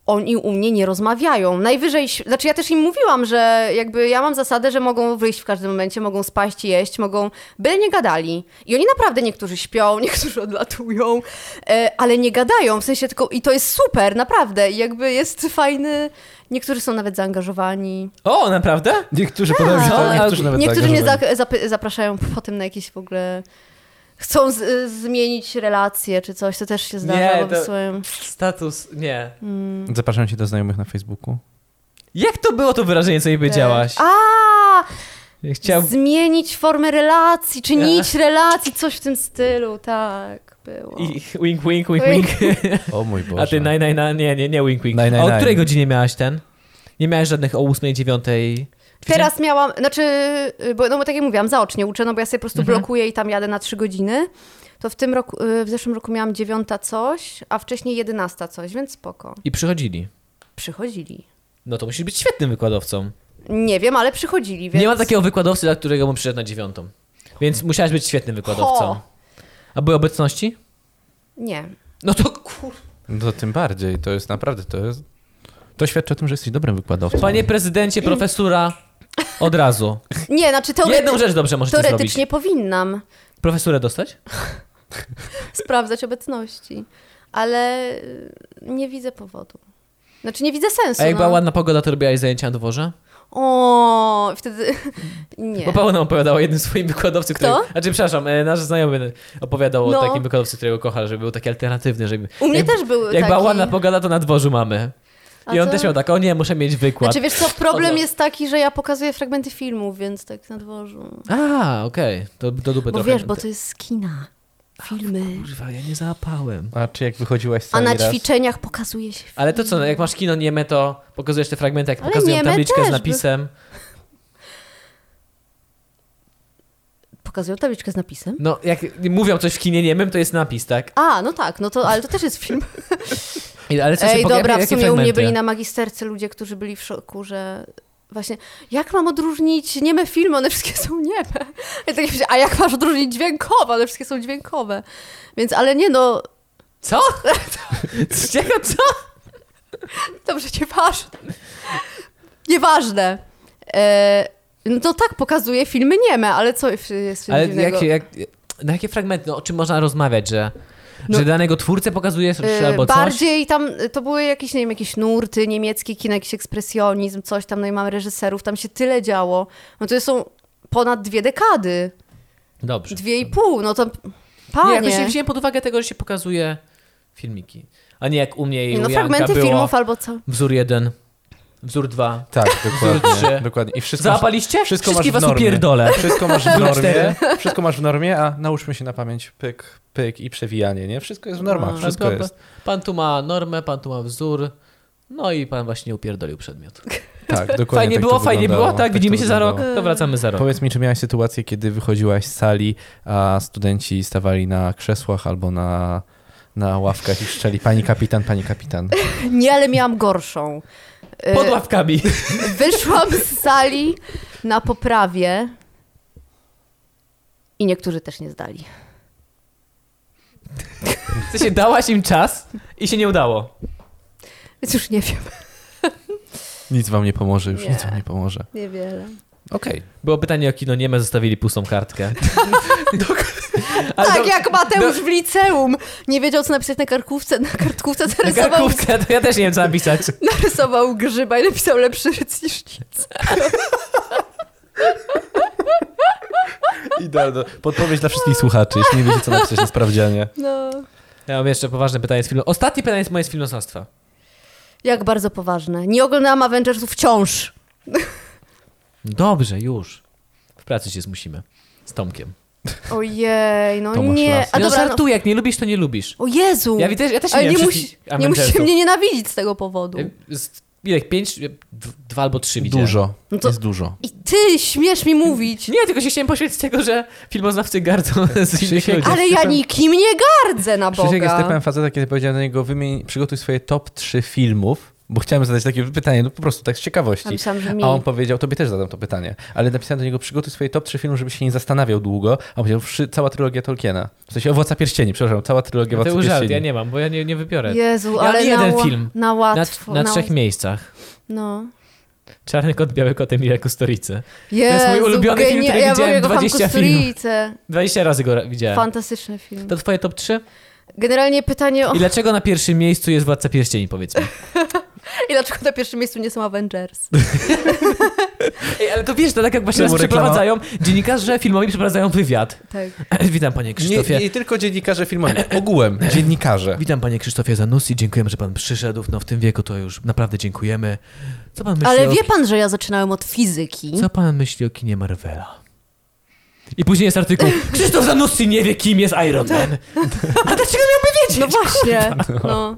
oni u mnie nie rozmawiają. Najwyżej, ś- znaczy ja też im mówiłam, że jakby ja mam zasadę, że mogą wyjść w każdym momencie, mogą spaść, jeść, mogą, byle nie gadali. I oni naprawdę niektórzy śpią, [laughs] niektórzy odlatują, e, ale nie gadają, w sensie tylko, i to jest super, naprawdę, I jakby jest fajny, niektórzy są nawet zaangażowani. O, naprawdę? Niektórzy podobają się Tak. to, niektórzy A- nawet niektórzy mnie zaangażowani. za, zapy- zapraszają potem na jakieś w ogóle, chcą z, zmienić relacje czy coś, to też się zdarza, Nie, bo to- wysyłają- Status, nie. Zapraszam cię do znajomych na Facebooku. Jak to było to wyrażenie, co jej powiedziałaś? A, Chciał... Zmienić formę [laughs] relacji, czynić relacji, coś w tym stylu, tak było. I, wink, wink, wink, wink. O mój Boże. A ty naj, naj, naj, nie, nie, nie, wink, wink. Naj, naj, A o naj. której godzinie miałaś ten? Nie miałaś żadnych o 8, 9. Teraz miałam, znaczy, bo, no bo tak jak mówiłam, zaocznie uczę, no bo ja sobie po prostu Mhm. blokuję i tam jadę na trzy godziny. To w tym roku, y, w zeszłym roku miałam dziewiąta coś, a wcześniej jedenasta coś, więc spoko. I przychodzili. Przychodzili. No to musisz być świetnym wykładowcą. Nie wiem, ale przychodzili, więc... Nie ma takiego wykładowcy, dla którego bym przyszedł na dziewiątą. Więc musiałaś być świetnym wykładowcą. Ho. A były obecności? Nie. No to kur... No to tym bardziej, to jest naprawdę, to jest... To świadczy o tym, że jesteś dobrym wykładowcą. Panie prezydencie, profesura, od razu. Nie, znaczy teorety... Jedną rzecz dobrze możecie zrobić. teoretycznie powinnam Profesurę dostać? sprawdzać obecności, ale y, nie widzę powodu. Znaczy nie widzę sensu. A jak no. była ładna pogoda, to robiłaś zajęcia na dworze? O, wtedy [laughs] nie. Bo Paweł nam opowiadał o jednym swoim wykładowcy, który... Kto? Znaczy, przepraszam, e, nasz znajomy opowiadał No. o takim wykładowcy, którego kocha, że był taki alternatywny, żeby... U mnie jak, też był Jak była taki. ładna pogoda, to na dworzu mamy. A I on to- też miał tak, o nie, muszę mieć wykład. Znaczy wiesz co, problem Odlot. jest taki, że ja pokazuję fragmenty filmów, więc tak na dworzu. A, okej, to do dupy Bo trochę. wiesz, bo to jest z kina. filmy. Kurwa, ja nie załapałem. A czy jak wychodziłaś z A sali na raz? ćwiczeniach pokazuje się film. Ale to co, no, jak masz kino nieme, to pokazujesz te fragmenty, jak Ale pokazują nieme tabliczkę też z by- napisem. Pokazują tabliczkę z napisem? No, jak mówią coś w kinie niemym, to jest napis, tak? A, no tak, no to, ale to też jest film. I- Ale co się Ej, poka- dobra, jakie w sumie u fragmenty? mnie byli na magisterce ludzie, którzy byli w szoku, że właśnie, jak mam odróżnić nieme filmy, one wszystkie są nieme. Ja tak myślę, a jak masz odróżnić dźwiękowe, one wszystkie są dźwiękowe. Więc, ale nie no, Co? [laughs] Z czego co? dobrze, nieważne. Nieważne. E, no tak pokazuje filmy nieme, ale co w- jest w tym Ale dziwnego? jakie, jak, na jakie fragmenty, no, o czym można rozmawiać, że, No. że danego twórcę pokazujesz E, albo coś? Bardziej tam, e, to były jakieś, nie wiem, jakieś nurty niemieckie, kino, jakiś ekspresjonizm, coś tam, no i mamy reżyserów, tam się tyle działo. No to są ponad dwie dekady, Dobrze. dwie i pół, no to Nie, panie. jakoś nie wziąłem pod uwagę tego, że się pokazuje filmiki. A nie jak u mnie i no u Janka fragmenty było filmów albo co. wzór 1, wzór 2. Tak, dokładnie. trzy. dokładnie. I wszystko, masz- Załapaliście? wszystko Wszystkie masz was w normie. upierdolę. wszystko masz w Wzór normie. cztery. Wszystko masz w normie, a nauczmy się na pamięć pyk, pyk i przewijanie, nie? Wszystko jest w normach, No, wszystko tylko jest. Pan tu ma normę, pan tu ma wzór. No i pan właśnie upierdolił przedmiot. Tak, dokładnie. Fajnie tak to było, fajnie było, wyglądało, tak, to widzimy się za rok, wyglądało. to wracamy za rok. Powiedz mi, czy miałaś sytuację, kiedy wychodziłaś z sali, a studenci stawali na krzesłach albo na, na ławkach i krzyczeli pani kapitan, pani kapitan. Nie, ale miałam gorszą. E, Pod ławkami. Wyszłam z sali na poprawie i niektórzy też nie zdali. W sensie dałaś im czas i się nie udało. Więc już nie wiem, Nic wam nie pomoże, już Nie. nic wam nie pomoże. niewiele. Okej. Było pytanie o kino nieme, zostawili pustą [laughs] kartkę. Ale Tak do- jak Mateusz w liceum nie wiedział, co napisać na kartkówce, na kartkówce na zarysował, karkówce, to ja też nie wiem, co napisać. narysował grzyba i napisał lepszy ryc niż nic. Idealna podpowiedź dla wszystkich słuchaczy, jeśli nie wiecie, co napisać na sprawdzianie. No. Ja mam jeszcze poważne pytanie z filmu. Ostatnie pytanie jest moje z filmoznawstwa. Jak bardzo poważne. Nie oglądałam Avengersów wciąż. Dobrze, już. W pracy się zmusimy. Z Tomkiem. Ojej, no Tomasz nie. Las. A no dobra, no. żartuję, jak nie lubisz, to nie lubisz. O Jezu! Ja też, ja też Ale nie, nie, miałem musi, wszystkich nie musicie Avengersów. mnie nienawidzić z tego powodu. Z, ile? Pięć? d- Dwa albo trzy widziałem. Dużo, No to- jest dużo. I ty śmiesz mi mówić. Nie, tylko się chciałem poświęcić tego, że filmoznawcy gardzą z innych Krzysiek- ludzi. Ale ja nikim nie gardzę na Boga. Krzysiek jest typem faceta, kiedy powiedziałem do niego, wymień, przygotuj swoje top 3 filmów, bo chciałem zadać takie pytanie, no po prostu tak z ciekawości. Napisałam, że mi. A on powiedział, tobie też zadam to pytanie, ale napisałem do niego, przygotuj swoje top 3 filmy, żeby się nie zastanawiał długo, a on powiedział, wszy- cała trylogia Tolkiena. W sensie Owoca Pierścieni, przepraszam, cała trylogia No To Owoca był żart, Pierścieni. ja nie mam, bo ja nie, nie wybiorę. Jezu, Ja ale jeden na, ła- film. na Na, łatwo. na trzech miejscach. No. Czarny kot, biały kot, Emilia Kusturica. Jezu, jest mój ulubiony film, genia- który ja widziałem Ja 20 filmów. 20 razy go ra- widziałem. Fantastyczny film. To twoje top 3? Generalnie pytanie o... I dlaczego na pierwszym miejscu jest Władca Pierścieni, powiedzmy? I dlaczego na pierwszym miejscu nie są [laughs] Avengers? [laughs] Ej, ale to wiesz, to tak jak właśnie Czemu nas reklama? przeprowadzają, dziennikarze filmowi przeprowadzają wywiad. [laughs] Tak. Witam panie Krzysztofie. Nie, nie tylko dziennikarze filmowi, [clears throat] ogółem dziennikarze. Witam panie Krzysztofie Zanussi, dziękujemy, że pan przyszedł. No w tym wieku to już naprawdę dziękujemy. Co pan myśli Ale o... wie pan, że ja zaczynałem od fizyki. Co pan myśli o kinie Marvela? I później jest artykuł Krzysztof Zanussi nie wie, kim jest Iron Man. [laughs] A dlaczego miałby wiedzieć? No [laughs] właśnie. No.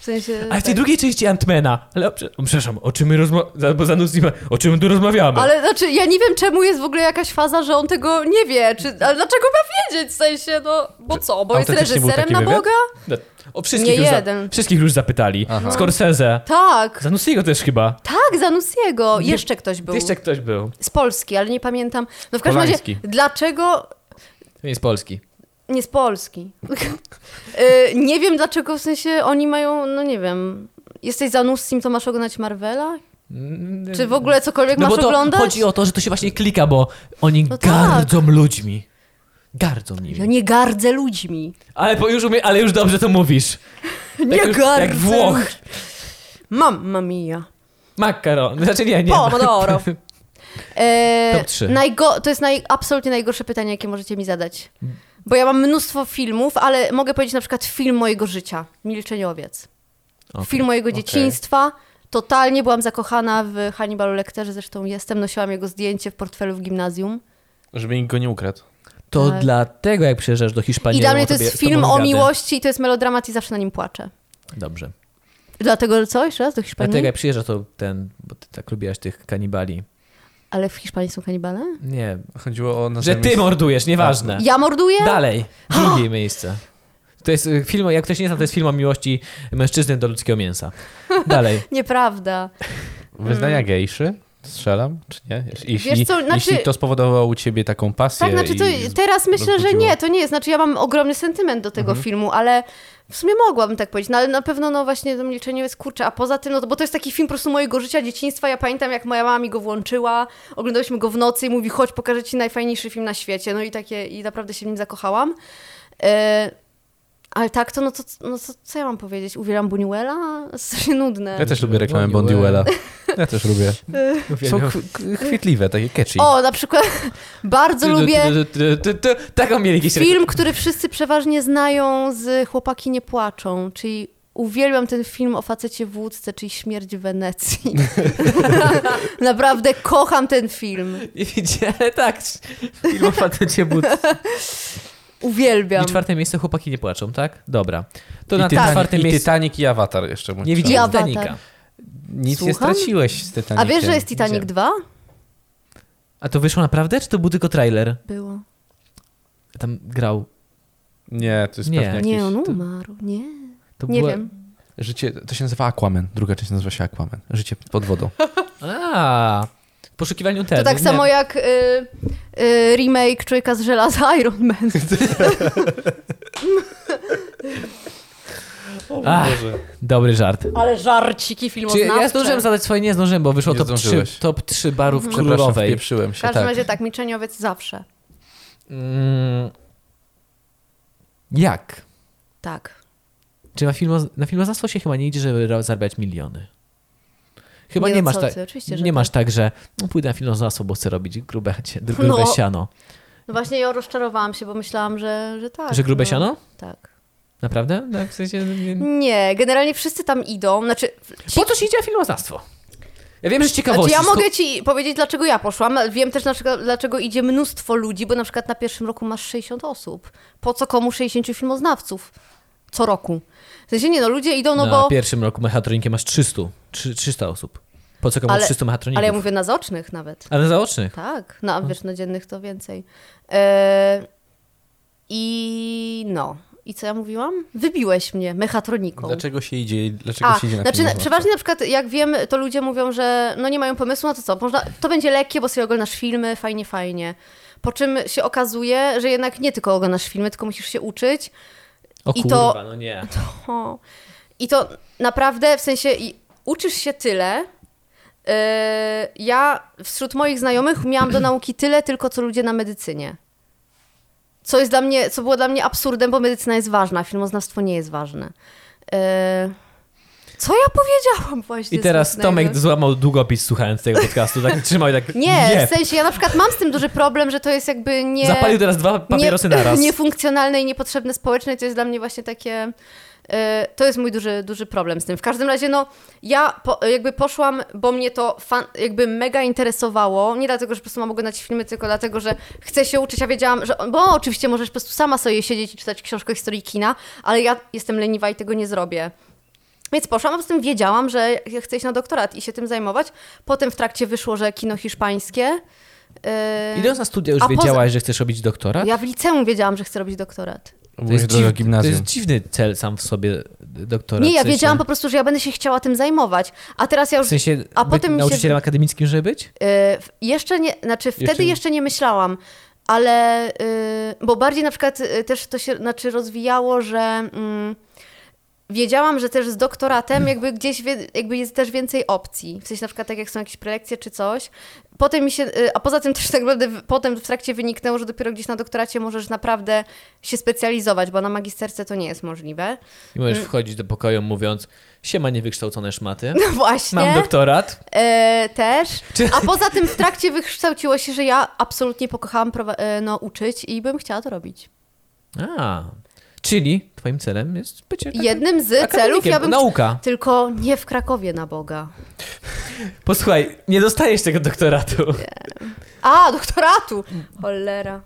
W sensie... A w tej tak. drugiej części Antmana. Ale o, prze- o, przepraszam, o czym my rozmawiamy? Bo Zanussi ma... O czym my tu rozmawiamy? Ale znaczy, ja nie wiem, czemu jest w ogóle jakaś faza, że on tego nie wie. Czy, ale dlaczego ma wiedzieć? W sensie, no, bo co? Bo jest autentycznie był reżyserem taki na wywiad? Boga? No, O wszystkich, nie już Za... jeden. wszystkich już zapytali. Aha. Scorsese. Tak, Zanussiego też chyba. tak, Zanussiego. Jeszcze ktoś był. Jeszcze ktoś był. Z Polski, ale nie pamiętam. No w każdym razie, Polański. dlaczego To nie jest Polski. Nie z Polski. [laughs] Y, nie wiem dlaczego, w sensie oni mają, no nie wiem. Jesteś za Nussim, to masz oglądać Marvela? Mm, Czy w ogóle cokolwiek No bo masz to oglądać? chodzi o to, że to się właśnie klika, bo oni No tak. gardzą ludźmi. Gardzą nimi. Ja nie gardzę ludźmi. Ale, po, już umie, ale już dobrze to mówisz. Nie Tak jak, gardzę. Jak Włoch. Mamma mia. Makaron. [laughs] Znaczy nie, nie. [laughs] Pomodoro. E, Top trzy. najgo- to jest naj- absolutnie najgorsze pytanie, jakie możecie mi zadać. Bo ja mam mnóstwo filmów, ale mogę powiedzieć na przykład film mojego życia, Milczeniowiec. Okej. Film mojego dzieciństwa. Totalnie byłam zakochana w Hannibalu Lecterze, zresztą jestem, nosiłam jego zdjęcie w portfelu w gimnazjum. Żeby nikt go nie ukradł. To Tak. dlatego jak przyjeżdżasz do Hiszpanii... I dla robią mnie to tobie jest z tobą film o wywiady. miłości i to jest melodramat i zawsze na nim płaczę. Dobrze. Dlatego, że co? Jeszcze raz do Hiszpanii? Dlatego jak przyjeżdżasz, to ten... Bo ty tak lubiłaś tych kanibali. Ale w Hiszpanii są kanibale? Nie. Chodziło No o Że nasze ty mordujesz, nieważne. Tak. Ja morduję? Dalej. Drugie miejsce. To jest y, film, jak ktoś nie zna, to jest film o miłości mężczyzny do ludzkiego mięsa. [laughs] Dalej. Nieprawda. Wyznania gejszy? Strzelam, czy nie? Jeśli, Mm. Wiesz co, znaczy- jeśli to spowodowało u ciebie taką pasję. Tak, znaczy to, i... teraz myślę, że rozbudziło. nie, to nie jest. Znaczy ja mam ogromny sentyment do tego filmu, ale w sumie mogłabym tak powiedzieć, no ale na pewno no właśnie to milczenie jest kurczę, a poza tym, no to, bo to jest taki film po prostu mojego życia, dzieciństwa, ja pamiętam jak moja mama mi go włączyła, oglądałyśmy go w nocy i mówi chodź pokażę ci najfajniejszy film na świecie, no i takie, i naprawdę się w nim zakochałam. E, ale tak to, no to, no to co ja mam powiedzieć, uwielbiam Buñuela? Strasznie nudne. Ja też lubię reklamę Bonnie [laughs] Bondiuela. Ja też lubię. Są k- k- chwytliwe, takie catchy. O, na przykład [laughs] bardzo lubię... Taką mieli jakiś Film, który wszyscy przeważnie znają z Chłopaki nie płaczą, czyli uwielbiam ten film o facecie w łódce, czyli Śmierć [laughs] w Wenecji. Naprawdę kocham ten film. Widziałem, tak. Film o [laughs] facecie but. Uwielbiam. I czwarte miejsce, chłopaki nie płaczą, tak? Dobra. To I, na tym Titanic, czwartym I miejscu Titanic i Avatar jeszcze. nie mówię. widziałem I Avatar. Titanica. Nic nie Słucham? straciłeś z A Titanikiem. wiesz, że jest Titanic 2? A to wyszło naprawdę, czy to był tylko trailer? Było. Tam grał. Nie, to jest Nie. pewnie jakiś... Nie, no. on to- umarł. Nie, To nie była- wiem. Życie, to się nazywa Aquaman. Druga część nazywa się Aquaman. Życie pod wodą. A, w poszukiwaniu tego. To tak samo jak y, y, remake Człowieka z żelaza [laughs] Iron [laughs] Man. Dobry żart. Ale żarciki Czy filmoznawcze. ja zdążyłem zadać swoje? Nie zdążyłem, bo wyszło Nie top 3, zdążyłeś. top 3 barów Przepraszam, królowej. wpieprzyłem W się. każdym Tak. razie tak, Milczeniowiec zawsze. Mm, jak? Tak. Czy na, filmo, na filmoznawstwo się chyba nie idzie, żeby ro- zarabiać miliony? Chyba nie, Nie, no masz co tak. ty, oczywiście, że Nie tak. masz tak, że no, pójdę na filmoznawstwo, bo chcę robić grube, [laughs] cie- grube No. siano. No właśnie ja rozczarowałam się, bo myślałam, że, że tak. że grube no. Mm. siano? Tak. Naprawdę? Tak, w sensie, nie... Nie, generalnie wszyscy tam idą. Znaczy, ci, Po co się idzie na filmoznawstwo? Ja wiem, że z znaczy ciekawości. ja sko- mogę ci powiedzieć, dlaczego ja poszłam. ale Wiem też, dlaczego, dlaczego idzie mnóstwo ludzi, bo na przykład na pierwszym roku masz 60 osób. Po co komu 60 filmoznawców? Co roku. W sensie nie, no ludzie idą, no na bo... pierwszym roku mechatronikiem masz 300, trzy- 300 osób. Po co komu Ale- 300 mechatroników? Ale ja mówię na zaocznych nawet. Ale zaocznych. Tak, no a wiesz, na dziennych to więcej. E, I no. I co ja mówiłam? Wybiłeś mnie mechatroniką. Dlaczego się idzie, dlaczego się idzie na znaczy, na, filmoznawstwo? przeważnie na przykład, jak wiem, to ludzie mówią, że no nie mają pomysłu, no to co, można, to będzie lekkie, bo sobie oglądasz filmy, fajnie, fajnie. Po czym się okazuje, że jednak nie tylko oglądasz filmy, tylko musisz się uczyć. O I kurwa, to- no nie. O. I to naprawdę, w sensie, i uczysz się tyle. Yy, ja wśród moich znajomych miałam do nauki tyle, tylko co ludzie na medycynie. Co jest dla mnie, co było dla mnie absurdem, bo medycyna jest ważna, filmoznawstwo nie jest ważne. Yy, co ja powiedziałam właśnie? I teraz smutnego? Tomek złamał długopis słuchając tego podcastu. Tak trzymał i tak. Nie, jeb. w sensie, ja na przykład mam z tym duży problem, że to jest jakby nie... Zapalił teraz dwa papierosy [laughs] nie, naraz. Niefunkcjonalne i niepotrzebne społeczne, to jest dla mnie właśnie takie. e, To jest mój duży, duży problem z tym. W każdym razie, no, ja po, jakby poszłam, bo mnie to fan, jakby mega interesowało. Nie dlatego, że po prostu mam oglądać filmy, tylko dlatego, że chcę się uczyć. Ja wiedziałam, że. Bo oczywiście możesz po prostu sama sobie siedzieć i czytać książkę historii kina, ale ja jestem leniwa i tego nie zrobię. Więc poszłam, a z tym wiedziałam, że ja chcę iść na doktorat i się tym zajmować. Potem w trakcie wyszło, że kino hiszpańskie. e, Idąc na studia już A poza- wiedziałaś, że chcesz robić doktora? Ja w liceum wiedziałam, że chcę robić doktorat. To jest, droga dziw... to gimnazjum. jest dziwny cel sam w sobie doktora. Nie, w ja sensie- wiedziałam po prostu, że ja będę się chciała tym zajmować. A teraz ja W już. y, sensie A a potem potem mi się- nauczycielem akademickim, żeby być? Y, jeszcze nie, znaczy wtedy jeszcze, Jeszcze nie. nie myślałam, ale. Y, bo bardziej na przykład y, też to się znaczy rozwijało, że. Mm, Wiedziałam, że też z doktoratem jakby gdzieś wie, jakby jest też więcej opcji. W sensie na przykład tak jak są jakieś prelekcje czy coś. Potem mi się, y, a poza tym też tak naprawdę w- potem w trakcie wyniknęło, że dopiero gdzieś na doktoracie możesz naprawdę się specjalizować, bo na magisterce to nie jest możliwe. [laughs] I możesz Mm. wchodzić do pokoju mówiąc, siema niewykształcone [laughs] szmaty, No właśnie. mam doktorat. E, też. Czy- A poza tym w trakcie wykształciło się, że ja absolutnie pokochałam prowa- e, no, uczyć i bym chciała to robić. A, czyli twoim celem jest bycie tak- Jednym z akademikiem, no. celów ja bym... Nauka. Tylko nie w Krakowie na Boga. Posłuchaj, nie dostajesz tego doktoratu. A, doktoratu! Cholera.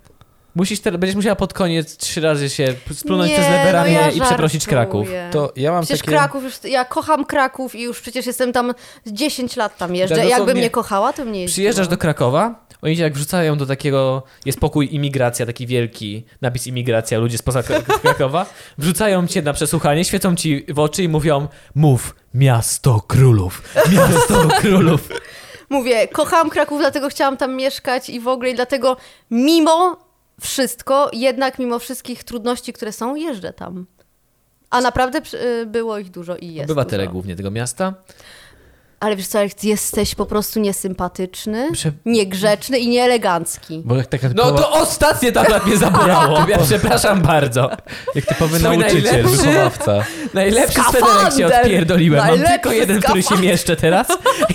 Musisz te, będziesz musiała pod koniec trzy razy się splunąć przez Nie, lewe no ramię ja i przeprosić żartuję. no. Kraków. To ja mam Przecież takie... Kraków już, ja kocham Kraków i już przecież jestem tam 10 lat tam jeżdżę. Tak, dosłownie. Jakbym nie kochała, to mnie Przyjeżdżasz do Krakowa, oni cię jak wrzucają do takiego, jest pokój imigracja, taki wielki napis imigracja, ludzie spoza Krak- Krakowa, wrzucają cię na przesłuchanie, świecą ci w oczy i mówią mów, miasto królów, miasto królów. Mówię, kocham Kraków, dlatego chciałam tam mieszkać i w ogóle i dlatego mimo wszystko, jednak mimo wszystkich trudności, które są, jeżdżę tam. A naprawdę przy- y, było ich dużo i jest Obywatele dużo. głównie tego miasta. Ale wiesz co, jak jesteś po prostu niesympatyczny, Prze- niegrzeczny i nieelegancki. Bo jak taka No typowa, to ostatnie tablet mnie zabrało, [laughs] ja przepraszam bardzo. jak typowy Twój nauczyciel, [laughs] najlepszy- wychowawca. Najlepszy Skafander! swederek się odpierdoliłem, mam Najlepszy tylko jeden, który się skafander! mieszczę teraz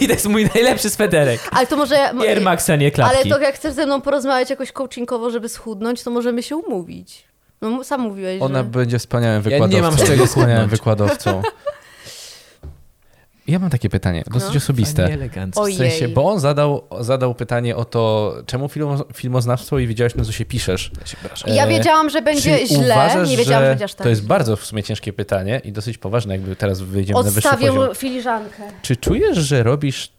i to jest mój najlepszy swederek. Ale to może... y, Air Max, a nie No Ale klapki. to jak chcesz ze mną porozmawiać jakoś coachingowo, żeby schudnąć, to możemy się umówić. No m- sam mówiłeś, Ona że... będzie wspaniałym Ja nie mam wykładowcą. z czego wspaniałym schudnąć. [laughs] wykładowcą. Ja mam takie pytanie, dosyć No. osobiste. elegancko. Oj. W sensie, Ojej. bo on zadał, zadał pytanie o to, czemu filmo, filmoznawstwo i wiedziałeś, na co się piszesz. Ja E, wiedziałam, że będzie Czy źle, uważasz, nie wiedziałam, że że będzie aż tak. To jest bardzo w sumie ciężkie pytanie i dosyć poważne, jakby teraz wyjdziemy na wyższy Odstawię poziom. filiżankę. Czy czujesz, że robisz,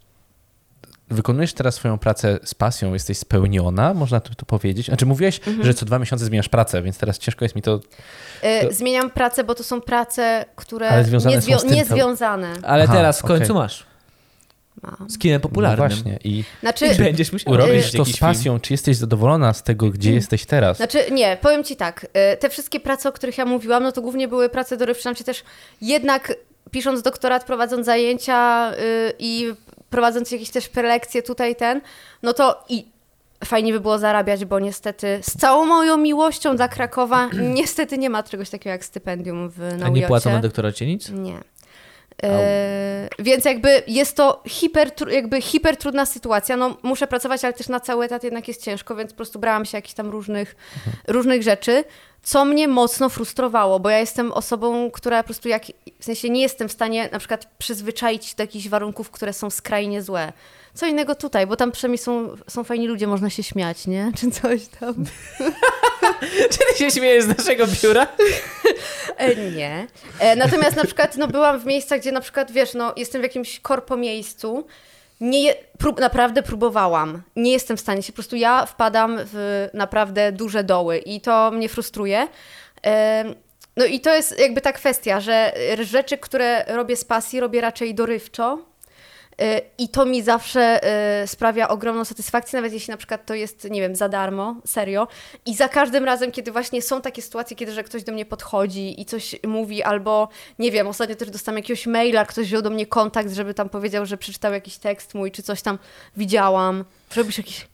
wykonujesz teraz swoją pracę z pasją, jesteś spełniona, można to, to powiedzieć? Znaczy mówiłeś, Mhm. że co dwa miesiące zmieniasz pracę, więc teraz ciężko jest mi to... E, To- Zmieniam pracę, bo to są prace, które Ale związane nie, są z tym, tak? co- związane. Ale Aha, teraz w końcu okej. masz. Mam. Z kinem popularnym. No właśnie i Znaczy, I będziesz musiał urobisz robić to jakiś z pasją, czy jesteś zadowolona z tego, gdzie jesteś teraz? znaczy, nie, powiem ci tak. e, Te wszystkie prace, o których ja mówiłam, no to głównie były prace dorywcze. Nam się też jednak pisząc doktorat, prowadząc zajęcia y, i prowadząc jakieś też prelekcje tutaj, ten, no to i fajnie by było zarabiać, bo niestety z całą moją miłością dla Krakowa [clears throat] niestety nie ma czegoś takiego jak stypendium w Film. na A nie UJ-cie. płacą na doktoracie [laughs] nic? Nie. E, więc jakby jest to hiper, tru- jakby hiper trudna sytuacja. No, muszę pracować, ale też na cały etat jednak jest ciężko, więc po prostu brałam się jakichś tam różnych, różnych rzeczy, co mnie mocno frustrowało, bo ja jestem osobą, która po prostu jak, w sensie nie jestem w stanie na przykład przyzwyczaić do jakichś warunków, które są skrajnie złe. Co innego tutaj, bo tam przynajmniej są, są fajni ludzie, można się śmiać, nie? Czy coś tam. Czy ty się śmiejesz z naszego biura? E, Nie. E, Natomiast na przykład no, byłam w miejscach, gdzie na przykład, wiesz, no, jestem w jakimś korpo miejscu. Nie, je- prób, naprawdę próbowałam. Nie jestem w stanie się, po prostu ja wpadam w naprawdę duże doły i to mnie frustruje. Em, No i to jest jakby ta kwestia, że e, rzeczy, które robię z pasji, robię raczej dorywczo. E, I to mi zawsze e, sprawia ogromną satysfakcję, nawet jeśli na przykład to jest, nie wiem, za darmo, serio. I za każdym razem, kiedy właśnie są takie sytuacje, kiedy że ktoś do mnie podchodzi i coś mówi, albo nie wiem, ostatnio też dostałam jakiegoś maila, ktoś wziął do mnie kontakt, żeby tam powiedział, że przeczytał jakiś tekst mój, czy coś tam widziałam. Robisz jakiś.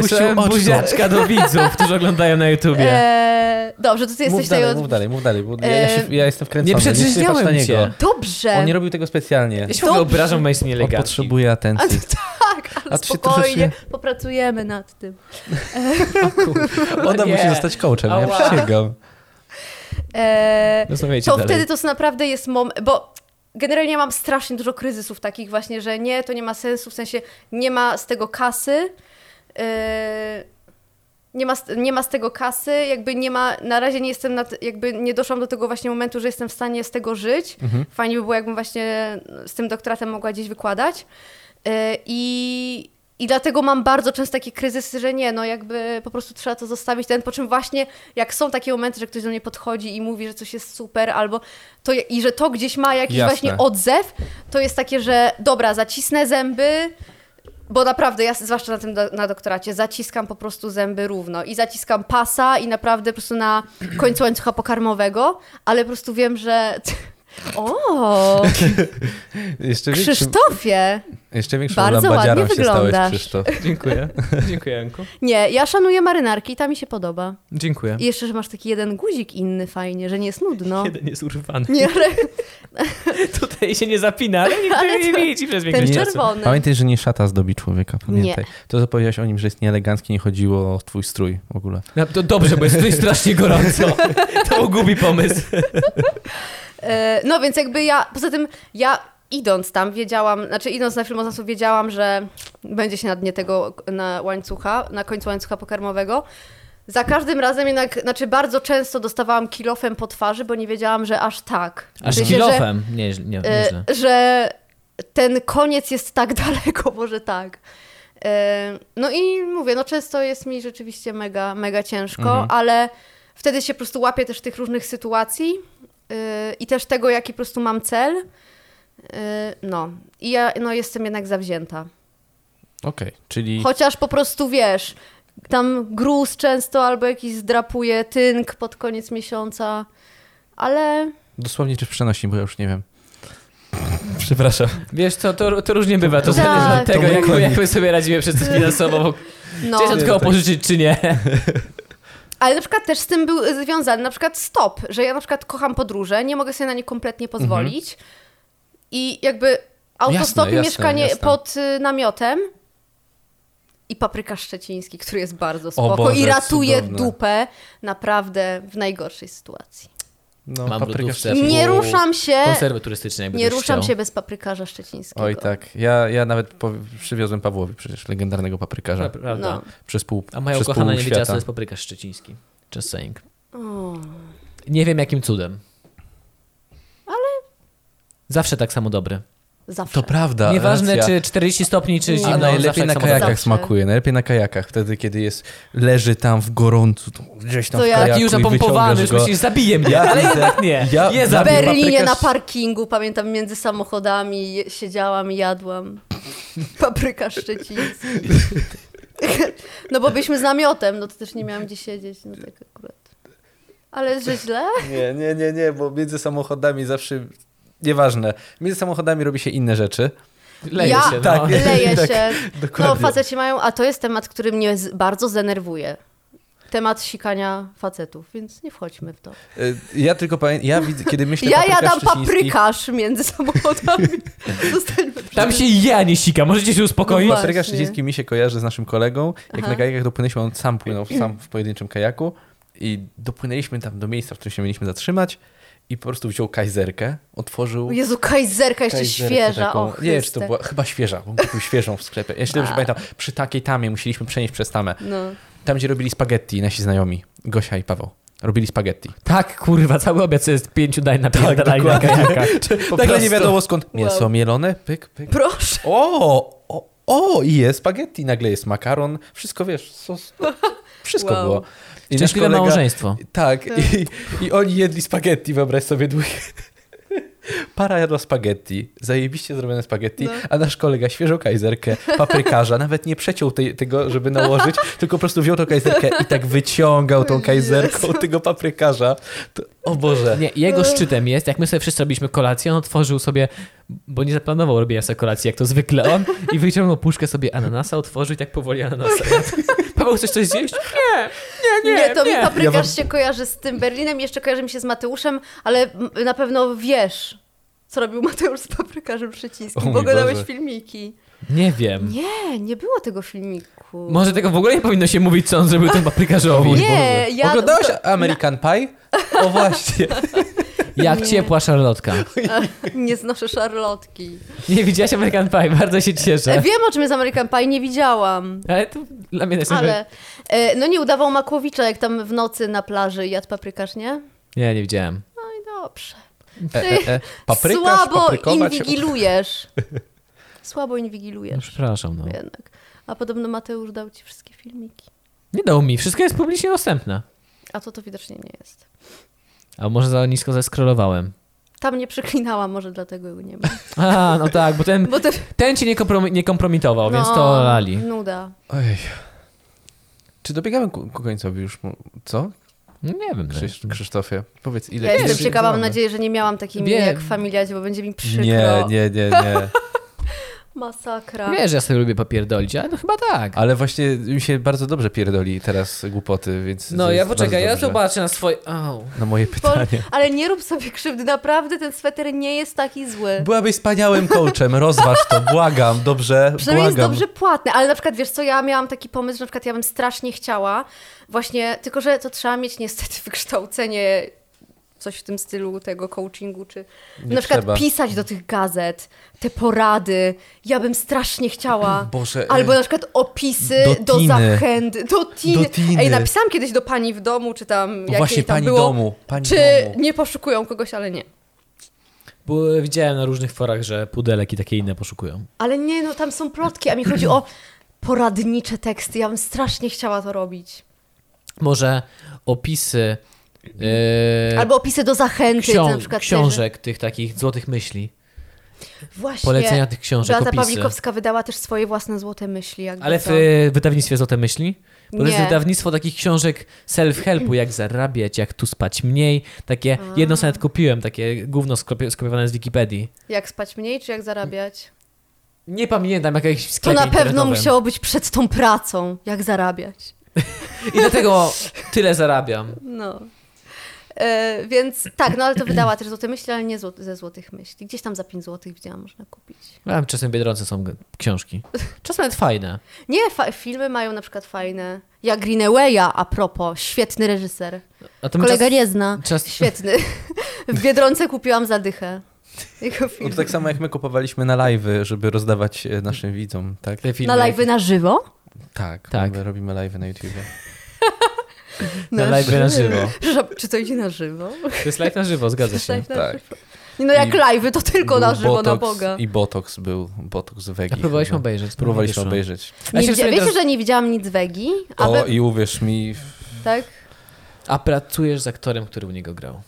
Puściłem oczko. buziaczka do [laughs] widzów, którzy oglądają na YouTubie. Eee, dobrze, to ty jesteś Mów dalej, tutaj mów od... dalej, mów dalej, bo ja, ja, się, ja jestem wkręcony. Nie się przedrzeźniałem patrz na niego. cię. Dobrze! On nie robił tego specjalnie. Ja się w ogóle Dobrze. obrażam, bo jestem On nieelegancki. potrzebuje [laughs] A, atencji. tak, ale A ty się trochę spokojnie, się- popracujemy nad tym. Ona nie. musi zostać coachem, ja Ała. przysięgam. Eee, No Rozumiecie to dalej. wtedy to naprawdę jest moment, bo generalnie mam strasznie dużo kryzysów takich właśnie, że nie, to nie ma sensu, w sensie nie ma z tego kasy, yy, nie, ma, z- nie ma z tego kasy, jakby nie ma, na razie nie jestem, nad, jakby nie doszłam do tego właśnie momentu, że jestem w stanie z tego żyć. Fajnie by było, jakbym właśnie z tym doktoratem mogła gdzieś wykładać. Yy, I, I dlatego mam bardzo często takie kryzysy, że nie, no jakby po prostu trzeba to zostawić. Ten, po czym właśnie jak są takie momenty, że ktoś do mnie podchodzi i mówi, że coś jest super, albo to, i że to gdzieś ma jakiś Jasne. właśnie odzew, to jest takie, że dobra, zacisnę zęby, bo naprawdę, ja zwłaszcza na tym do, na doktoracie, zaciskam po prostu zęby równo i zaciskam pasa i naprawdę po prostu na końcu łańcucha pokarmowego, ale po prostu wiem, że... O, Jeszcze większym, Krzysztofie! jeszcze większą bardzo lambadziarą ładnie się stałeś, wyglądasz. Krzysztof. Dziękuję. [laughs] Dziękuję, Janku. Nie, ja szanuję marynarki, ta mi się podoba. Dziękuję. I jeszcze, że masz taki jeden guzik inny fajnie, że nie jest nudno. Jeden jest urwany. [laughs] No. Nie, ale Tutaj się nie zapina, ale nikt [laughs] Ale ale nie to- widzi przez ten większość czasu. czerwony. Pamiętaj, że nie szata zdobi człowieka, pamiętaj. To, co powiedziałeś o nim, że jest nieelegancki, nie chodziło o twój strój w ogóle. No, to dobrze, bo jest tutaj strasznie [laughs] gorąco. To gubi pomysł. E, No więc jakby ja, poza tym ja idąc tam wiedziałam, znaczy idąc na filmoznawstwo wiedziałam, że będzie się na dnie tego na łańcucha, na końcu łańcucha pokarmowego. Za każdym razem jednak, znaczy bardzo często dostawałam kilofem po twarzy, bo nie wiedziałam, że aż tak. W Aż sensie, że, kilofem. Nie, nie, e, nieźle. że ten koniec jest tak [laughs] daleko, może tak. E, No i mówię, no często jest mi rzeczywiście mega, mega ciężko, ale wtedy się po prostu łapię też tych różnych sytuacji e, i też tego, jaki po prostu mam cel. E, No i ja no, jestem jednak zawzięta. Okej, czyli Chociaż po prostu wiesz, tam gruz często albo jakiś zdrapuje tynk pod koniec miesiąca, ale dosłownie czy w przenośni, bo ja już nie wiem. Przepraszam. Wiesz co, to, to różnie bywa. To Tak. zależy od To tego, mój jak, konik. jak my sobie radzimy przez to finansowo. no. Czy się od kogo pożyczyć, czy nie. Ale na przykład też z tym był związany na przykład stop, że ja na przykład kocham podróże, nie mogę sobie na nie kompletnie pozwolić i jakby autostop i Mhm. No jasne, mieszkanie jasne. pod y, namiotem i papryka szczeciński, który jest bardzo spoko i Boże, ratuje cudowne. dupę naprawdę w najgorszej sytuacji. No, Mam papryka lodówce. szczepku. Nie ruszam się, Konserwy turystyczne, jakby E, nie ktoś ruszam chciał. się bez paprykarza szczecińskiego. Oj tak, ja, ja nawet po, przywiozłem Pawłowi przecież legendarnego paprykarza Prawda. No. przez pół A moja przez pół ukochana nie wiedziała, co świata. jest papryka szczeciński. Just saying. O. Nie wiem, jakim cudem. Ale... Zawsze tak samo dobry. Zawsze. To prawda. Nieważne, racja. czy 40 stopni, czy zimno. A najlepiej zawsze na tak samo kajakach dobry. Zawsze. smakuje, najlepiej na kajakach, wtedy kiedy jest, leży tam w gorącu, to gdzieś tam To w ja- kajaku Taki już i zapompowany, wyciągasz już go. myślisz, zabije mnie, Ja ale widzę. jednak nie. Ja- nie W W zabije. Berlin- Berlinie paprykarz- na parkingu, pamiętam, między samochodami je- siedziałam i jadłam [laughs] papryka szczeciński. No bo byliśmy z namiotem, no to też nie miałam gdzie siedzieć, no tak akurat. Ale że źle? Nie, nie, nie, nie, bo między samochodami zawsze, nieważne, między samochodami robi się inne rzeczy. Leje ja się, no. tak. [laughs] leję Tak, się. No dokładnie. faceci mają, a to jest temat, który mnie z, bardzo zdenerwuje. Temat sikania facetów, więc nie wchodźmy w to. Y, Ja tylko pamiętam, ja widzę, kiedy myślę Ja paprykarz jadam szczeciński- paprykarz między samochodami. [laughs] Zostańmy przy Tam tym. się ja nie sika, możecie się uspokoić. No Patryka Właśnie. Szczeciński mi się kojarzy z naszym kolegą. Jak Aha. na kajakach dopłynęliśmy, on sam płynął sam w pojedynczym kajaku i dopłynęliśmy tam do miejsca, w którym się mieliśmy zatrzymać i po prostu wziął kajzerkę, otworzył... O Jezu, kajzerka jeszcze kajzerkę świeża. taką- o, nie wiem, czy to Chryste. była, chyba świeża, bo kupił świeżą w sklepie. Ja się dobrze A. pamiętam, przy takiej tamie musieliśmy przenieść przez tamę. No. Tam, gdzie robili spaghetti nasi znajomi, Gosia i Paweł. Robili spaghetti. Tak, kurwa, cały obiad to jest pięciu dań na tak, na dokładnie. kajakach. Po Nagle nie prostu. wiadomo skąd. Mięso Wow. mielone, pyk, pyk. Proszę. O, o, o, i jest spaghetti, nagle jest makaron, wszystko wiesz, sos, No, wszystko Wow. było. I nasz Szczęśliwe małżeństwo. Tak, i, i oni jedli spaghetti, wyobraź sobie długie. Para jadła spaghetti, zajebiście zrobione spaghetti, No. a nasz kolega świeżą kajzerkę, paprykarza, nawet nie przeciął tej, tego, żeby nałożyć, tylko po prostu wziął tą kajzerkę i tak wyciągał tą kajzerką tego paprykarza. To, o Boże. Nie, jego szczytem jest, jak my sobie wszyscy robiliśmy kolację, on otworzył sobie, bo nie zaplanował robienia sobie kolacji, jak to zwykle on, i wyciągnął puszkę sobie ananasa, otworzył i tak powoli ananasa. jadł. Paweł, chcesz coś zjeść? Nie, to mi Ja paprykarz wam- się kojarzy z tym Berlinem, jeszcze kojarzy mi się z Mateuszem, ale m- na pewno wiesz, co robił Mateusz z paprykarzem O przyciskiem, mój bo oglądałeś Boże. filmiki. Nie wiem. Nie, nie było tego filmiku. Może tego w ogóle nie powinno się mówić, co on zrobił temu paprykarzowi. nie, ja... Oglądałeś to- American Pie? O właśnie. Jak ciepła szarlotka. [laughs] Nie znoszę szarlotki. E, Nie widziałaś American Pie, bardzo się cieszę. Wiem, o czym jest American Pie, nie widziałam. Ale to dla mnie jest Ale e, no nie udawał Makłowicza, jak tam w nocy na plaży jadł paprykarz, nie? Nie, nie widziałem. No i dobrze. E, e, e. Paprykarz, Słabo paprykować. [laughs] inwigilujesz. Słabo inwigilujesz. No, przepraszam, no. jednak. A podobno Mateusz dał ci wszystkie filmiki. Nie dał mi, wszystko jest publicznie dostępne. A to to widocznie nie jest. A może za nisko zeskrolowałem. Tam nie przeklinałam, może dlatego go nie ma. A, no tak, bo ten, Bo to, No, ten cię nie, kompromi- nie kompromitował, więc to lali. Nuda. Oj. Czy dobiegamy ku, ku końcowi już? mu- Co? No Nie wiem. Krzyś, Krzysztofie, powiedz ile... Ja ile jestem się ciekawa, mam znamy? nadzieję, że nie miałam takiej Wiem. imienia jak familiadzie, bo będzie mi przykro. Nie, nie, nie, nie. Masakra. no. Wiesz, że ja sobie lubię papierdolić, ale no chyba tak. Ale właśnie mi się bardzo dobrze pierdoli teraz głupoty, więc... No to ja jest poczekaj, bardzo ja dobrze. zobaczę na swoje... Au. Na moje Bo, pytanie. ale nie rób sobie krzywdy, naprawdę ten sweter nie jest taki zły. Byłabyś wspaniałym coachem, rozważ to, błagam, dobrze, Przynajmniej jest błagam. dobrze płatne, ale na przykład wiesz co, ja miałam taki pomysł, że na przykład ja bym strasznie chciała, właśnie, tylko że to trzeba mieć niestety wykształcenie coś w tym stylu tego coachingu, czy Nie na przykład trzeba. pisać do tych gazet te porady. Ja bym strasznie [clears throat] chciała. Boże, Albo e, na przykład opisy do do, Tiny. zachęty, do tiny. Do Tiny. Ej, napisałam kiedyś do pani w domu, czy tam No właśnie, jakiej tam pani było, domu, pani czy domu. nie poszukują kogoś, ale nie. Bo widziałem na różnych forach, że pudelek i takie inne poszukują. Ale nie, no tam są plotki, a mi chodzi o [clears throat] poradnicze teksty. Ja bym strasznie chciała to robić. Może opisy e, Albo opisy do zachęty, ksią- na przykład. książek, tych takich złotych myśli, Też, właśnie. polecenia tych książek, Beata opisy. Pawlikowska wydała też swoje własne złote myśli. Jakby Ale w co. e, wydawnictwie Złote Myśli? Bo to jest Nie. wydawnictwo takich książek self-helpu, jak zarabiać, jak tu spać mniej. Takie, jedno sobie nawet kupiłem, takie gówno skopio- skopiowane z Wikipedii. Jak spać mniej, czy jak zarabiać? Nie pamiętam, jakiegoś To na pewno musiało być przed tą pracą, jak zarabiać. I dlatego tyle zarabiam. No. E, więc tak, no ale to wydała też Złote Myśli, ale nie zło- ze Złotych Myśli. Gdzieś tam za 5 złotych widziałam, można kupić. A, czasem w Biedronce są g- książki. Czasem nawet fajne. Nie, fa- filmy mają na przykład fajne. Ja Greenawaya a propos, świetny reżyser. A to my Kolega czas- nie zna. czas- [laughs] Świetny. W Biedronce kupiłam zadychę. Jego No film. to tak samo jak my kupowaliśmy na live'y, żeby rozdawać e, naszym widzom, tak? Te filmy, Na live'y na żywo? Tak, Tak. tak. robimy live'y na YouTubie. Na live'y na żywo. [laughs] Przepraszam, czy to idzie na żywo? To jest live na żywo, zgadza się. Live na tak. żywo. Nie, No jak I live'y, to tylko na Był żywo, na botox Boga. I Botox był, Botox Wegi. A próbowaliśmy chyba. obejrzeć. no, Próbowaliśmy wyszło. obejrzeć. Ja Nie się w widzia- sumie wiecie, teraz- że nie widziałam nic Wegi? A O, we- i uwierz mi, Tak? A pracujesz z aktorem, który u niego grał.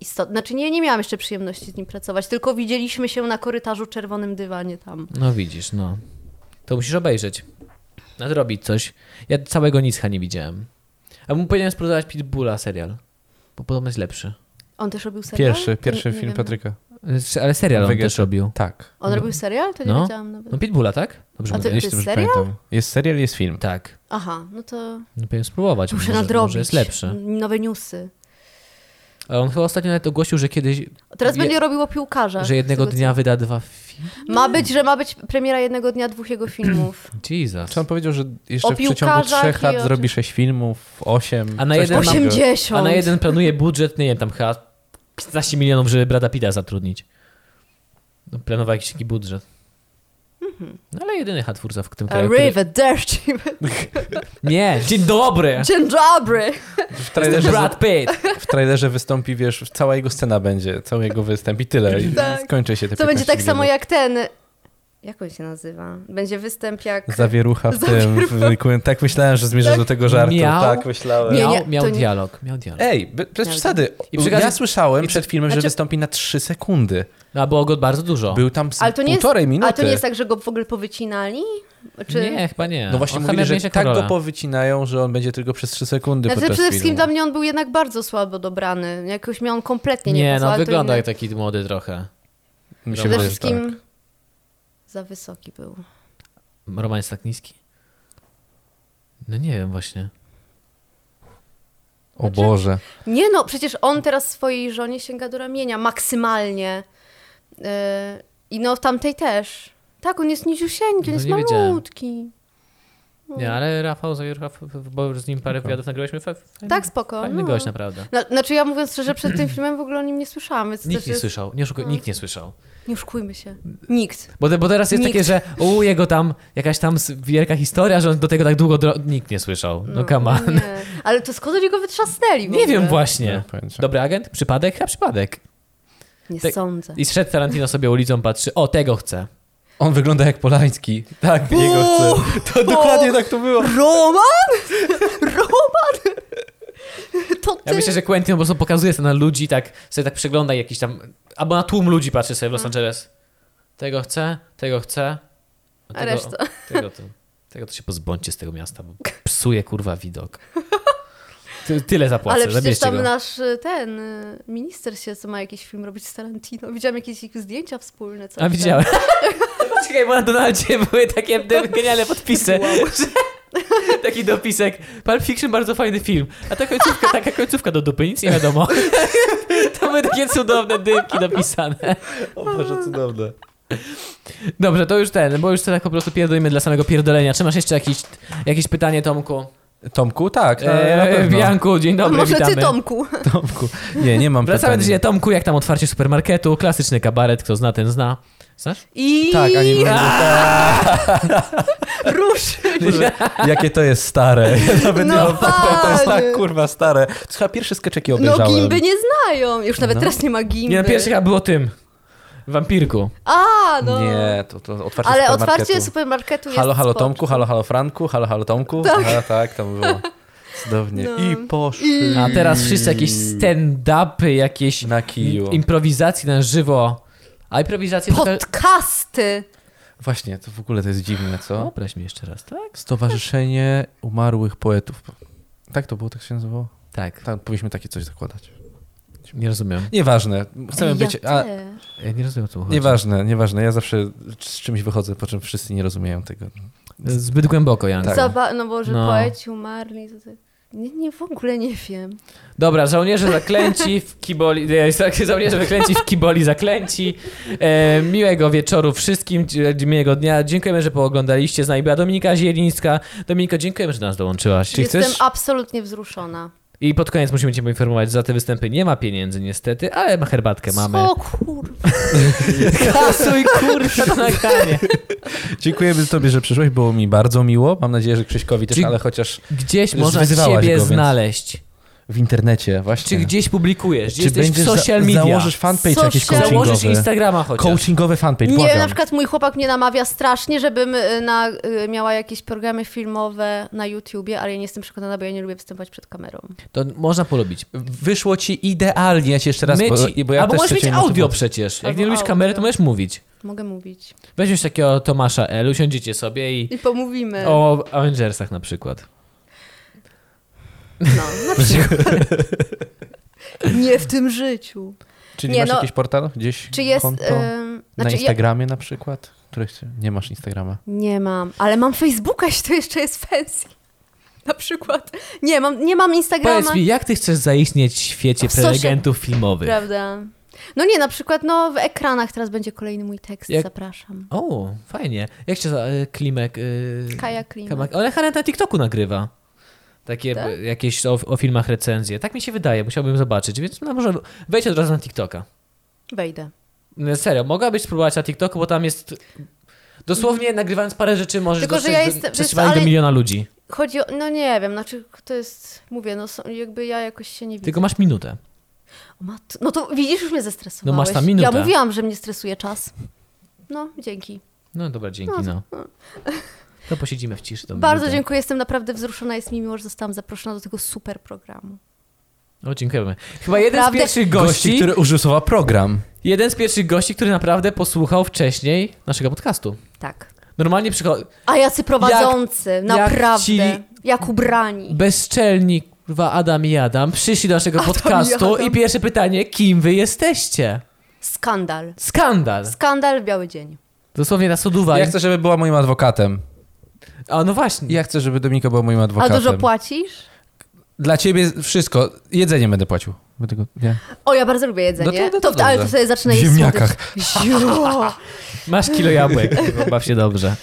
Istot... Znaczy nie, nie miałam jeszcze przyjemności z nim pracować, tylko widzieliśmy się na korytarzu czerwonym dywanie tam. No widzisz, no. To musisz obejrzeć. Nadrobić coś. Ja całego Nischa nie widziałem. A mu powinienem spróbować Pitbulla serial. Bo podobno jest lepszy. On też robił serial? pierwszy, To pierwszy nie- nie film wiem. Patryka. S- Ale serial on Wege- też robił. Tak. On robił serial? To nie No. wiedziałam nawet. No Pitbulla, tak? Dobrze A mówię. to jest dobrze serial? pamiętam. Jest serial, jest film. Tak. Aha, no to No powinien spróbować. muszę może, nadrobić. Może jest lepszy. Nowe newsy. Ale on chyba ostatnio nawet ogłosił, że kiedyś, Teraz Je- będzie robił o piłkarzach. że jednego z tego, dnia wyda dwa filmy. co- Ma być, że ma być premiera jednego dnia dwóch jego filmów. Jesus. Czy on powiedział, że jeszcze O w przeciągu piłkarzach trzech i lat o- zrobi sześć filmów, osiem, A na coś jeden mam- takiego. 80! A na jeden planuje budżet, nie wiem, tam chyba 15 milionów, żeby Brada Pita zatrudnić. No, planował jakiś taki budżet. Mhm. No, ale jedyny twórca w tym kraju, który... Arrivederci. [laughs] Nie, dzień dobry! Dzień dobry. W Jestem trailerze, Brad Pitt! w trailerze wystąpi, wiesz, cała jego scena będzie, cały jego występ i tyle. I Tak. skończy się te To będzie 15 tak samo minut. jak ten... Jak on się nazywa? Będzie występ jak... Zawierucha w tym. w- Tak myślałem, że zmierzasz Tak. do tego żartu. Miał? Tak myślałem. Nie, Miał, nie, miał to nie- dialog, miał dialog. Ej, be- bez Miał przesady. I przekaz- ja słyszałem i przed filmem, że znaczy- wystąpi na 3 sekundy. No, a było go bardzo dużo. Był tam z Ale to nie jest, półtorej minuty. ale to nie jest tak, że go w ogóle powycinali? Czy... Nie, chyba nie. No właśnie On mówili, chyba że miał tak Karola. go powycinają, że on będzie tylko przez 3 sekundy Znaczy, podczas przede wszystkim filmu. dla mnie on był jednak bardzo słabo dobrany. Jakoś mi on kompletnie nie, Nie, pasował, no ale to wygląda inny- jak taki młody trochę. Mi Przede się wydaje, że wszystkim tak. za wysoki był. Roman jest tak niski? No nie wiem właśnie. Znaczy, O Boże. Nie no, przecież on teraz swojej żonie sięga do ramienia maksymalnie. Yy, I no w tamtej też. Tak, on jest niziusieńki, on No jest nie wiedziałem. malutki. Hmm. Nie, ale Rafał Zajurka, bo z nim parę wywiadów nagraliśmy. fa- Fajny, Tak, spoko. fajny no. gość, naprawdę. Na, znaczy ja mówiąc szczerze, [clears throat] przed tym filmem w ogóle o nim nie słyszałam, więc Nikt też nie jest... No. słyszał, nie oszukuj, nikt nie słyszał. nie oszukujmy się. Nikt. Bo, te- bo teraz jest Nikt. takie, że u jego tam jakaś tam s- wielka historia, że on do tego tak długo dro... nikt nie słyszał. No come on. Nie, Nie. Ale to skąd oni go wytrzasnęli? w ogóle? wiem właśnie. mam pojęcia. Dobry agent? Przypadek? Chyba przypadek. Nie Tak. sądzę. I szedł Tarantino sobie ulicą, patrzy, o, tego chcę. On wygląda jak Polański. Tak, jego chcę. To dokładnie tak to było. Roman? [laughs] Roman? To ty? Ja myślę, że Quentin po prostu pokazuje sobie na ludzi, tak sobie tak przegląda jakiś tam, albo na tłum ludzi patrzy sobie w No. Los Angeles. Tego chcę, tego chcę. A tego, reszta? Tego to, tego to się pozbądźcie z tego miasta, bo psuje kurwa [laughs] widok. Ty, tyle zapłacę, Ale przecież zabierzcie tam go. nasz y, ten y, minister się, co ma jakiś film robić z Tarantino. Widziałam jakieś ich zdjęcia wspólne. coś A tam. widziałem. [laughs] Czekaj, bo na Donaldzie [laughs] były [laughs] takie d- genialne podpisy. że- [laughs] Taki dopisek. Pulp Fiction bardzo fajny film. A ta końcówka, taka końcówka do dupy, nic nie wiadomo. [laughs] To były takie cudowne dymki dopisane. O Boże, cudowne. Dobrze, to już ten, bo już tak po prostu pierdolimy dla samego pierdolenia. Czy masz jeszcze jakieś, jakieś pytanie, Tomku? Tomku, tak. na- E, na Eee, pewno. Bianku, dzień dobry, No Może witamy. ty, Tomku. Tomku. Nie, nie mam Wracamy do pytań. dzisiaj, Tomku, jak tam otwarcie supermarketu, klasyczny kabaret, kto zna, ten zna. Znasz? I Tak, a nie wiem, [laughs] rusz. jakie to jest stare. Ja Nawet nie No mam pytań, to jest fajnie. tak kurwa stare. To chyba pierwszy sketch, jaki No obejrzałem. gimby nie znają. Już nawet No. teraz nie ma gimby. Nie, na pierwszy chyba było tym. Wampirku. A, no. Nie, to, to otwarcie Ale supermarketu. otwarcie supermarketu jest Halo, halo spoko. Tomku, halo, halo Franku, halo, halo Tomku. Tak, Aha, tak to było. Cudownie. No. I poszli. A teraz wszyscy jakieś stand-upy, jakieś Mm. Na kiju. improwizacje na żywo. A improwizacje... to... Podcasty. Właśnie, to w ogóle to jest dziwne, No co? Wyobraź mi jeszcze raz, tak? Stowarzyszenie Umarłych Poetów. Tak to było, tak się nazywało? Tak, Tak, powinniśmy takie coś zakładać. nie rozumiem. Nieważne, chcemy ja być... A, też. Ja nie rozumiem, o co mu chodzi. nieważne, nieważne, ja zawsze z czymś wychodzę, po czym wszyscy nie rozumieją tego. Zbyt głęboko, Jan. Tak. Zaba- no Boże, No. poeci umarli. To tak. Nie, nie, w ogóle nie wiem. Dobra, żołnierze zaklęci w kiboli. nie, tak, Żołnierze wyklęci w kiboli zaklęci. E, miłego wieczoru wszystkim, dzi- miłego dnia. Dziękujemy, że pooglądaliście. Z nami była Dominika Zielińska. Dominiko, dziękujemy, że do nas dołączyłaś. Jestem absolutnie wzruszona. I pod koniec musimy Cię poinformować, że za te występy nie ma pieniędzy, niestety, ale ma herbatkę mamy. O kur... Kasuj kurwa na kanie. Dziękujemy Tobie, że przyszłeś, było mi bardzo miło. Mam nadzieję, że Krzyśkowi też, Czy- ale chociaż Gdzieś Już można wyzywałaś Ciebie go, więc- znaleźć. w internecie właśnie. Czy gdzieś publikujesz? Czy jesteś w będziesz social za- media. Założysz fanpage jakiś Social- coachingowy. Założysz Instagrama chociaż. Coachingowy fanpage, Nie błagam. wiem, na przykład mój chłopak mnie namawia strasznie, żebym y, na, y, miała jakieś programy filmowe na YouTubie, ale ja nie jestem przekonana, bo ja nie lubię występować przed kamerą. To można polubić. Wyszło ci idealnie, ja ci jeszcze raz... Myci. bo ja Albo też możesz chcę cię mieć audio motywować. przecież. Jak Albo nie lubisz audio. kamery, to możesz mówić. Mogę mówić. Weźmiesz takiego Tomasza L, usiądziecie sobie i I pomówimy. o Avengersach na przykład. No, na przykład. nie w tym życiu. Czy nie, Nie, masz no- jakiś portal gdzieś? Czy jest... Konto? ym, Na znaczy, ja, Instagramie na przykład? Których się- nie masz Instagrama. nie mam, ale mam Facebooka, jeśli to jeszcze jest fancy. Na przykład. Nie mam, nie mam Instagrama. Powiedz mi, jak ty chcesz zaistnieć w świecie W social- prelegentów filmowych? Prawda. No nie, na przykład no, w ekranach teraz będzie kolejny mój tekst, Jak- zapraszam. O, fajnie. Jak się za y, Klimek... Y, Kaja Klimek. Kamak- Ona chyba na TikToku nagrywa. Takie Tak? y, jakieś o, o filmach recenzje. Tak mi się wydaje, musiałbym zobaczyć, więc no, może wejdź od razu na TikToka. Wejdę. No, Serio, mogłabyś spróbować na TikToku, bo tam jest... Dosłownie nagrywając parę rzeczy możesz Tylko, że dotrzeć ja do- jestem- przesłanie wiesz co, do ale- miliona ludzi. Chodzi o, no nie wiem, znaczy to jest, mówię, no są, jakby ja jakoś się nie widzę. Tylko masz minutę. O Mat... No to widzisz, już mnie zestresowałeś. No masz tam minutę. Ja mówiłam, że mnie stresuje czas. No, dzięki. No dobra, dzięki, no. To posiedzimy w ciszy. Dominika. Bardzo dziękuję, jestem naprawdę wzruszona, jest mi miło, że zostałam zaproszona do tego super programu. O, dziękujemy. Chyba jeden Naprawdę- z pierwszych gości, który użył słowa program. jeden z pierwszych gości, który naprawdę posłuchał wcześniej naszego podcastu. Tak. Normalnie przychodzi, A jacy prowadzący, naprawdę, ci- jak, ubrani. bezczelni, kurwa, Adam i Adam, przyszli do naszego Adam i podcastu Adam. i pierwsze pytanie, kim wy jesteście? Skandal. Skandal. Skandal w biały dzień. Dosłownie na soduwa. Ja chcę, żeby była moim adwokatem. A no właśnie. Ja chcę, żeby Dominika była moim A adwokatem. dużo płacisz? Dla ciebie wszystko. Jedzenie będę płacił. Będę go, nie. O, ja bardzo lubię jedzenie. No to- no to ale to dobrze. sobie zacznę jeść W ziemniakach. słodycze. Ziu. Masz kilo jabłek, kurwa, baw się dobrze.